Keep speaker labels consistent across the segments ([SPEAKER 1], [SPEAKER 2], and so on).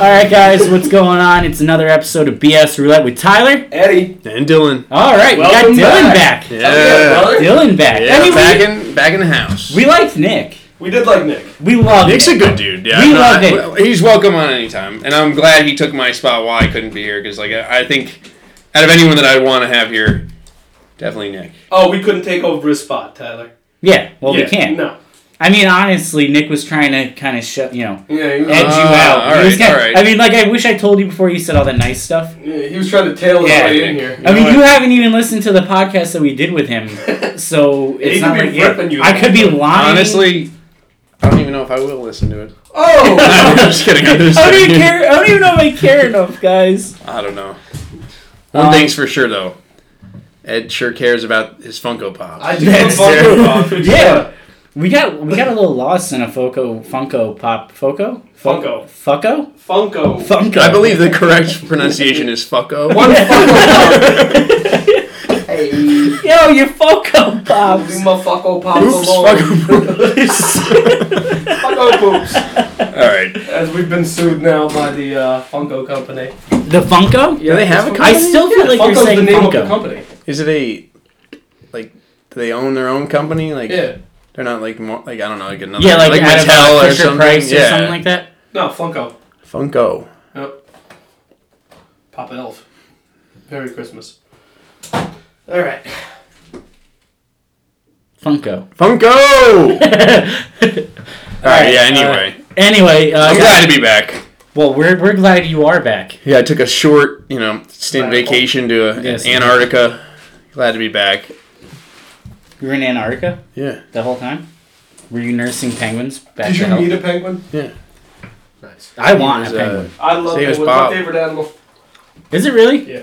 [SPEAKER 1] All right, guys, what's going on? It's another episode of BS Roulette with Tyler.
[SPEAKER 2] Eddie.
[SPEAKER 3] And Dylan.
[SPEAKER 1] All right,
[SPEAKER 2] Welcome
[SPEAKER 1] we got Dylan back.
[SPEAKER 2] Yeah, brother.
[SPEAKER 1] Dylan back.
[SPEAKER 3] Yeah,
[SPEAKER 1] I mean,
[SPEAKER 3] back
[SPEAKER 1] we,
[SPEAKER 3] in back in the house.
[SPEAKER 1] we liked Nick.
[SPEAKER 2] We did like Nick.
[SPEAKER 1] We loved
[SPEAKER 3] Nick's
[SPEAKER 1] Nick.
[SPEAKER 3] a good dude. Yeah,
[SPEAKER 1] We
[SPEAKER 3] no,
[SPEAKER 1] love
[SPEAKER 3] I-
[SPEAKER 1] Nick.
[SPEAKER 3] well, He's welcome on any time, and I'm glad he took my spot while I couldn't be here because, like, I I think out of anyone that I'd want to have here, definitely Nick.
[SPEAKER 2] Oh, we couldn't take over his spot, Tyler.
[SPEAKER 1] Yeah, well,
[SPEAKER 2] yeah,
[SPEAKER 1] we can't.
[SPEAKER 2] No.
[SPEAKER 1] I mean, honestly, Nick was trying to kind of shut, you know,
[SPEAKER 2] Yeah, he was, uh,
[SPEAKER 1] edge you
[SPEAKER 3] Ah,
[SPEAKER 1] out.
[SPEAKER 3] all
[SPEAKER 1] He was
[SPEAKER 3] right,
[SPEAKER 1] kinda-
[SPEAKER 3] all right.
[SPEAKER 1] I mean, like, I wish I told you before you said all that nice stuff.
[SPEAKER 2] yeah, he was trying to tail his
[SPEAKER 1] Yeah,
[SPEAKER 2] way in
[SPEAKER 3] Nick.
[SPEAKER 2] here.
[SPEAKER 1] I mean,
[SPEAKER 3] what?
[SPEAKER 1] you haven't even listened to the podcast that we did with him, so
[SPEAKER 2] He
[SPEAKER 1] it's
[SPEAKER 2] could
[SPEAKER 1] not
[SPEAKER 2] be
[SPEAKER 1] like yeah,
[SPEAKER 2] ripping you
[SPEAKER 1] I could be
[SPEAKER 2] off.
[SPEAKER 1] lying.
[SPEAKER 3] Honestly, I don't even know if I will listen to it.
[SPEAKER 2] Oh!
[SPEAKER 3] I'm just kidding. I'm just
[SPEAKER 1] I don't even
[SPEAKER 3] kidding.
[SPEAKER 1] care. I don't even know if I care enough, guys.
[SPEAKER 3] I don't know. One
[SPEAKER 1] Um,
[SPEAKER 3] thing's for sure though, Ed sure cares about his Funko Pop.
[SPEAKER 2] I do
[SPEAKER 1] That's
[SPEAKER 2] Funko
[SPEAKER 1] terrible.
[SPEAKER 2] Pop.
[SPEAKER 1] Yeah. We got we got a little lost in a Foco Funko Pop Foco
[SPEAKER 2] Funko.
[SPEAKER 1] Funko
[SPEAKER 2] Funko.
[SPEAKER 1] Funko.
[SPEAKER 3] I believe the correct pronunciation is Funko.
[SPEAKER 2] One Funko Pop. hey.
[SPEAKER 1] Yo, your Funko
[SPEAKER 2] Leave
[SPEAKER 1] Pops.
[SPEAKER 2] my Funko Pop
[SPEAKER 3] Oops,
[SPEAKER 2] alone.
[SPEAKER 3] Funko Pop.
[SPEAKER 2] Funko Poops.
[SPEAKER 3] All right.
[SPEAKER 2] As we've been sued now by the uh, Funko company.
[SPEAKER 1] The Funko?
[SPEAKER 2] Yeah,
[SPEAKER 3] they have a
[SPEAKER 2] that's
[SPEAKER 1] I
[SPEAKER 2] what-
[SPEAKER 1] still feel like
[SPEAKER 2] Funko's
[SPEAKER 1] you're saying
[SPEAKER 2] the name of the
[SPEAKER 1] Funko.
[SPEAKER 2] company.
[SPEAKER 3] Is it a like do they own their own company? Like
[SPEAKER 2] Yeah.
[SPEAKER 3] they're not like more like I don't know like another
[SPEAKER 1] Yeah, like, out of, uh,
[SPEAKER 3] Mattel or
[SPEAKER 1] Fisher
[SPEAKER 3] something.
[SPEAKER 1] Price
[SPEAKER 3] yeah.
[SPEAKER 1] or something like that.
[SPEAKER 2] No, Funko.
[SPEAKER 3] Funko.
[SPEAKER 2] Yep. Pop Elf. Merry Christmas. All right.
[SPEAKER 1] Funko.
[SPEAKER 3] Funko. All right. Yeah.
[SPEAKER 1] uh,
[SPEAKER 3] Anyway,
[SPEAKER 1] anyway, uh,
[SPEAKER 3] I'm
[SPEAKER 1] guys-
[SPEAKER 3] glad to be back.
[SPEAKER 1] well, we're we're glad you are back.
[SPEAKER 3] Yeah, I took a short, you know, stint
[SPEAKER 2] Sabbatical.
[SPEAKER 3] vacation to uh
[SPEAKER 1] Yes.
[SPEAKER 3] Antarctica. Glad to be back.
[SPEAKER 1] You were in Antarctica
[SPEAKER 3] Yeah.
[SPEAKER 1] the whole time. Were you nursing penguins back
[SPEAKER 2] Did
[SPEAKER 1] to
[SPEAKER 2] you
[SPEAKER 1] health?
[SPEAKER 2] meet a penguin?
[SPEAKER 3] Yeah.
[SPEAKER 2] Nice.
[SPEAKER 1] I want
[SPEAKER 3] It
[SPEAKER 1] a
[SPEAKER 3] was, uh,
[SPEAKER 1] penguin.
[SPEAKER 2] I love
[SPEAKER 3] Same as
[SPEAKER 2] penguins. My
[SPEAKER 3] Bob.
[SPEAKER 2] favorite animal.
[SPEAKER 1] Is it really?
[SPEAKER 2] Yeah.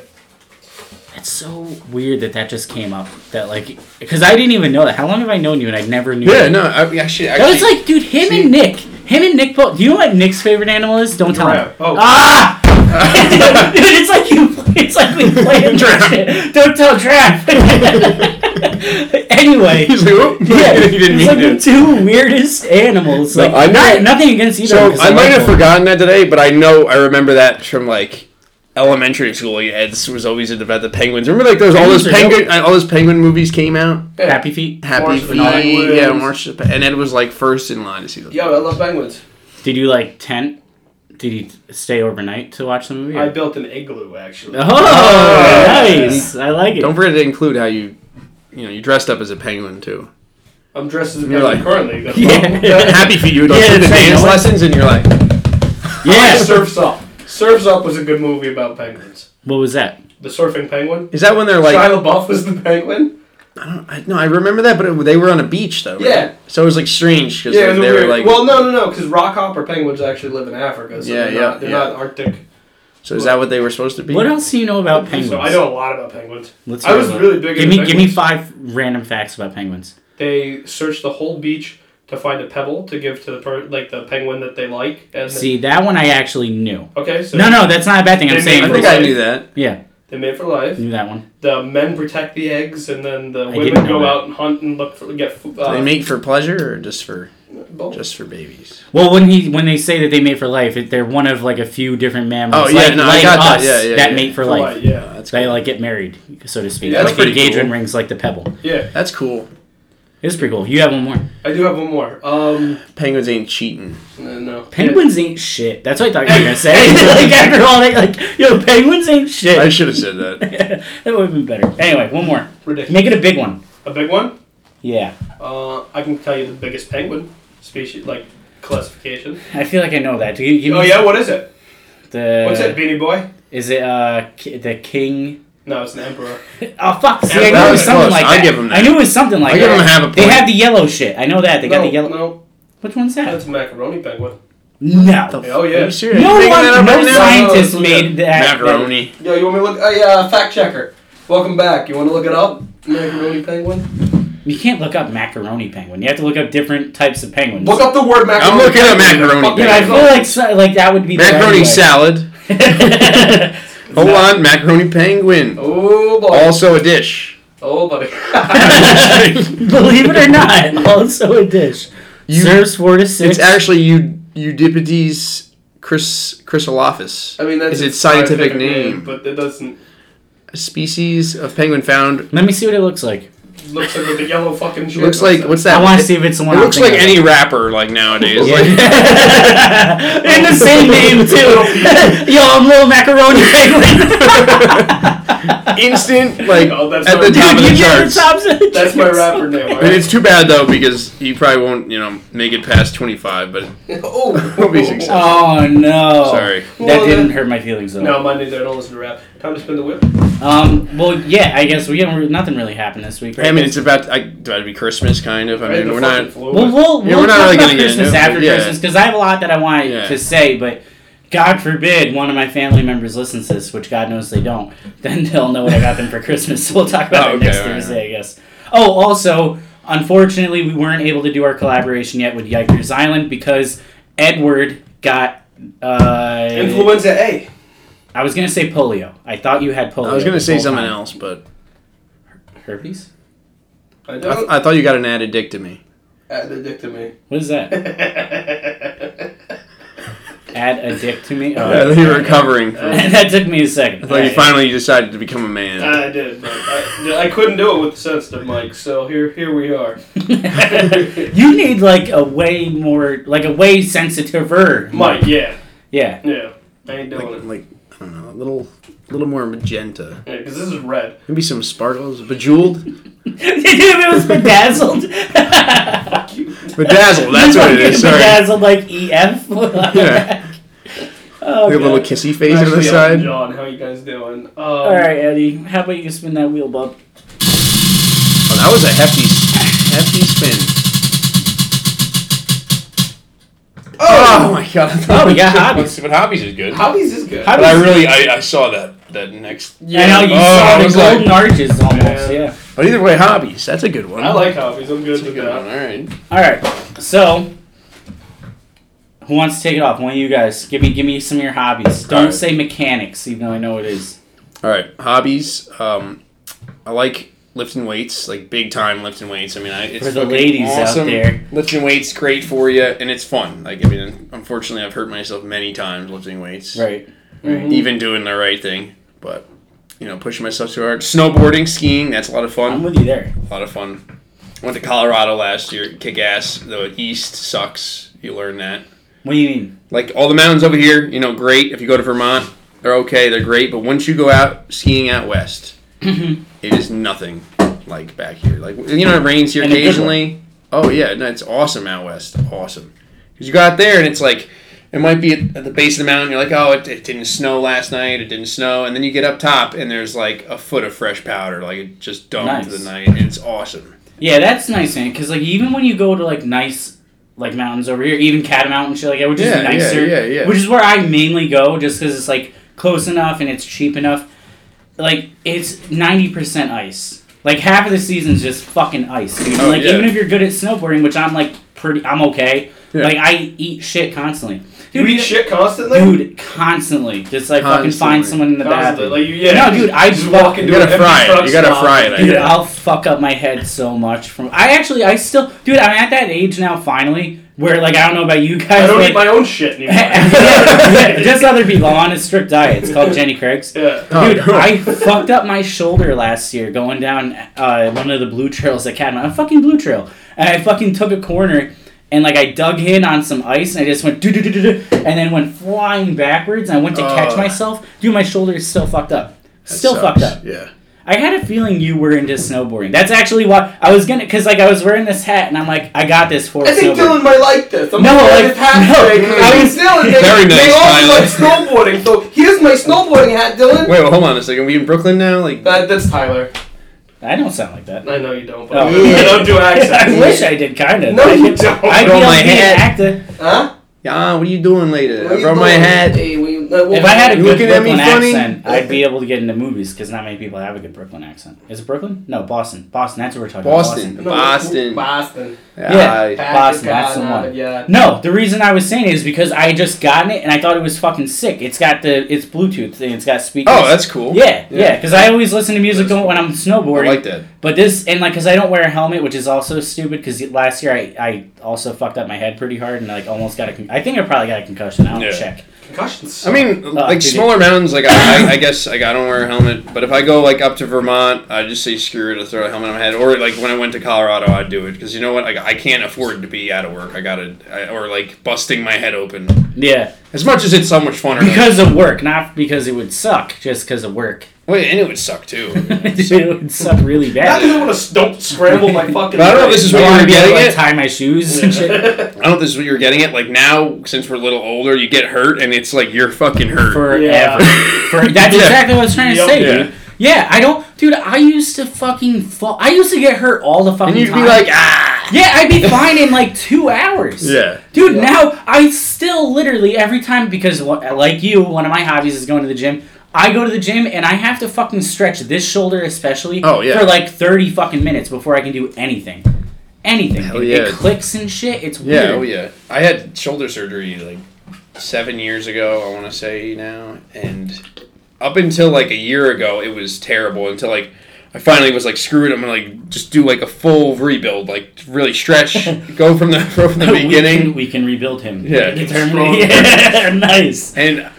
[SPEAKER 1] That's so weird that that just came up. That like, because I didn't even know that. How long have I known you and I never knew?
[SPEAKER 3] Yeah.
[SPEAKER 1] that?
[SPEAKER 3] No. I, I should
[SPEAKER 1] That was
[SPEAKER 3] actually.
[SPEAKER 1] like, dude, him and Nick, him and Nick both. Do you know what Nick's favorite animal is? Don't tell him.
[SPEAKER 2] Giraffe. Oh.
[SPEAKER 1] Ah, dude, it's like you. It's like we play a
[SPEAKER 3] Giraffe.
[SPEAKER 1] Don't tell giraffe. anyway.
[SPEAKER 3] He's like, "Whoop."
[SPEAKER 1] Yeah,
[SPEAKER 3] he
[SPEAKER 1] it's
[SPEAKER 3] didn't mean
[SPEAKER 1] like
[SPEAKER 3] to.
[SPEAKER 1] the two weirdest animals.
[SPEAKER 3] No,
[SPEAKER 1] Like,
[SPEAKER 3] I know-
[SPEAKER 1] not, nothing against either.
[SPEAKER 3] So
[SPEAKER 1] of them, 'cause
[SPEAKER 3] I might
[SPEAKER 1] like
[SPEAKER 3] have
[SPEAKER 1] them.
[SPEAKER 3] forgotten that today, but I know I remember that from like elementary school. Like, Ed was always about the penguins. Remember, like those all those
[SPEAKER 1] Penguins are
[SPEAKER 3] penguin all those penguin movies came out.
[SPEAKER 1] Happy feet.
[SPEAKER 3] Happy
[SPEAKER 2] March of the
[SPEAKER 3] Feet,
[SPEAKER 2] Penguins.
[SPEAKER 3] yeah, March of the Pe- and Ed was like first in line to see them.
[SPEAKER 2] Yo, I love penguins.
[SPEAKER 1] Did you like tent? Did you stay overnight to watch the movie? or-
[SPEAKER 2] I built an igloo actually.
[SPEAKER 1] Oh, nice! I like it.
[SPEAKER 3] Don't forget to include how you, you know, you dressed up as a penguin too.
[SPEAKER 2] I'm dressed as a
[SPEAKER 3] You're
[SPEAKER 2] penguin
[SPEAKER 3] like-
[SPEAKER 2] currently. That's
[SPEAKER 1] Yeah.
[SPEAKER 2] wrong.
[SPEAKER 3] Happy Feet, you would
[SPEAKER 1] Yeah,
[SPEAKER 3] go through the
[SPEAKER 1] that's right,
[SPEAKER 3] dance
[SPEAKER 1] no one-
[SPEAKER 3] lessons, and you're like,
[SPEAKER 2] I like
[SPEAKER 1] yeah.
[SPEAKER 2] Surfs Up. Surfs Up was a good movie about penguins.
[SPEAKER 1] What was that?
[SPEAKER 2] The surfing penguin.
[SPEAKER 3] is that when they're like, I
[SPEAKER 2] Shia LaBeouf was the penguin.
[SPEAKER 3] don't, I, no, I remember that, but it, they were on a beach though. right?
[SPEAKER 2] Yeah.
[SPEAKER 3] So it was like strange because
[SPEAKER 2] Yeah, it was
[SPEAKER 3] they
[SPEAKER 2] weird.
[SPEAKER 3] were like,
[SPEAKER 2] well, no, no, no, because rockhopper penguins actually live in Africa, so
[SPEAKER 3] Yeah,
[SPEAKER 2] they're,
[SPEAKER 3] yeah,
[SPEAKER 2] not, they're
[SPEAKER 3] yeah.
[SPEAKER 2] not Arctic.
[SPEAKER 3] so is that what they were supposed to be?
[SPEAKER 1] What else do you know about penguins?
[SPEAKER 2] So I know a lot about penguins.
[SPEAKER 1] Let's
[SPEAKER 2] I
[SPEAKER 1] hear
[SPEAKER 2] was
[SPEAKER 1] about-
[SPEAKER 2] really big.
[SPEAKER 1] Give
[SPEAKER 2] into
[SPEAKER 1] me, give me
[SPEAKER 2] penguins.
[SPEAKER 1] five random facts about penguins.
[SPEAKER 2] They searched the whole beach to find a pebble to give to the per- like the penguin that they like. And
[SPEAKER 1] See, that one I actually knew.
[SPEAKER 2] okay, so
[SPEAKER 1] No, no, that's not a bad thing. I'm
[SPEAKER 2] They
[SPEAKER 1] saying,
[SPEAKER 3] I
[SPEAKER 2] made
[SPEAKER 3] think I knew that.
[SPEAKER 1] yeah,
[SPEAKER 2] they mate for life.
[SPEAKER 1] knew that one.
[SPEAKER 2] The men protect the eggs, and then the
[SPEAKER 1] didn't
[SPEAKER 2] women
[SPEAKER 1] know
[SPEAKER 2] go
[SPEAKER 1] that.
[SPEAKER 2] out and hunt and look for get. fo- Uh,
[SPEAKER 3] they mate for pleasure or just for
[SPEAKER 2] both.
[SPEAKER 3] just for babies?
[SPEAKER 1] Well, when he when they say that they mate for life, it, they're one of like a few different mammals.
[SPEAKER 3] Oh, yeah,
[SPEAKER 1] like,
[SPEAKER 3] no, I
[SPEAKER 1] like
[SPEAKER 3] got that.
[SPEAKER 1] us
[SPEAKER 3] Yeah, yeah, yeah.
[SPEAKER 1] mate for
[SPEAKER 2] for
[SPEAKER 1] life.
[SPEAKER 2] life, Yeah,
[SPEAKER 3] Uh, That's
[SPEAKER 1] They like get married, so to speak.
[SPEAKER 2] Yeah, that's
[SPEAKER 1] like
[SPEAKER 3] pretty
[SPEAKER 1] engagement
[SPEAKER 3] cool.
[SPEAKER 1] rings, like the pebble.
[SPEAKER 2] yeah.
[SPEAKER 3] That's cool.
[SPEAKER 1] It's pretty cool. You have one more.
[SPEAKER 2] I do have one more. Um,
[SPEAKER 3] Penguins ain't cheating.
[SPEAKER 2] no, no.
[SPEAKER 1] Penguins ain't shit. That's what I thought you were gonna say. like after all that, like yo, penguins ain't shit.
[SPEAKER 3] I should have said that.
[SPEAKER 1] that would have been better. Anyway, one more.
[SPEAKER 2] Yeah, ridiculous.
[SPEAKER 1] Make it a big one.
[SPEAKER 2] A big one.
[SPEAKER 1] Yeah.
[SPEAKER 2] Uh, I can tell you the biggest penguin species, like classification.
[SPEAKER 1] I feel like I know that. Do you give me
[SPEAKER 2] Oh yeah, what is it?
[SPEAKER 1] the
[SPEAKER 2] What's it, Beanie Boy?
[SPEAKER 1] Is it uh ki- the king?
[SPEAKER 2] No, it's an emperor.
[SPEAKER 1] Oh fuck! See, I
[SPEAKER 2] That
[SPEAKER 1] knew it was
[SPEAKER 2] was
[SPEAKER 1] something
[SPEAKER 3] close.
[SPEAKER 1] like
[SPEAKER 3] I'll
[SPEAKER 1] that.
[SPEAKER 3] give 'em that.
[SPEAKER 1] I knew it was something like
[SPEAKER 3] I'll give
[SPEAKER 1] that.
[SPEAKER 3] 'em half a
[SPEAKER 1] They
[SPEAKER 3] point.
[SPEAKER 1] have the yellow shit. I know that. They got
[SPEAKER 2] no,
[SPEAKER 1] the yellow.
[SPEAKER 2] No,
[SPEAKER 1] Which one's that?
[SPEAKER 2] that's a macaroni penguin.
[SPEAKER 1] No.
[SPEAKER 2] Oh
[SPEAKER 3] Are
[SPEAKER 2] yeah.
[SPEAKER 3] you serious?
[SPEAKER 1] No
[SPEAKER 3] Are you making
[SPEAKER 1] one,
[SPEAKER 3] that up
[SPEAKER 1] no
[SPEAKER 3] right now?
[SPEAKER 1] scientist
[SPEAKER 2] No, no,
[SPEAKER 1] made that.
[SPEAKER 3] Macaroni.
[SPEAKER 2] Yo, you want me to look? Oh yeah, fact checker. Welcome back. You want to look it up? Macaroni penguin.
[SPEAKER 1] You can't look up macaroni penguin. You have to look up different types of penguins.
[SPEAKER 2] Look up the word macaroni.
[SPEAKER 3] I'm looking up
[SPEAKER 2] penguin.
[SPEAKER 3] macaroni
[SPEAKER 2] Fuck
[SPEAKER 1] Dude, I feel like so, like that would be the
[SPEAKER 3] Macaroni
[SPEAKER 1] right
[SPEAKER 3] salad.
[SPEAKER 1] way.
[SPEAKER 3] Hold on, macaroni penguin.
[SPEAKER 2] Oh boy.
[SPEAKER 3] Also a dish.
[SPEAKER 2] oh buddy.
[SPEAKER 1] Believe it or not, also a dish
[SPEAKER 3] You-
[SPEAKER 1] serves four to six.
[SPEAKER 3] It's actually Eu- Euripides Chris Chrysolophus.
[SPEAKER 2] I mean, that's
[SPEAKER 3] Is
[SPEAKER 2] its
[SPEAKER 3] its scientific name.
[SPEAKER 4] but that doesn't
[SPEAKER 3] A species of penguin found.
[SPEAKER 1] Let me see what it looks like.
[SPEAKER 4] looks like with the yellow fucking.
[SPEAKER 3] It looks like what's that?
[SPEAKER 1] I want to see if it's the
[SPEAKER 3] It
[SPEAKER 1] one. I'm
[SPEAKER 3] looks like
[SPEAKER 1] thinking
[SPEAKER 3] any rapper like nowadays.
[SPEAKER 1] of.
[SPEAKER 3] Like,
[SPEAKER 1] Yeah. and the same name too. Yo, I'm little macaroni penguin.
[SPEAKER 3] instant like
[SPEAKER 4] Oh, that's
[SPEAKER 3] at
[SPEAKER 4] not-
[SPEAKER 3] the
[SPEAKER 4] Dude,
[SPEAKER 1] Dude,
[SPEAKER 3] top of
[SPEAKER 1] you
[SPEAKER 3] the
[SPEAKER 1] get the
[SPEAKER 3] charts.
[SPEAKER 1] top six.
[SPEAKER 4] That's my rapper name.
[SPEAKER 3] I mean, it's too bad though because he probably won't you know make it past 25. But
[SPEAKER 2] oh,
[SPEAKER 3] We'll be successful.
[SPEAKER 1] Oh no!
[SPEAKER 3] sorry,
[SPEAKER 1] that
[SPEAKER 4] Well,
[SPEAKER 1] didn't
[SPEAKER 4] then-
[SPEAKER 1] hurt my feelings though.
[SPEAKER 4] No, mine neither. I don't listen to rap. Time to spin the wheel.
[SPEAKER 1] Um. Well, yeah. I guess we haven't. Nothing really happened this week. Right?
[SPEAKER 3] I mean it's about I, about to be Christmas kind of. I
[SPEAKER 4] Right,
[SPEAKER 3] mean
[SPEAKER 4] the
[SPEAKER 3] we're
[SPEAKER 4] fucking
[SPEAKER 3] not.
[SPEAKER 4] flu.
[SPEAKER 1] Well, we'll,
[SPEAKER 3] Yeah,
[SPEAKER 1] we'll
[SPEAKER 3] we're not
[SPEAKER 1] talk
[SPEAKER 3] really
[SPEAKER 1] about
[SPEAKER 3] gonna get
[SPEAKER 1] Christmas
[SPEAKER 3] into it,
[SPEAKER 1] after
[SPEAKER 3] yeah.
[SPEAKER 1] Christmas because I have a lot that I want
[SPEAKER 3] Yeah.
[SPEAKER 1] to say, but God forbid one of my family members listens to this, which God knows they don't. Then they'll know what I got them for Christmas. So we'll talk about
[SPEAKER 3] Oh,
[SPEAKER 1] it next
[SPEAKER 3] okay, all right,
[SPEAKER 1] Thursday, I guess. Oh, also, unfortunately, we weren't able to do our collaboration yet with Yikers Island because Edward got. Uh,
[SPEAKER 2] influenza A.
[SPEAKER 1] I was gonna say polio. I thought you had polio.
[SPEAKER 3] I was gonna
[SPEAKER 1] the
[SPEAKER 3] say
[SPEAKER 1] whole
[SPEAKER 3] something
[SPEAKER 1] time.
[SPEAKER 3] else, but
[SPEAKER 1] Herpes?
[SPEAKER 2] I
[SPEAKER 3] I, th-
[SPEAKER 2] don't
[SPEAKER 3] I thought you got an ad addict to me.
[SPEAKER 2] add addict to me.
[SPEAKER 1] What is that? Add a dick to me. Oh,
[SPEAKER 3] I thought you were recovering. From, I
[SPEAKER 1] that took me a second.
[SPEAKER 3] thought you finally decided to become a man.
[SPEAKER 2] Uh,
[SPEAKER 4] I did, but I, I couldn't do it with the sensitive mic, so here here we are.
[SPEAKER 1] you need like a way more, like a way sensitiver
[SPEAKER 4] Mike, yeah,
[SPEAKER 1] Yeah.
[SPEAKER 4] yeah. I ain't doing
[SPEAKER 3] like, like
[SPEAKER 4] it.
[SPEAKER 3] I don't know, a little, little more magenta.
[SPEAKER 4] Yeah, because this is red.
[SPEAKER 3] Maybe some sparkles, bejeweled,
[SPEAKER 1] it was bedazzled.
[SPEAKER 3] bedazzled. That's what it is. Sorry, yeah,
[SPEAKER 1] Bedazzled like EF.
[SPEAKER 3] Yeah.
[SPEAKER 1] Oh,
[SPEAKER 3] like a
[SPEAKER 1] God.
[SPEAKER 3] little kissy face on
[SPEAKER 4] Actually,
[SPEAKER 3] the
[SPEAKER 4] Elton
[SPEAKER 3] side.
[SPEAKER 4] John, how you guys doing? Um,
[SPEAKER 1] All right, Eddie. How about you spin that wheel, bub?
[SPEAKER 3] Oh, that was a hefty, hefty spin. Oh, my god!
[SPEAKER 1] Oh, we got hobbies.
[SPEAKER 3] But hobbies is good.
[SPEAKER 2] Hobbies is good.
[SPEAKER 1] How
[SPEAKER 3] But I
[SPEAKER 1] does-
[SPEAKER 3] really, I, I saw that that next.
[SPEAKER 1] I know you
[SPEAKER 3] Oh, I
[SPEAKER 1] saw the
[SPEAKER 3] was like-
[SPEAKER 1] golden arches almost.
[SPEAKER 4] Yeah.
[SPEAKER 1] Yeah.
[SPEAKER 3] But either way, hobbies. That's a good one.
[SPEAKER 4] I like hobbies. I'm good
[SPEAKER 3] That's a
[SPEAKER 4] with
[SPEAKER 3] good one.
[SPEAKER 4] that.
[SPEAKER 3] All right.
[SPEAKER 1] All right. So, who wants to take it off? One of you guys. Give me, give me some of your hobbies. Don't
[SPEAKER 3] All right.
[SPEAKER 1] say mechanics, even though I know it is.
[SPEAKER 3] All right, hobbies. Um, I like lifting weights, like big time lifting weights. I mean, I, it's
[SPEAKER 1] For the
[SPEAKER 3] fucking
[SPEAKER 1] ladies out
[SPEAKER 3] awesome.
[SPEAKER 1] there.
[SPEAKER 3] Lifting weights great for you, and it's fun. Like I mean, unfortunately, I've hurt myself many times lifting weights.
[SPEAKER 1] Right.
[SPEAKER 4] Mm-hmm.
[SPEAKER 3] Even doing the right thing, but you know, pushing myself too hard. Snowboarding, skiing. That's a lot of
[SPEAKER 1] I'm
[SPEAKER 3] fun.
[SPEAKER 1] with you there.
[SPEAKER 3] A lot of fun. Went to Colorado last year. Kick ass. The East sucks. You learn that.
[SPEAKER 1] What do you mean?
[SPEAKER 3] Like all the mountains over here, you know, great. If you go to Vermont, they're okay, they're great. But once you go out skiing out west, it is nothing like back here. Like you know, it rains here
[SPEAKER 1] And a good one.
[SPEAKER 3] occasionally. Oh yeah, no, it's awesome out west. Awesome, because you go out there and it's like it might be at at the base of the mountain. You're like, oh, it, it didn't snow last night. It didn't snow, and then you get up top and there's like a foot of fresh powder, like it just dumped
[SPEAKER 1] Nice.
[SPEAKER 3] the night. And it's awesome.
[SPEAKER 1] Yeah, that's nice, man. Because like even when you go to like nice like mountains over here, even Catamount and shit like that, which is
[SPEAKER 3] Yeah, yeah,
[SPEAKER 1] nicer,
[SPEAKER 3] yeah, yeah.
[SPEAKER 1] which is where I mainly go, just because it's like close enough and it's cheap enough. Like it's ninety percent ice. Like half of the season's just fucking ice. dude.
[SPEAKER 3] Oh,
[SPEAKER 1] like
[SPEAKER 3] yeah.
[SPEAKER 1] even if you're good at snowboarding, which I'm like pretty, I'm okay.
[SPEAKER 3] Yeah.
[SPEAKER 1] Like I eat shit constantly,
[SPEAKER 4] You
[SPEAKER 1] dude.
[SPEAKER 4] eat shit constantly.
[SPEAKER 1] Dude, constantly, just like fucking
[SPEAKER 3] Constantly.
[SPEAKER 1] find someone in the
[SPEAKER 4] Constantly.
[SPEAKER 1] bathroom.
[SPEAKER 4] Like you, yeah.
[SPEAKER 1] No, dude, I
[SPEAKER 4] just walk
[SPEAKER 1] fucking-
[SPEAKER 4] into
[SPEAKER 3] You
[SPEAKER 4] an
[SPEAKER 3] gotta
[SPEAKER 4] empty
[SPEAKER 3] fry it.
[SPEAKER 4] truck
[SPEAKER 3] You gotta
[SPEAKER 4] stop.
[SPEAKER 3] fry it. I
[SPEAKER 1] Dude,
[SPEAKER 3] guess.
[SPEAKER 1] I'll fuck up my head so much from. I actually, I still, dude, I'm at that age now. Finally, where like I don't know about you guys.
[SPEAKER 4] I don't
[SPEAKER 1] but-
[SPEAKER 4] eat my own shit anymore.
[SPEAKER 1] Yeah, just other people. I'm on a strict diet. It's called Jenny Craig's.
[SPEAKER 4] yeah.
[SPEAKER 3] Oh,
[SPEAKER 1] Dude,
[SPEAKER 3] cool.
[SPEAKER 1] I fucked up my shoulder last year going down uh, one of the blue trails at Catamount. A fucking blue trail. And I fucking took a corner and like I dug in on some ice and I just went do do do do do and then went flying backwards and I went to catch
[SPEAKER 3] Ugh.
[SPEAKER 1] myself. Dude, my shoulder is still fucked up.
[SPEAKER 3] That
[SPEAKER 1] Still fucked
[SPEAKER 3] sucks.
[SPEAKER 1] up.
[SPEAKER 3] Yeah.
[SPEAKER 1] I had a feeling you were into snowboarding. That's actually why I was gonna, cause like I was wearing this hat and I'm like, I got this for
[SPEAKER 2] I think
[SPEAKER 1] snowboarding.
[SPEAKER 2] Dylan might like this. I'm
[SPEAKER 1] No,
[SPEAKER 2] gonna wear
[SPEAKER 1] like-
[SPEAKER 2] this hat
[SPEAKER 1] no,
[SPEAKER 2] today 'cause
[SPEAKER 1] I
[SPEAKER 2] I
[SPEAKER 1] was-
[SPEAKER 2] think Dylan. They,
[SPEAKER 3] Very nice,
[SPEAKER 2] They
[SPEAKER 3] Tyler.
[SPEAKER 2] also like snowboarding, so here's my snowboarding hat, Dylan.
[SPEAKER 3] Wait, well, hold on a second. Are we in Brooklyn now? Like,
[SPEAKER 2] That, that's Tyler.
[SPEAKER 1] I don't sound like that.
[SPEAKER 4] I know you don't, but
[SPEAKER 1] Oh.
[SPEAKER 4] I don't do accents.
[SPEAKER 1] I wish I did, kind of.
[SPEAKER 2] No,
[SPEAKER 1] I
[SPEAKER 2] you don't.
[SPEAKER 1] I'd be
[SPEAKER 3] Throw
[SPEAKER 1] able
[SPEAKER 3] my
[SPEAKER 1] to be an
[SPEAKER 3] hat.
[SPEAKER 1] actor.
[SPEAKER 2] Huh?
[SPEAKER 3] yeah, what are you doing later?
[SPEAKER 2] What
[SPEAKER 3] I
[SPEAKER 2] you
[SPEAKER 3] brought my
[SPEAKER 2] doing?
[SPEAKER 3] hat.
[SPEAKER 2] Hey, what you- uh,
[SPEAKER 1] If I had a
[SPEAKER 3] You
[SPEAKER 1] good
[SPEAKER 3] looking at me
[SPEAKER 1] Brooklyn
[SPEAKER 3] funny?
[SPEAKER 1] accent, I'd be able to get into movies because not many people have a good Brooklyn accent. Is it Brooklyn? No, Boston. Boston. That's what we're talking
[SPEAKER 3] Boston.
[SPEAKER 1] about.
[SPEAKER 2] No,
[SPEAKER 3] Boston.
[SPEAKER 2] Boston.
[SPEAKER 1] Yeah.
[SPEAKER 3] I-
[SPEAKER 1] Boston, that's the
[SPEAKER 2] Patrick,
[SPEAKER 1] one.
[SPEAKER 2] Yeah.
[SPEAKER 1] No, the reason I was saying it is because I had just gotten it and I thought it was fucking sick. It's got the it's Bluetooth and it's got speakers.
[SPEAKER 3] Oh, that's cool.
[SPEAKER 1] yeah,
[SPEAKER 3] Yeah.
[SPEAKER 1] yeah. Because I always listen to music
[SPEAKER 3] That's
[SPEAKER 1] when I'm
[SPEAKER 3] I
[SPEAKER 1] snowboarding.
[SPEAKER 3] like that.
[SPEAKER 1] But this and like, cause I don't wear a helmet, which is also stupid. Cause last year I, I also fucked up my head pretty hard and like almost got a. Con- I think I probably got a concussion. I'll
[SPEAKER 3] Yeah.
[SPEAKER 1] check.
[SPEAKER 4] Concussions.
[SPEAKER 3] I mean, like
[SPEAKER 1] uh, dude,
[SPEAKER 3] smaller mountains. Like I, I, I guess like I don't wear a helmet, but if I go like up to Vermont, I just say screw it, I throw a helmet on my head. Or like when I went to Colorado, I'd do it because you know what? Like I can't afford to be out of work. I gotta I, or like busting my head open.
[SPEAKER 1] Yeah,
[SPEAKER 3] As much as it's so much funner.
[SPEAKER 1] because of work, not because it would suck. Just because of work,
[SPEAKER 3] wait, and it would suck too.
[SPEAKER 1] Dude, it would suck really
[SPEAKER 4] Not that
[SPEAKER 1] bad.
[SPEAKER 4] I want to don't scramble my fucking.
[SPEAKER 3] But I don't know if this is
[SPEAKER 1] I
[SPEAKER 3] what you
[SPEAKER 1] want
[SPEAKER 3] were
[SPEAKER 1] to be
[SPEAKER 3] getting
[SPEAKER 1] able to like,
[SPEAKER 3] at.
[SPEAKER 1] tie my shoes and shit.
[SPEAKER 3] I don't know if this is what you were getting at. Like now, since we're a little older, you get hurt, and it's like you're fucking hurt.
[SPEAKER 1] forever.
[SPEAKER 4] Yeah.
[SPEAKER 1] For, that's
[SPEAKER 3] Yeah.
[SPEAKER 1] exactly what I was trying to
[SPEAKER 4] Yep.
[SPEAKER 1] say,
[SPEAKER 3] Yeah.
[SPEAKER 1] dude. Yeah, I don't, dude. I used to fucking fall. I used to get hurt all the fucking
[SPEAKER 3] and you'd
[SPEAKER 1] time.
[SPEAKER 3] be like, ah,
[SPEAKER 1] yeah, I'd be fine in like two hours.
[SPEAKER 3] yeah.
[SPEAKER 1] Dude,
[SPEAKER 2] Yeah.
[SPEAKER 1] now I still literally every time because wh- like you, one of my hobbies is going to the gym. I go to the gym and I have to fucking stretch this shoulder especially
[SPEAKER 3] Oh, yeah.
[SPEAKER 1] for like 30 fucking minutes before I can do anything. Anything.
[SPEAKER 3] Hell
[SPEAKER 1] it,
[SPEAKER 3] yeah.
[SPEAKER 1] it clicks and shit. It's
[SPEAKER 3] Yeah,
[SPEAKER 1] weird.
[SPEAKER 3] oh yeah. I had shoulder surgery like seven years ago, I want to say now, and up until like a year ago, it was terrible. Until like I finally was like, screw it, I'm gonna like just do like a full rebuild, like really stretch, go from the from
[SPEAKER 1] We can- We
[SPEAKER 3] the
[SPEAKER 1] can,
[SPEAKER 3] beginning,
[SPEAKER 1] rebuild him.
[SPEAKER 3] Yeah.
[SPEAKER 1] Determine- yeah, nice.
[SPEAKER 3] and.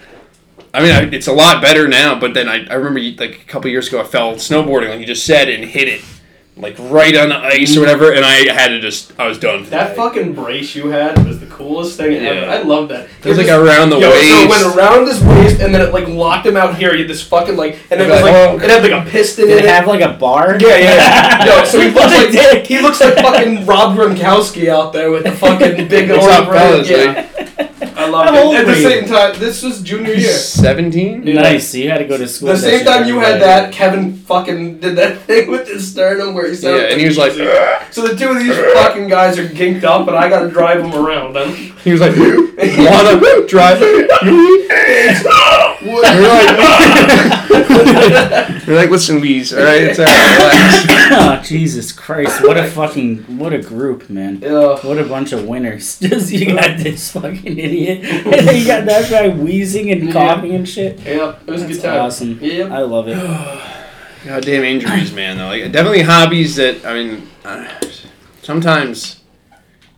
[SPEAKER 3] I mean, I, it's a lot better now, but then I, I remember like a couple years ago, I fell snowboarding, like you just said, and hit it like right on the ice or whatever, and I had to just, I was done. For
[SPEAKER 4] That
[SPEAKER 3] that
[SPEAKER 4] fucking brace you had was the coolest thing ever.
[SPEAKER 3] Yeah.
[SPEAKER 4] I love that.
[SPEAKER 3] it was
[SPEAKER 4] You're
[SPEAKER 3] like
[SPEAKER 4] just-
[SPEAKER 3] around the
[SPEAKER 2] Yo,
[SPEAKER 3] waist.
[SPEAKER 2] so it went around his waist and then it like locked him out here. You had this fucking like, and then it was like,
[SPEAKER 3] Whoa.
[SPEAKER 2] it had like a piston
[SPEAKER 1] Did
[SPEAKER 2] in
[SPEAKER 1] it
[SPEAKER 2] it.
[SPEAKER 1] have like a bar?
[SPEAKER 2] Yeah, yeah. Yo, so he
[SPEAKER 1] What
[SPEAKER 2] looks
[SPEAKER 1] a
[SPEAKER 2] like
[SPEAKER 1] dick.
[SPEAKER 2] he looks like fucking Rob Gronkowski out there with the fucking big
[SPEAKER 3] What's
[SPEAKER 2] old
[SPEAKER 3] up, fellas?
[SPEAKER 2] yeah.
[SPEAKER 3] Like,
[SPEAKER 4] I love
[SPEAKER 1] How
[SPEAKER 4] it.
[SPEAKER 1] old
[SPEAKER 2] At the
[SPEAKER 1] were you?
[SPEAKER 2] same time, this was junior year.
[SPEAKER 3] 17?
[SPEAKER 2] Yeah.
[SPEAKER 1] Nice. So you had to go to school.
[SPEAKER 2] The
[SPEAKER 1] with that
[SPEAKER 2] same
[SPEAKER 1] shit
[SPEAKER 2] time you
[SPEAKER 1] every
[SPEAKER 2] had
[SPEAKER 1] day.
[SPEAKER 2] that, Kevin fucking did that thing with his sternum where he
[SPEAKER 3] Yeah,
[SPEAKER 2] sounded.
[SPEAKER 3] and he was like,
[SPEAKER 2] so the two of these fucking guys are ginked up, and I gotta drive
[SPEAKER 4] Come
[SPEAKER 2] them.
[SPEAKER 4] around. I'm,
[SPEAKER 3] he was like, wanna drive? We're like, we're like, listen, Weeze, all right, it's all right, relax.
[SPEAKER 1] oh, Jesus Christ! What a fucking what a group, man.
[SPEAKER 2] Yeah.
[SPEAKER 1] What a bunch of winners! Just you got this fucking idiot, and then you got that guy wheezing and coughing and shit.
[SPEAKER 4] yeah, it was a
[SPEAKER 1] That's
[SPEAKER 4] good time.
[SPEAKER 1] awesome.
[SPEAKER 2] Yeah.
[SPEAKER 1] I love it.
[SPEAKER 3] Goddamn injuries, man. Though, like, definitely hobbies that I mean, uh, sometimes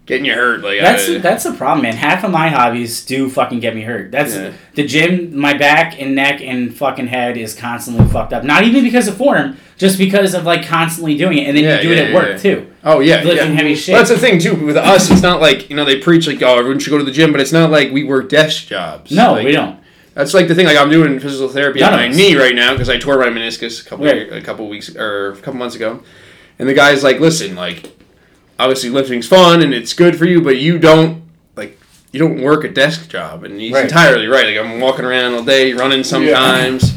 [SPEAKER 3] getting you hurt, like
[SPEAKER 1] That's
[SPEAKER 3] I,
[SPEAKER 1] that's the problem, man. Half of my hobbies do fucking get me hurt. That's
[SPEAKER 3] Yeah.
[SPEAKER 1] the gym. My back and neck and fucking head is constantly fucked up. Not even because of form, just because of like constantly doing it, and then
[SPEAKER 3] Yeah,
[SPEAKER 1] you do
[SPEAKER 3] yeah,
[SPEAKER 1] it at
[SPEAKER 3] yeah,
[SPEAKER 1] work
[SPEAKER 3] yeah.
[SPEAKER 1] too,
[SPEAKER 3] oh yeah, yeah.
[SPEAKER 1] lifting heavy shit.
[SPEAKER 3] Well, that's the thing too. With us, it's not like you know they preach like oh everyone should go to the gym, but it's not like we work desk jobs.
[SPEAKER 1] no,
[SPEAKER 3] Like,
[SPEAKER 1] we don't.
[SPEAKER 3] That's like the thing. Like I'm doing physical therapy
[SPEAKER 1] None
[SPEAKER 3] on my
[SPEAKER 1] of us.
[SPEAKER 3] knee right now because I tore my meniscus a couple
[SPEAKER 1] Right.
[SPEAKER 3] year- a couple weeks or a couple months ago, and the guy's like, "Listen, like, obviously lifting's fun and it's good for you, but you don't like you don't work a desk job." And he's
[SPEAKER 1] Right.
[SPEAKER 3] entirely right. Like I'm walking around all day, running sometimes,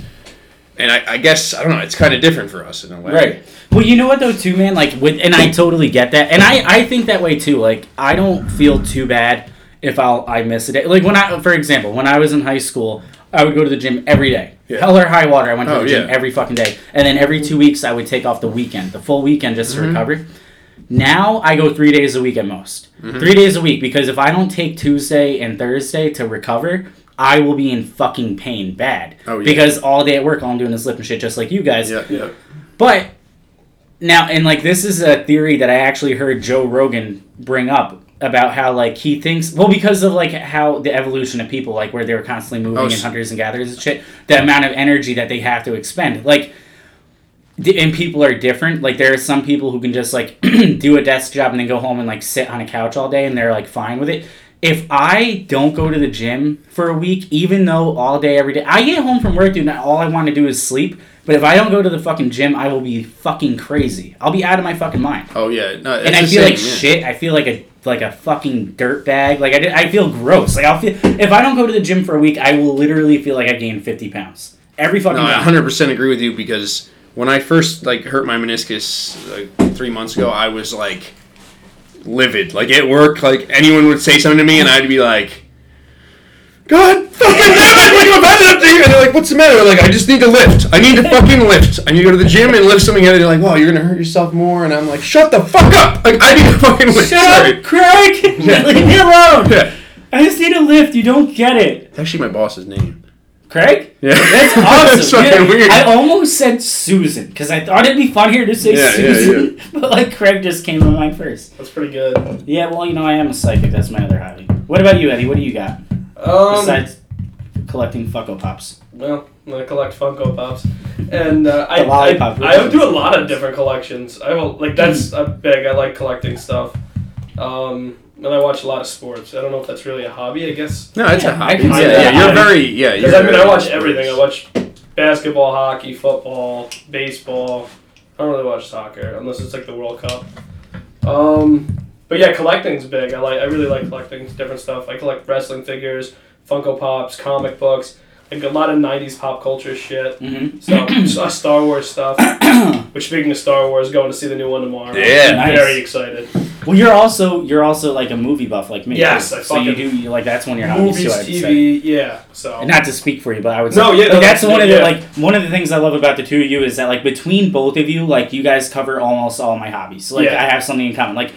[SPEAKER 3] and I, I guess I don't know. It's kind of different for us in a way,
[SPEAKER 1] Right. Well, you know what though, too, man. Like with, and I totally get that, and I I think that way too. Like I don't feel too bad if I'll I miss a day. Like when I, for example, when I was in high school, I would go to the gym every day.
[SPEAKER 3] Yeah.
[SPEAKER 1] Hell or high water, I went to
[SPEAKER 3] Oh,
[SPEAKER 1] the gym
[SPEAKER 3] yeah.
[SPEAKER 1] every fucking day, and then every two weeks I would take off the weekend, the full weekend, just
[SPEAKER 3] Mm-hmm.
[SPEAKER 1] to recover. Now I go three days a week at most.
[SPEAKER 3] Mm-hmm.
[SPEAKER 1] Three days a week because if I don't take Tuesday and Thursday to recover, I will be in fucking pain bad.
[SPEAKER 3] Oh, yeah.
[SPEAKER 1] Because all day at work, all I'm doing is lifting shit just like you guys.
[SPEAKER 3] Yeah. Yeah.
[SPEAKER 1] But now, and like this is a theory that I actually heard Joe Rogan bring up about how like he thinks well because of like how the evolution of people like where they were constantly moving
[SPEAKER 3] Oh,
[SPEAKER 1] and
[SPEAKER 3] s-
[SPEAKER 1] hunters and gatherers and shit the amount of energy that they have to expend like di- and people are different like there are some people who can just like do a desk job and then go home and like sit on a couch all day and they're like fine with it if I don't go to the gym for a week, even though all day, every day, I get home from work, dude, and all I want to do is sleep. But if I don't go to the fucking gym, I will be fucking crazy. I'll be out of my fucking mind.
[SPEAKER 3] Oh yeah. No, it's
[SPEAKER 1] and I feel
[SPEAKER 3] the same,
[SPEAKER 1] like
[SPEAKER 3] yeah.
[SPEAKER 1] shit. I feel like a like a fucking dirt bag. Like I, did, I feel gross. Like I'll feel if I don't go to the gym for a week, I will literally feel like I gained fifty pounds every fucking.
[SPEAKER 3] No, I
[SPEAKER 1] time.
[SPEAKER 3] 100% agree with you because when I first like hurt my meniscus like three months ago, I was like livid. Like at work, like anyone would say something to me, and I'd be like, "God fucking damn it! Like I'm about to And they're like, "What's the matter?" They're like, "I just need to lift. I need to fucking lift. I need to go to the gym and lift something." And they're like, "Well, you're gonna hurt yourself more." And I'm like, "Shut the fuck up! Like I need to fucking lift."
[SPEAKER 1] Shut
[SPEAKER 3] Sorry.
[SPEAKER 1] up, Craig. Leave me alone.
[SPEAKER 3] Yeah.
[SPEAKER 1] I just need a lift. You don't get it.
[SPEAKER 3] It's actually my boss's name.
[SPEAKER 1] Craig?
[SPEAKER 3] Yeah.
[SPEAKER 1] That's
[SPEAKER 3] It's
[SPEAKER 1] awesome.
[SPEAKER 3] fucking
[SPEAKER 1] yeah.
[SPEAKER 3] weird.
[SPEAKER 1] I almost said Susan because I thought it'd be funnier to say
[SPEAKER 3] Yeah, yeah,
[SPEAKER 1] Susan, but like Craig just came to mind first.
[SPEAKER 2] That's pretty good. Um,
[SPEAKER 1] Yeah, well, you know, I am a psychic. That's my other hobby. What about you, Eddie? What do you got
[SPEAKER 2] Um,
[SPEAKER 1] besides collecting Funko Pops?
[SPEAKER 2] well, I collect Funko Pops, and uh, I
[SPEAKER 1] The lollipop
[SPEAKER 2] I, I
[SPEAKER 1] versions.
[SPEAKER 2] do a lot of different collections. I will like that's a big. I like collecting stuff, um, and I watch a lot of sports. I don't know if that's really a hobby. I guess
[SPEAKER 3] No, it's
[SPEAKER 1] Yeah,
[SPEAKER 3] a
[SPEAKER 1] I
[SPEAKER 3] hobby.
[SPEAKER 1] can
[SPEAKER 3] Yeah,
[SPEAKER 2] see
[SPEAKER 3] yeah,
[SPEAKER 2] that.
[SPEAKER 3] you're
[SPEAKER 2] I-
[SPEAKER 3] very yeah.
[SPEAKER 2] Because
[SPEAKER 3] You're
[SPEAKER 2] I mean, I
[SPEAKER 3] very
[SPEAKER 2] watch
[SPEAKER 3] sports.
[SPEAKER 2] everything. I watch basketball, hockey, football, baseball. I don't really watch soccer unless it's like the World Cup. Um, but yeah, collecting's big. I like. I really like collecting different stuff. I collect wrestling figures, Funko Pops, comic books, like a lot of '90s pop culture shit.
[SPEAKER 1] Mm-hmm.
[SPEAKER 2] So so uh, Star Wars stuff. Which speaking of Star Wars, going to see the new one tomorrow.
[SPEAKER 3] Yeah.
[SPEAKER 1] Nice.
[SPEAKER 2] very excited.
[SPEAKER 1] Well, you're also you're also like a movie buff like me.
[SPEAKER 2] Yes,
[SPEAKER 1] too.
[SPEAKER 2] I
[SPEAKER 1] so you
[SPEAKER 2] fucking-
[SPEAKER 1] do you like that's one of your hobbies too.
[SPEAKER 2] Movies,
[SPEAKER 1] I'd say.
[SPEAKER 2] TV, yeah. So
[SPEAKER 1] And Oh. Not to speak for you, but I would.
[SPEAKER 2] No,
[SPEAKER 1] say,
[SPEAKER 2] yeah,
[SPEAKER 1] like,
[SPEAKER 2] no,
[SPEAKER 1] that's
[SPEAKER 2] that's-
[SPEAKER 1] one of the
[SPEAKER 2] yeah.
[SPEAKER 1] like one of the things I love about the two of you is that like between both of you, like you guys cover almost all my hobbies. So, like
[SPEAKER 2] Yeah.
[SPEAKER 1] I have something in common. Like,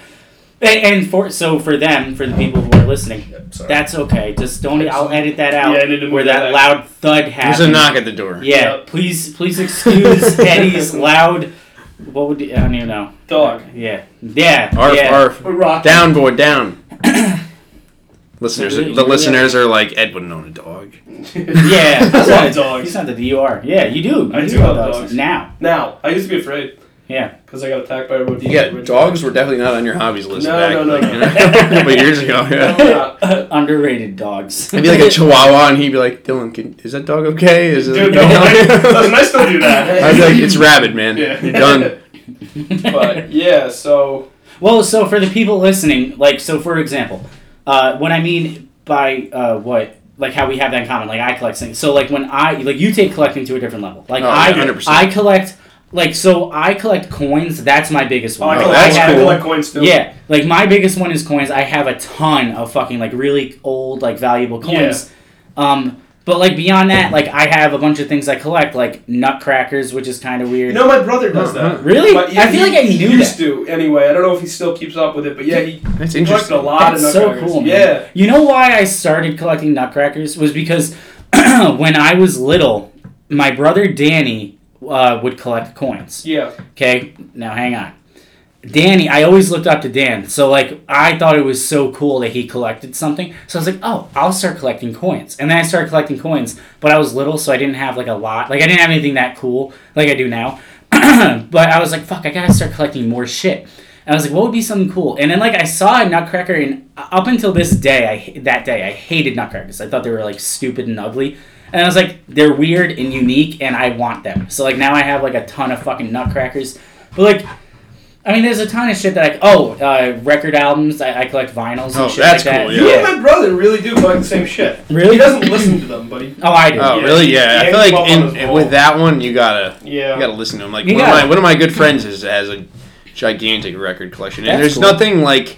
[SPEAKER 1] and, and for so for them, for the people who are listening,
[SPEAKER 2] Yeah, sorry.
[SPEAKER 1] that's okay. Just don't. I'll edit that
[SPEAKER 2] yeah,
[SPEAKER 1] out
[SPEAKER 2] I need to
[SPEAKER 1] where
[SPEAKER 2] move
[SPEAKER 1] that
[SPEAKER 2] back.
[SPEAKER 1] loud thud happens.
[SPEAKER 3] There's a knock at the door.
[SPEAKER 1] Yeah, please, please excuse Eddie's loud. What would you, I don't even know?
[SPEAKER 2] dog.
[SPEAKER 1] Yeah, yeah,
[SPEAKER 3] Arf,
[SPEAKER 1] yeah.
[SPEAKER 3] arf.
[SPEAKER 2] We rock.
[SPEAKER 3] Down, boy, down. listeners,
[SPEAKER 1] Really?
[SPEAKER 3] the listeners are like, Ed wouldn't own a dog.
[SPEAKER 1] Yeah,
[SPEAKER 2] I
[SPEAKER 1] he's not-
[SPEAKER 2] love dogs.
[SPEAKER 1] He's not the DUR. Yeah, you do.
[SPEAKER 2] I
[SPEAKER 1] You
[SPEAKER 2] do love dogs.
[SPEAKER 1] now.
[SPEAKER 2] Now, I used to be afraid.
[SPEAKER 1] Yeah.
[SPEAKER 2] Because I got attacked by a rodeo.
[SPEAKER 3] You got dogs were definitely not on your hobbies list
[SPEAKER 2] No,
[SPEAKER 3] back
[SPEAKER 2] no, no,
[SPEAKER 3] like,
[SPEAKER 2] no.
[SPEAKER 3] you know, a couple years ago.
[SPEAKER 2] No,
[SPEAKER 3] Yeah.
[SPEAKER 2] we're not.
[SPEAKER 1] uh, Underrated dogs.
[SPEAKER 3] It'd be like a chihuahua, and he'd be like, Dylan, can, is that dog okay? Is it
[SPEAKER 2] Dude,
[SPEAKER 1] no,
[SPEAKER 2] no,
[SPEAKER 3] I
[SPEAKER 2] I, I still do that.
[SPEAKER 3] was like, it's rabid, man.
[SPEAKER 2] Yeah.
[SPEAKER 3] You're done.
[SPEAKER 2] But yeah, so
[SPEAKER 1] Well, so for the people listening, like, so for example, uh, what I mean by uh, what, like, how we have that in common, like, I collect things. So, like, when I, like, you take collecting to a different level. Like,
[SPEAKER 3] Oh,
[SPEAKER 1] I,
[SPEAKER 3] 100%.
[SPEAKER 1] I collect, like, so I collect coins. That's my biggest
[SPEAKER 2] oh,
[SPEAKER 1] one.
[SPEAKER 2] I
[SPEAKER 3] Oh,
[SPEAKER 1] Like,
[SPEAKER 2] collect,
[SPEAKER 3] that's
[SPEAKER 2] I
[SPEAKER 1] have-
[SPEAKER 2] collect coins still.
[SPEAKER 1] Yeah, like my biggest one is coins. I have a ton of fucking like really old like valuable coins. Um, but like beyond that, like I have a bunch of things I collect, like nutcrackers, which is kind of
[SPEAKER 2] You
[SPEAKER 1] weird.
[SPEAKER 2] know, my brother does
[SPEAKER 3] Uh-huh.
[SPEAKER 2] that.
[SPEAKER 1] Really?
[SPEAKER 2] But
[SPEAKER 1] I feel
[SPEAKER 2] he-
[SPEAKER 1] like I
[SPEAKER 2] he
[SPEAKER 1] knew
[SPEAKER 2] used
[SPEAKER 1] that.
[SPEAKER 2] to anyway. I don't know if he still keeps up with it, but yeah, he
[SPEAKER 3] That's
[SPEAKER 2] collected a
[SPEAKER 3] interesting.
[SPEAKER 2] lot
[SPEAKER 1] That's
[SPEAKER 2] of
[SPEAKER 1] so
[SPEAKER 2] nutcrackers.
[SPEAKER 1] cool, man.
[SPEAKER 2] Yeah.
[SPEAKER 1] You know why I started collecting nutcrackers was because when I was little, my brother Danny uh, would collect coins.
[SPEAKER 2] Yeah.
[SPEAKER 1] Okay, now hang on. Danny, I always looked up to Dan. So, like, I thought it was so cool that he collected something. So I was like, oh, I'll start collecting coins. And then I started collecting coins, but I was little, so I didn't have, like, a lot. Like, I didn't have anything that cool like I do now. but I was like, fuck, I gotta start collecting more shit. And I was like, what would be something cool? And then, like, I saw a Nutcracker, and up until this day, I ha- that day, I hated Nutcrackers. I thought they were, like, stupid and ugly. And I was like, they're weird and unique, and I want them. So, like, now I have, like, a ton of fucking Nutcrackers. But, like, I mean, there's a ton of shit that I oh uh, record albums. I, I collect vinyls. And
[SPEAKER 3] Oh,
[SPEAKER 1] shit
[SPEAKER 3] that's
[SPEAKER 1] like
[SPEAKER 3] cool,
[SPEAKER 1] That.
[SPEAKER 2] You
[SPEAKER 3] Yeah.
[SPEAKER 2] and my brother really do collect the same shit.
[SPEAKER 1] Really?
[SPEAKER 2] He doesn't listen to them, but he.
[SPEAKER 1] Oh, I do.
[SPEAKER 3] Oh,
[SPEAKER 2] Yeah.
[SPEAKER 3] really? Yeah. I
[SPEAKER 2] Yeah,
[SPEAKER 3] feel
[SPEAKER 2] he's up on
[SPEAKER 3] like
[SPEAKER 2] his
[SPEAKER 3] in,
[SPEAKER 2] wall.
[SPEAKER 3] with that one, you gotta
[SPEAKER 2] Yeah.
[SPEAKER 3] you gotta listen to him. Like
[SPEAKER 1] You
[SPEAKER 3] one of my
[SPEAKER 1] gotta.
[SPEAKER 3] one of my good friends is has a gigantic record collection, and
[SPEAKER 1] That's
[SPEAKER 3] there's
[SPEAKER 1] cool.
[SPEAKER 3] nothing like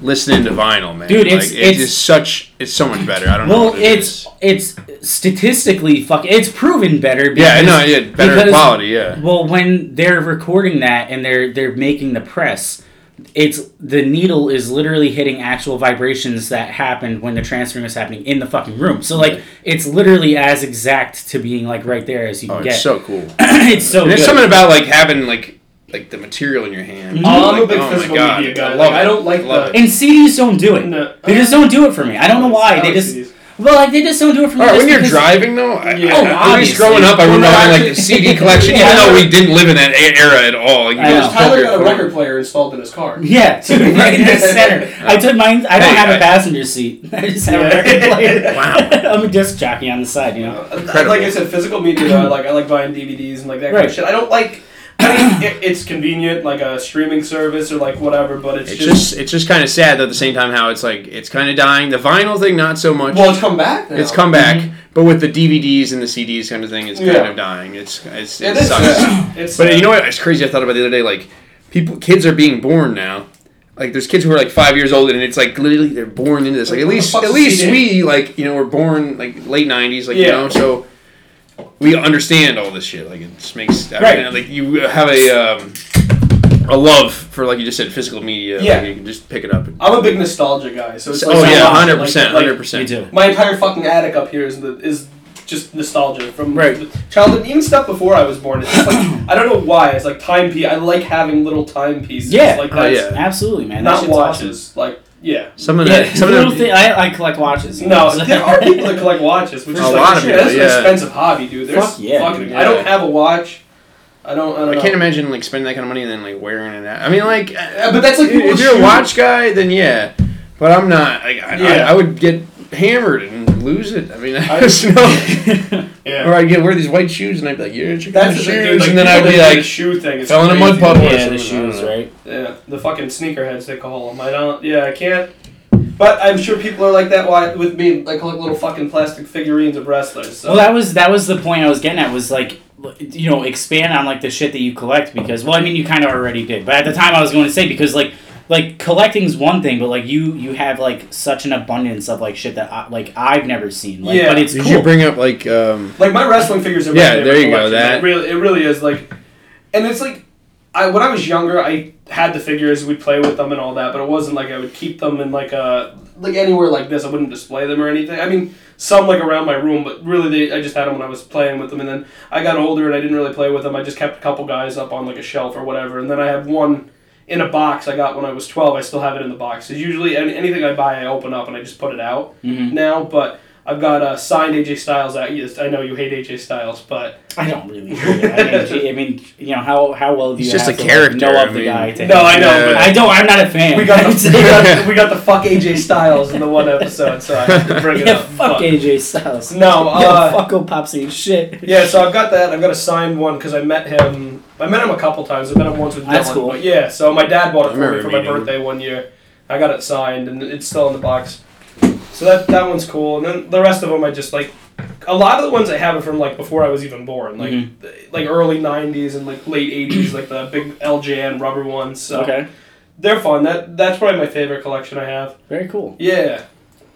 [SPEAKER 3] listening to vinyl, man.
[SPEAKER 1] Dude,
[SPEAKER 3] like,
[SPEAKER 1] it's- it's-
[SPEAKER 3] just such it's so much better. I don't know.
[SPEAKER 1] Well,
[SPEAKER 3] what it
[SPEAKER 1] it's
[SPEAKER 3] is.
[SPEAKER 1] it's statistically fuck. It's proven better.
[SPEAKER 3] yeah,
[SPEAKER 1] because-
[SPEAKER 3] no, yeah, better
[SPEAKER 1] because-
[SPEAKER 3] quality, yeah.
[SPEAKER 1] Well, when they're recording that and they're they're making the press, it's the needle is literally hitting actual vibrations that happened when the transferring was happening in the fucking room. So like, it's literally as exact to being like right there as you
[SPEAKER 3] Oh,
[SPEAKER 1] can
[SPEAKER 3] it's
[SPEAKER 1] get.
[SPEAKER 3] so cool.
[SPEAKER 1] it's so
[SPEAKER 3] And there's
[SPEAKER 1] good.
[SPEAKER 3] something about like having like like the material in your hand.
[SPEAKER 2] Oh, I'm
[SPEAKER 3] Like,
[SPEAKER 2] a big
[SPEAKER 3] oh my
[SPEAKER 2] physical
[SPEAKER 3] God,
[SPEAKER 2] media guy.
[SPEAKER 3] I
[SPEAKER 2] I,
[SPEAKER 3] love
[SPEAKER 2] like, I
[SPEAKER 3] it.
[SPEAKER 2] don't like
[SPEAKER 3] Love
[SPEAKER 2] the.
[SPEAKER 1] and CDs don't do it.
[SPEAKER 2] No.
[SPEAKER 1] They just don't do it for me. I don't know why. They just Well, like they just don't do it for me.
[SPEAKER 3] All right,
[SPEAKER 1] just
[SPEAKER 3] when you're
[SPEAKER 1] because-
[SPEAKER 3] driving though, I,
[SPEAKER 2] Yeah.
[SPEAKER 1] Oh,
[SPEAKER 3] I- at least
[SPEAKER 1] obviously.
[SPEAKER 3] growing up, I
[SPEAKER 1] We're
[SPEAKER 3] remember
[SPEAKER 1] not
[SPEAKER 3] having like the
[SPEAKER 1] actually-
[SPEAKER 3] CD collection,
[SPEAKER 1] Yeah.
[SPEAKER 3] even though we didn't live in that a- era at all. You
[SPEAKER 1] I
[SPEAKER 3] could
[SPEAKER 1] know.
[SPEAKER 3] just
[SPEAKER 5] Tyler
[SPEAKER 3] poke
[SPEAKER 5] got a
[SPEAKER 3] your-
[SPEAKER 5] record player installed in his car.
[SPEAKER 1] Yeah, dude, right in the center. I took mine. I don't
[SPEAKER 3] Hey,
[SPEAKER 1] have
[SPEAKER 3] I-
[SPEAKER 1] a passenger seat. I just have a
[SPEAKER 2] Yeah.
[SPEAKER 1] record player.
[SPEAKER 3] Wow.
[SPEAKER 1] I'm a disc jockey on the side, you know.
[SPEAKER 2] Incredible.
[SPEAKER 5] Like I said, physical media. though, I like I like buying DVDs and like that kind
[SPEAKER 1] Right.
[SPEAKER 5] of shit. I don't like.
[SPEAKER 2] I mean, it, it's convenient, like a streaming service or like whatever, but it's,
[SPEAKER 3] It's just it's just kind of sad though. At the same time, how it's like it's kind of dying. The vinyl thing, not so much.
[SPEAKER 5] Well, it's come back. Now.
[SPEAKER 3] it's come back, but with the DVDs and the CDs kind of thing, it's kind
[SPEAKER 5] Yeah.
[SPEAKER 3] of dying. It's, it's it,
[SPEAKER 5] It is
[SPEAKER 3] sucks.
[SPEAKER 5] sad.
[SPEAKER 2] It's uh,
[SPEAKER 3] But you know what? It's crazy. I thought about the other day. Like people, kids are being born now. Like there's kids who are like five years old, and it's like literally they're born into this. Like at
[SPEAKER 5] What the
[SPEAKER 3] least
[SPEAKER 5] fuck's
[SPEAKER 3] at
[SPEAKER 5] a
[SPEAKER 3] least
[SPEAKER 5] CD?
[SPEAKER 3] we like you know were born like late '90s, like you
[SPEAKER 2] Yeah.
[SPEAKER 3] know so. We understand all this shit. Like it just makes I
[SPEAKER 1] Right.
[SPEAKER 3] mean, like you have a um, a love for like you just said physical media.
[SPEAKER 5] Yeah.
[SPEAKER 3] like, you can just pick it up. And,
[SPEAKER 2] I'm a big nostalgia guy, so it's
[SPEAKER 3] oh
[SPEAKER 2] like I watch
[SPEAKER 3] yeah,
[SPEAKER 2] it,
[SPEAKER 3] hundred percent,
[SPEAKER 2] like-
[SPEAKER 3] hundred
[SPEAKER 1] You
[SPEAKER 3] percent.
[SPEAKER 1] do.
[SPEAKER 5] My entire fucking attic up here is the is
[SPEAKER 2] just nostalgia from
[SPEAKER 1] Right.
[SPEAKER 2] childhood, even stuff before I was born. It's just like I don't know why. It's like time piece. I like having little time pieces.
[SPEAKER 1] Yeah.
[SPEAKER 2] Like
[SPEAKER 3] Oh,
[SPEAKER 2] that's
[SPEAKER 3] yeah.
[SPEAKER 1] Absolutely, man. That
[SPEAKER 2] not
[SPEAKER 1] shit's
[SPEAKER 2] watches. Like yeah.
[SPEAKER 3] Some of
[SPEAKER 1] awesome.
[SPEAKER 3] that.
[SPEAKER 1] Yeah,
[SPEAKER 3] Some
[SPEAKER 1] little
[SPEAKER 3] of that.
[SPEAKER 1] thing, I, I collect watches.
[SPEAKER 2] No, there are people that collect watches, which
[SPEAKER 1] A
[SPEAKER 2] is like
[SPEAKER 1] lot of
[SPEAKER 2] shit,
[SPEAKER 1] people,
[SPEAKER 2] that's
[SPEAKER 3] yeah.
[SPEAKER 2] an expensive hobby, dude. There's
[SPEAKER 1] Fuck yeah,
[SPEAKER 2] fucking,
[SPEAKER 3] dude,
[SPEAKER 2] I
[SPEAKER 3] yeah.
[SPEAKER 2] don't have a watch. I don't. I don't
[SPEAKER 3] I
[SPEAKER 2] know.
[SPEAKER 3] can't imagine like spending that kind of money and then like wearing it out. I mean, like, uh,
[SPEAKER 2] Yeah, but that's like
[SPEAKER 3] if
[SPEAKER 2] people
[SPEAKER 3] you're a
[SPEAKER 2] shoot.
[SPEAKER 3] watch guy, then yeah. But I'm not. Like, I,
[SPEAKER 2] Yeah.
[SPEAKER 3] I, I would get hammered and lose it. I mean, I
[SPEAKER 2] I-
[SPEAKER 3] just know.
[SPEAKER 2] Yeah.
[SPEAKER 3] Or I'd get wear these white shoes and I'd be like, yeah, check out my
[SPEAKER 2] That's
[SPEAKER 3] shoes,
[SPEAKER 2] the thing, dude, like,
[SPEAKER 3] and then I'd
[SPEAKER 2] people
[SPEAKER 3] be
[SPEAKER 2] that do the
[SPEAKER 3] like,
[SPEAKER 2] shoe thing. is
[SPEAKER 3] fell in a
[SPEAKER 2] crazy.
[SPEAKER 3] mud puddle. or
[SPEAKER 1] yeah, the
[SPEAKER 3] something, I don't
[SPEAKER 1] shoes,
[SPEAKER 2] Uh,
[SPEAKER 3] know.
[SPEAKER 1] right?
[SPEAKER 2] Yeah, the fucking sneakerheads they call them. I don't. Yeah, I can't. But I'm sure people are like that why, with me. I collect little fucking plastic figurines of wrestlers. So.
[SPEAKER 1] Well, that was that was the point I was getting at. Was like, you know, expand on like the shit that you collect because, well, I mean, you kind of already did, but at the time I was going to say because like. Like collecting's one thing, but like you, you have like such an abundance of like shit that I, like I've never seen. Like,
[SPEAKER 2] Yeah.
[SPEAKER 1] but it's
[SPEAKER 3] Did
[SPEAKER 1] cool.
[SPEAKER 3] you bring up like um?
[SPEAKER 2] Like my wrestling figures are.
[SPEAKER 3] Yeah,
[SPEAKER 2] my favorite
[SPEAKER 3] there you go,
[SPEAKER 2] collection.
[SPEAKER 3] that-
[SPEAKER 2] it really, it really is like, and it's like, I when I was younger, I had the figures, we'd play with them and all that, but it wasn't like I would keep them in like a like anywhere like this. I wouldn't display them or anything. I mean, some like around my room, but really, they I just had them when I was playing with them, and then I got older and I didn't really play with them. I just kept a couple guys up on like a shelf or whatever, and then I have one. In a box I got when I was twelve. I still have it in the box. 'Cause usually any- anything I buy, I open up and I just put it out
[SPEAKER 1] Mhm.
[SPEAKER 2] now, but I've got uh, signed AJ Styles. Out. Yes, I know you hate AJ Styles, but
[SPEAKER 1] I don't really. Care. I, mean, gee, I mean, you know, how how well do
[SPEAKER 3] He's
[SPEAKER 1] you
[SPEAKER 3] just
[SPEAKER 1] have
[SPEAKER 3] a
[SPEAKER 1] to,
[SPEAKER 3] character,
[SPEAKER 1] Like, know
[SPEAKER 3] I
[SPEAKER 1] of the
[SPEAKER 3] mean.
[SPEAKER 1] guy to
[SPEAKER 2] No, I know,
[SPEAKER 1] I don't. I'm not a fan.
[SPEAKER 2] we got the, we got, we got the fuck AJ Styles in the one episode, so I had to bring it
[SPEAKER 1] yeah,
[SPEAKER 2] up.
[SPEAKER 1] fuck
[SPEAKER 2] but-
[SPEAKER 1] AJ Styles.
[SPEAKER 2] No, uh,
[SPEAKER 1] yeah, fuck old Popsy shit.
[SPEAKER 2] yeah, so I've got that. I've got a signed one because I met him. I met him a couple times. I met him once with Dylan.
[SPEAKER 1] That's cool.
[SPEAKER 2] But yeah, so my dad bought
[SPEAKER 3] I
[SPEAKER 2] it for me
[SPEAKER 3] remember
[SPEAKER 2] for my
[SPEAKER 3] meeting him.
[SPEAKER 2] birthday one year. I got it signed, and it's still in the box. So that that one's cool, and then the rest of them I just like. A lot of the ones I have are from like before I was even born, like
[SPEAKER 1] Mhm.
[SPEAKER 2] th- like early '90s and like late '80s, like the big LJN rubber ones. So
[SPEAKER 1] Okay,
[SPEAKER 2] they're fun. That that's probably my favorite collection I have.
[SPEAKER 1] very cool.
[SPEAKER 2] Yeah.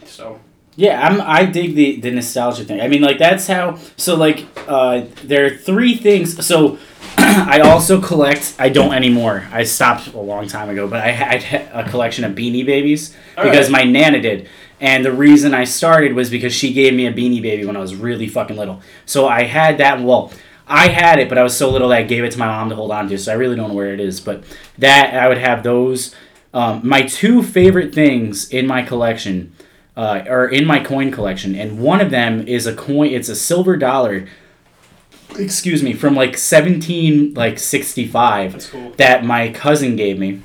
[SPEAKER 2] So
[SPEAKER 1] Yeah, I'm. I dig the the nostalgia thing. I mean, like that's how. So like, uh, there are three things. So. I also collect. I don't anymore. I stopped a long time ago, but I had a collection of Beanie Babies
[SPEAKER 2] All
[SPEAKER 1] because my nana did. And the reason I started was because she gave me a beanie baby when I was really fucking little. So I had that. Well, I had it, but I was so little that I gave it to my mom to hold on to. So I really don't know where it is. But that, I would have those. Um, my two favorite things in my collection, uh, are in my coin collection, and one of them is a coin. It's a silver dollar. Excuse me, from like seventeen, like sixty five
[SPEAKER 2] that's cool.
[SPEAKER 1] that my cousin gave me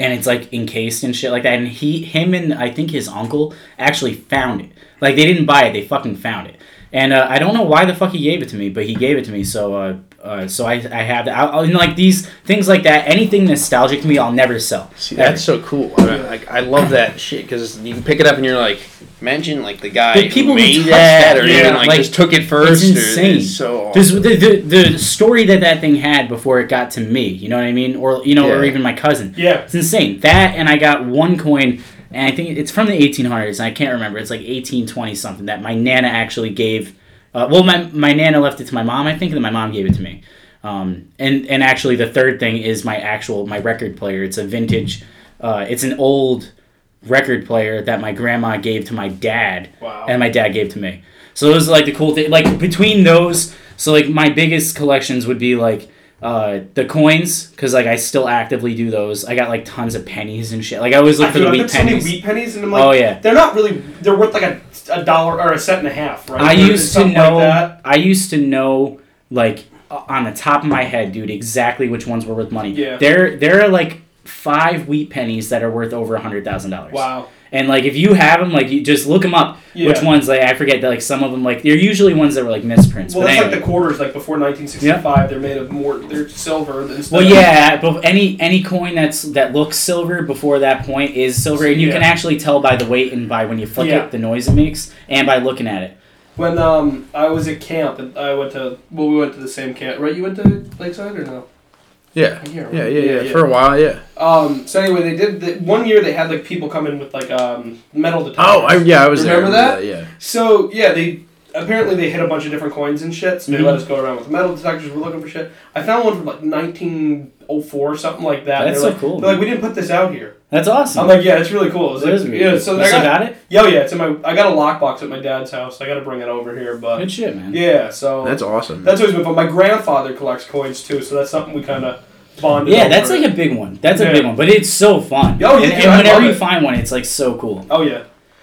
[SPEAKER 1] and it's like encased and shit like that and he him and i think his uncle actually found it like they didn't buy it they fucking found it and uh, i don't know why the fuck he gave it to me but he gave it to me so uh, uh, so i i have that I, I- and like these things like that anything nostalgic to me i'll never sell
[SPEAKER 3] See, that's so cool. I, like, I love that shit because you can pick it up and you're like, imagine like the guy
[SPEAKER 1] The people
[SPEAKER 3] people who
[SPEAKER 1] who
[SPEAKER 3] made
[SPEAKER 1] touched
[SPEAKER 3] that,
[SPEAKER 1] that,
[SPEAKER 3] or
[SPEAKER 1] yeah,
[SPEAKER 3] even like,
[SPEAKER 1] like,
[SPEAKER 3] just took it first.
[SPEAKER 1] it's
[SPEAKER 3] or-
[SPEAKER 1] insane.
[SPEAKER 3] it's so
[SPEAKER 1] This,
[SPEAKER 3] awesome.
[SPEAKER 1] the, the, the story that that thing had before it got to me you know what i mean or you know or
[SPEAKER 3] Yeah.
[SPEAKER 1] even my cousin
[SPEAKER 2] Yeah.
[SPEAKER 1] It's insane. That and I got one coin, and I think it's from the 1800s. And I can't remember. It's like 1820 something that my nana actually gave. Uh, well, my my nana left it to my mom, I think, and then my mom gave it to me. Um, and and actually, the third thing is my actual my record player. It's a vintage. Uh, it's an old record player that my grandma gave to my dad,
[SPEAKER 2] Wow.
[SPEAKER 1] and my dad gave to me. So those are like the cool thing. Like between those, so like my biggest collections would be like uh, the coins, because like I still actively do those. I got like tons of pennies and shit. Like I always look
[SPEAKER 2] I
[SPEAKER 1] for
[SPEAKER 2] feel
[SPEAKER 1] the
[SPEAKER 2] like
[SPEAKER 1] wheat
[SPEAKER 2] that's so many
[SPEAKER 1] pennies.
[SPEAKER 2] wheat pennies, and I'm like,
[SPEAKER 1] oh yeah.
[SPEAKER 2] they're not really. They're worth like a, a dollar or a cent and a half, right?
[SPEAKER 1] I
[SPEAKER 2] Or
[SPEAKER 1] used to
[SPEAKER 2] something
[SPEAKER 1] know.
[SPEAKER 2] Like that.
[SPEAKER 1] I used to know like o- on the top of my head, dude, exactly which ones were worth money.
[SPEAKER 2] Yeah.
[SPEAKER 1] There, there are like five wheat pennies that are worth over a hundred thousand dollars.
[SPEAKER 2] Wow.
[SPEAKER 1] And like if you have them, like you just look them up.
[SPEAKER 2] Yeah.
[SPEAKER 1] Which ones? Like I forget. Like some of them, like they're usually ones that were like misprints.
[SPEAKER 2] Well,
[SPEAKER 1] but
[SPEAKER 2] that's
[SPEAKER 1] anyway.
[SPEAKER 2] like the quarters, like before 1965. They're made of more. They're silver. Instead
[SPEAKER 1] Well,
[SPEAKER 2] of-
[SPEAKER 1] yeah, but any any coin that's that looks silver before that point is silver, and you
[SPEAKER 2] Yeah.
[SPEAKER 1] can actually tell by the weight and by when you flick
[SPEAKER 2] Yeah.
[SPEAKER 1] it, the noise it makes, and by looking at it.
[SPEAKER 2] When um, I was at camp, and I went to. Well, we went to the same camp, right? You went to Lakeside or no?
[SPEAKER 3] yeah.
[SPEAKER 2] I can't remember.
[SPEAKER 3] Yeah, yeah, yeah, For a while, yeah.
[SPEAKER 2] Um. So anyway, they did. The, one year they had like people come in with like um metal detectors.
[SPEAKER 3] Oh, I, yeah, I was
[SPEAKER 2] Remember
[SPEAKER 3] there. I
[SPEAKER 2] that?
[SPEAKER 3] Yeah.
[SPEAKER 2] So yeah, they apparently they hit a bunch of different coins and shit, so they
[SPEAKER 3] Mm-hmm.
[SPEAKER 1] Mhm.
[SPEAKER 2] let us go around with metal detectors. We're looking for shit. I found one from like 1904 or something like that.
[SPEAKER 1] That's
[SPEAKER 2] They're
[SPEAKER 1] so
[SPEAKER 2] like,
[SPEAKER 1] cool.
[SPEAKER 2] They're like, we didn't put this out here.
[SPEAKER 1] That's awesome.
[SPEAKER 2] I'm like, yeah, it's really cool. It was
[SPEAKER 1] That
[SPEAKER 2] like,
[SPEAKER 1] is really
[SPEAKER 2] yeah,
[SPEAKER 1] cool.
[SPEAKER 2] so
[SPEAKER 1] You
[SPEAKER 2] I
[SPEAKER 1] still
[SPEAKER 2] got,
[SPEAKER 1] got it?
[SPEAKER 2] yeah, oh, yeah, it's in my. I got a lockbox at my dad's house. I got to bring it over here, but
[SPEAKER 1] Good shit, man.
[SPEAKER 2] yeah, so
[SPEAKER 3] That's awesome.
[SPEAKER 2] that's always been fun. My grandfather collects coins too, so that's something we kind of bonded.
[SPEAKER 1] Yeah, that's
[SPEAKER 2] over.
[SPEAKER 1] like a big one. That's a
[SPEAKER 2] Yeah.
[SPEAKER 1] big one, but it's so fun.
[SPEAKER 2] Oh,
[SPEAKER 1] and,
[SPEAKER 2] yeah, dude, I
[SPEAKER 1] and whenever
[SPEAKER 2] love
[SPEAKER 1] you
[SPEAKER 2] it.
[SPEAKER 1] find one, it's like so cool.
[SPEAKER 2] Oh yeah,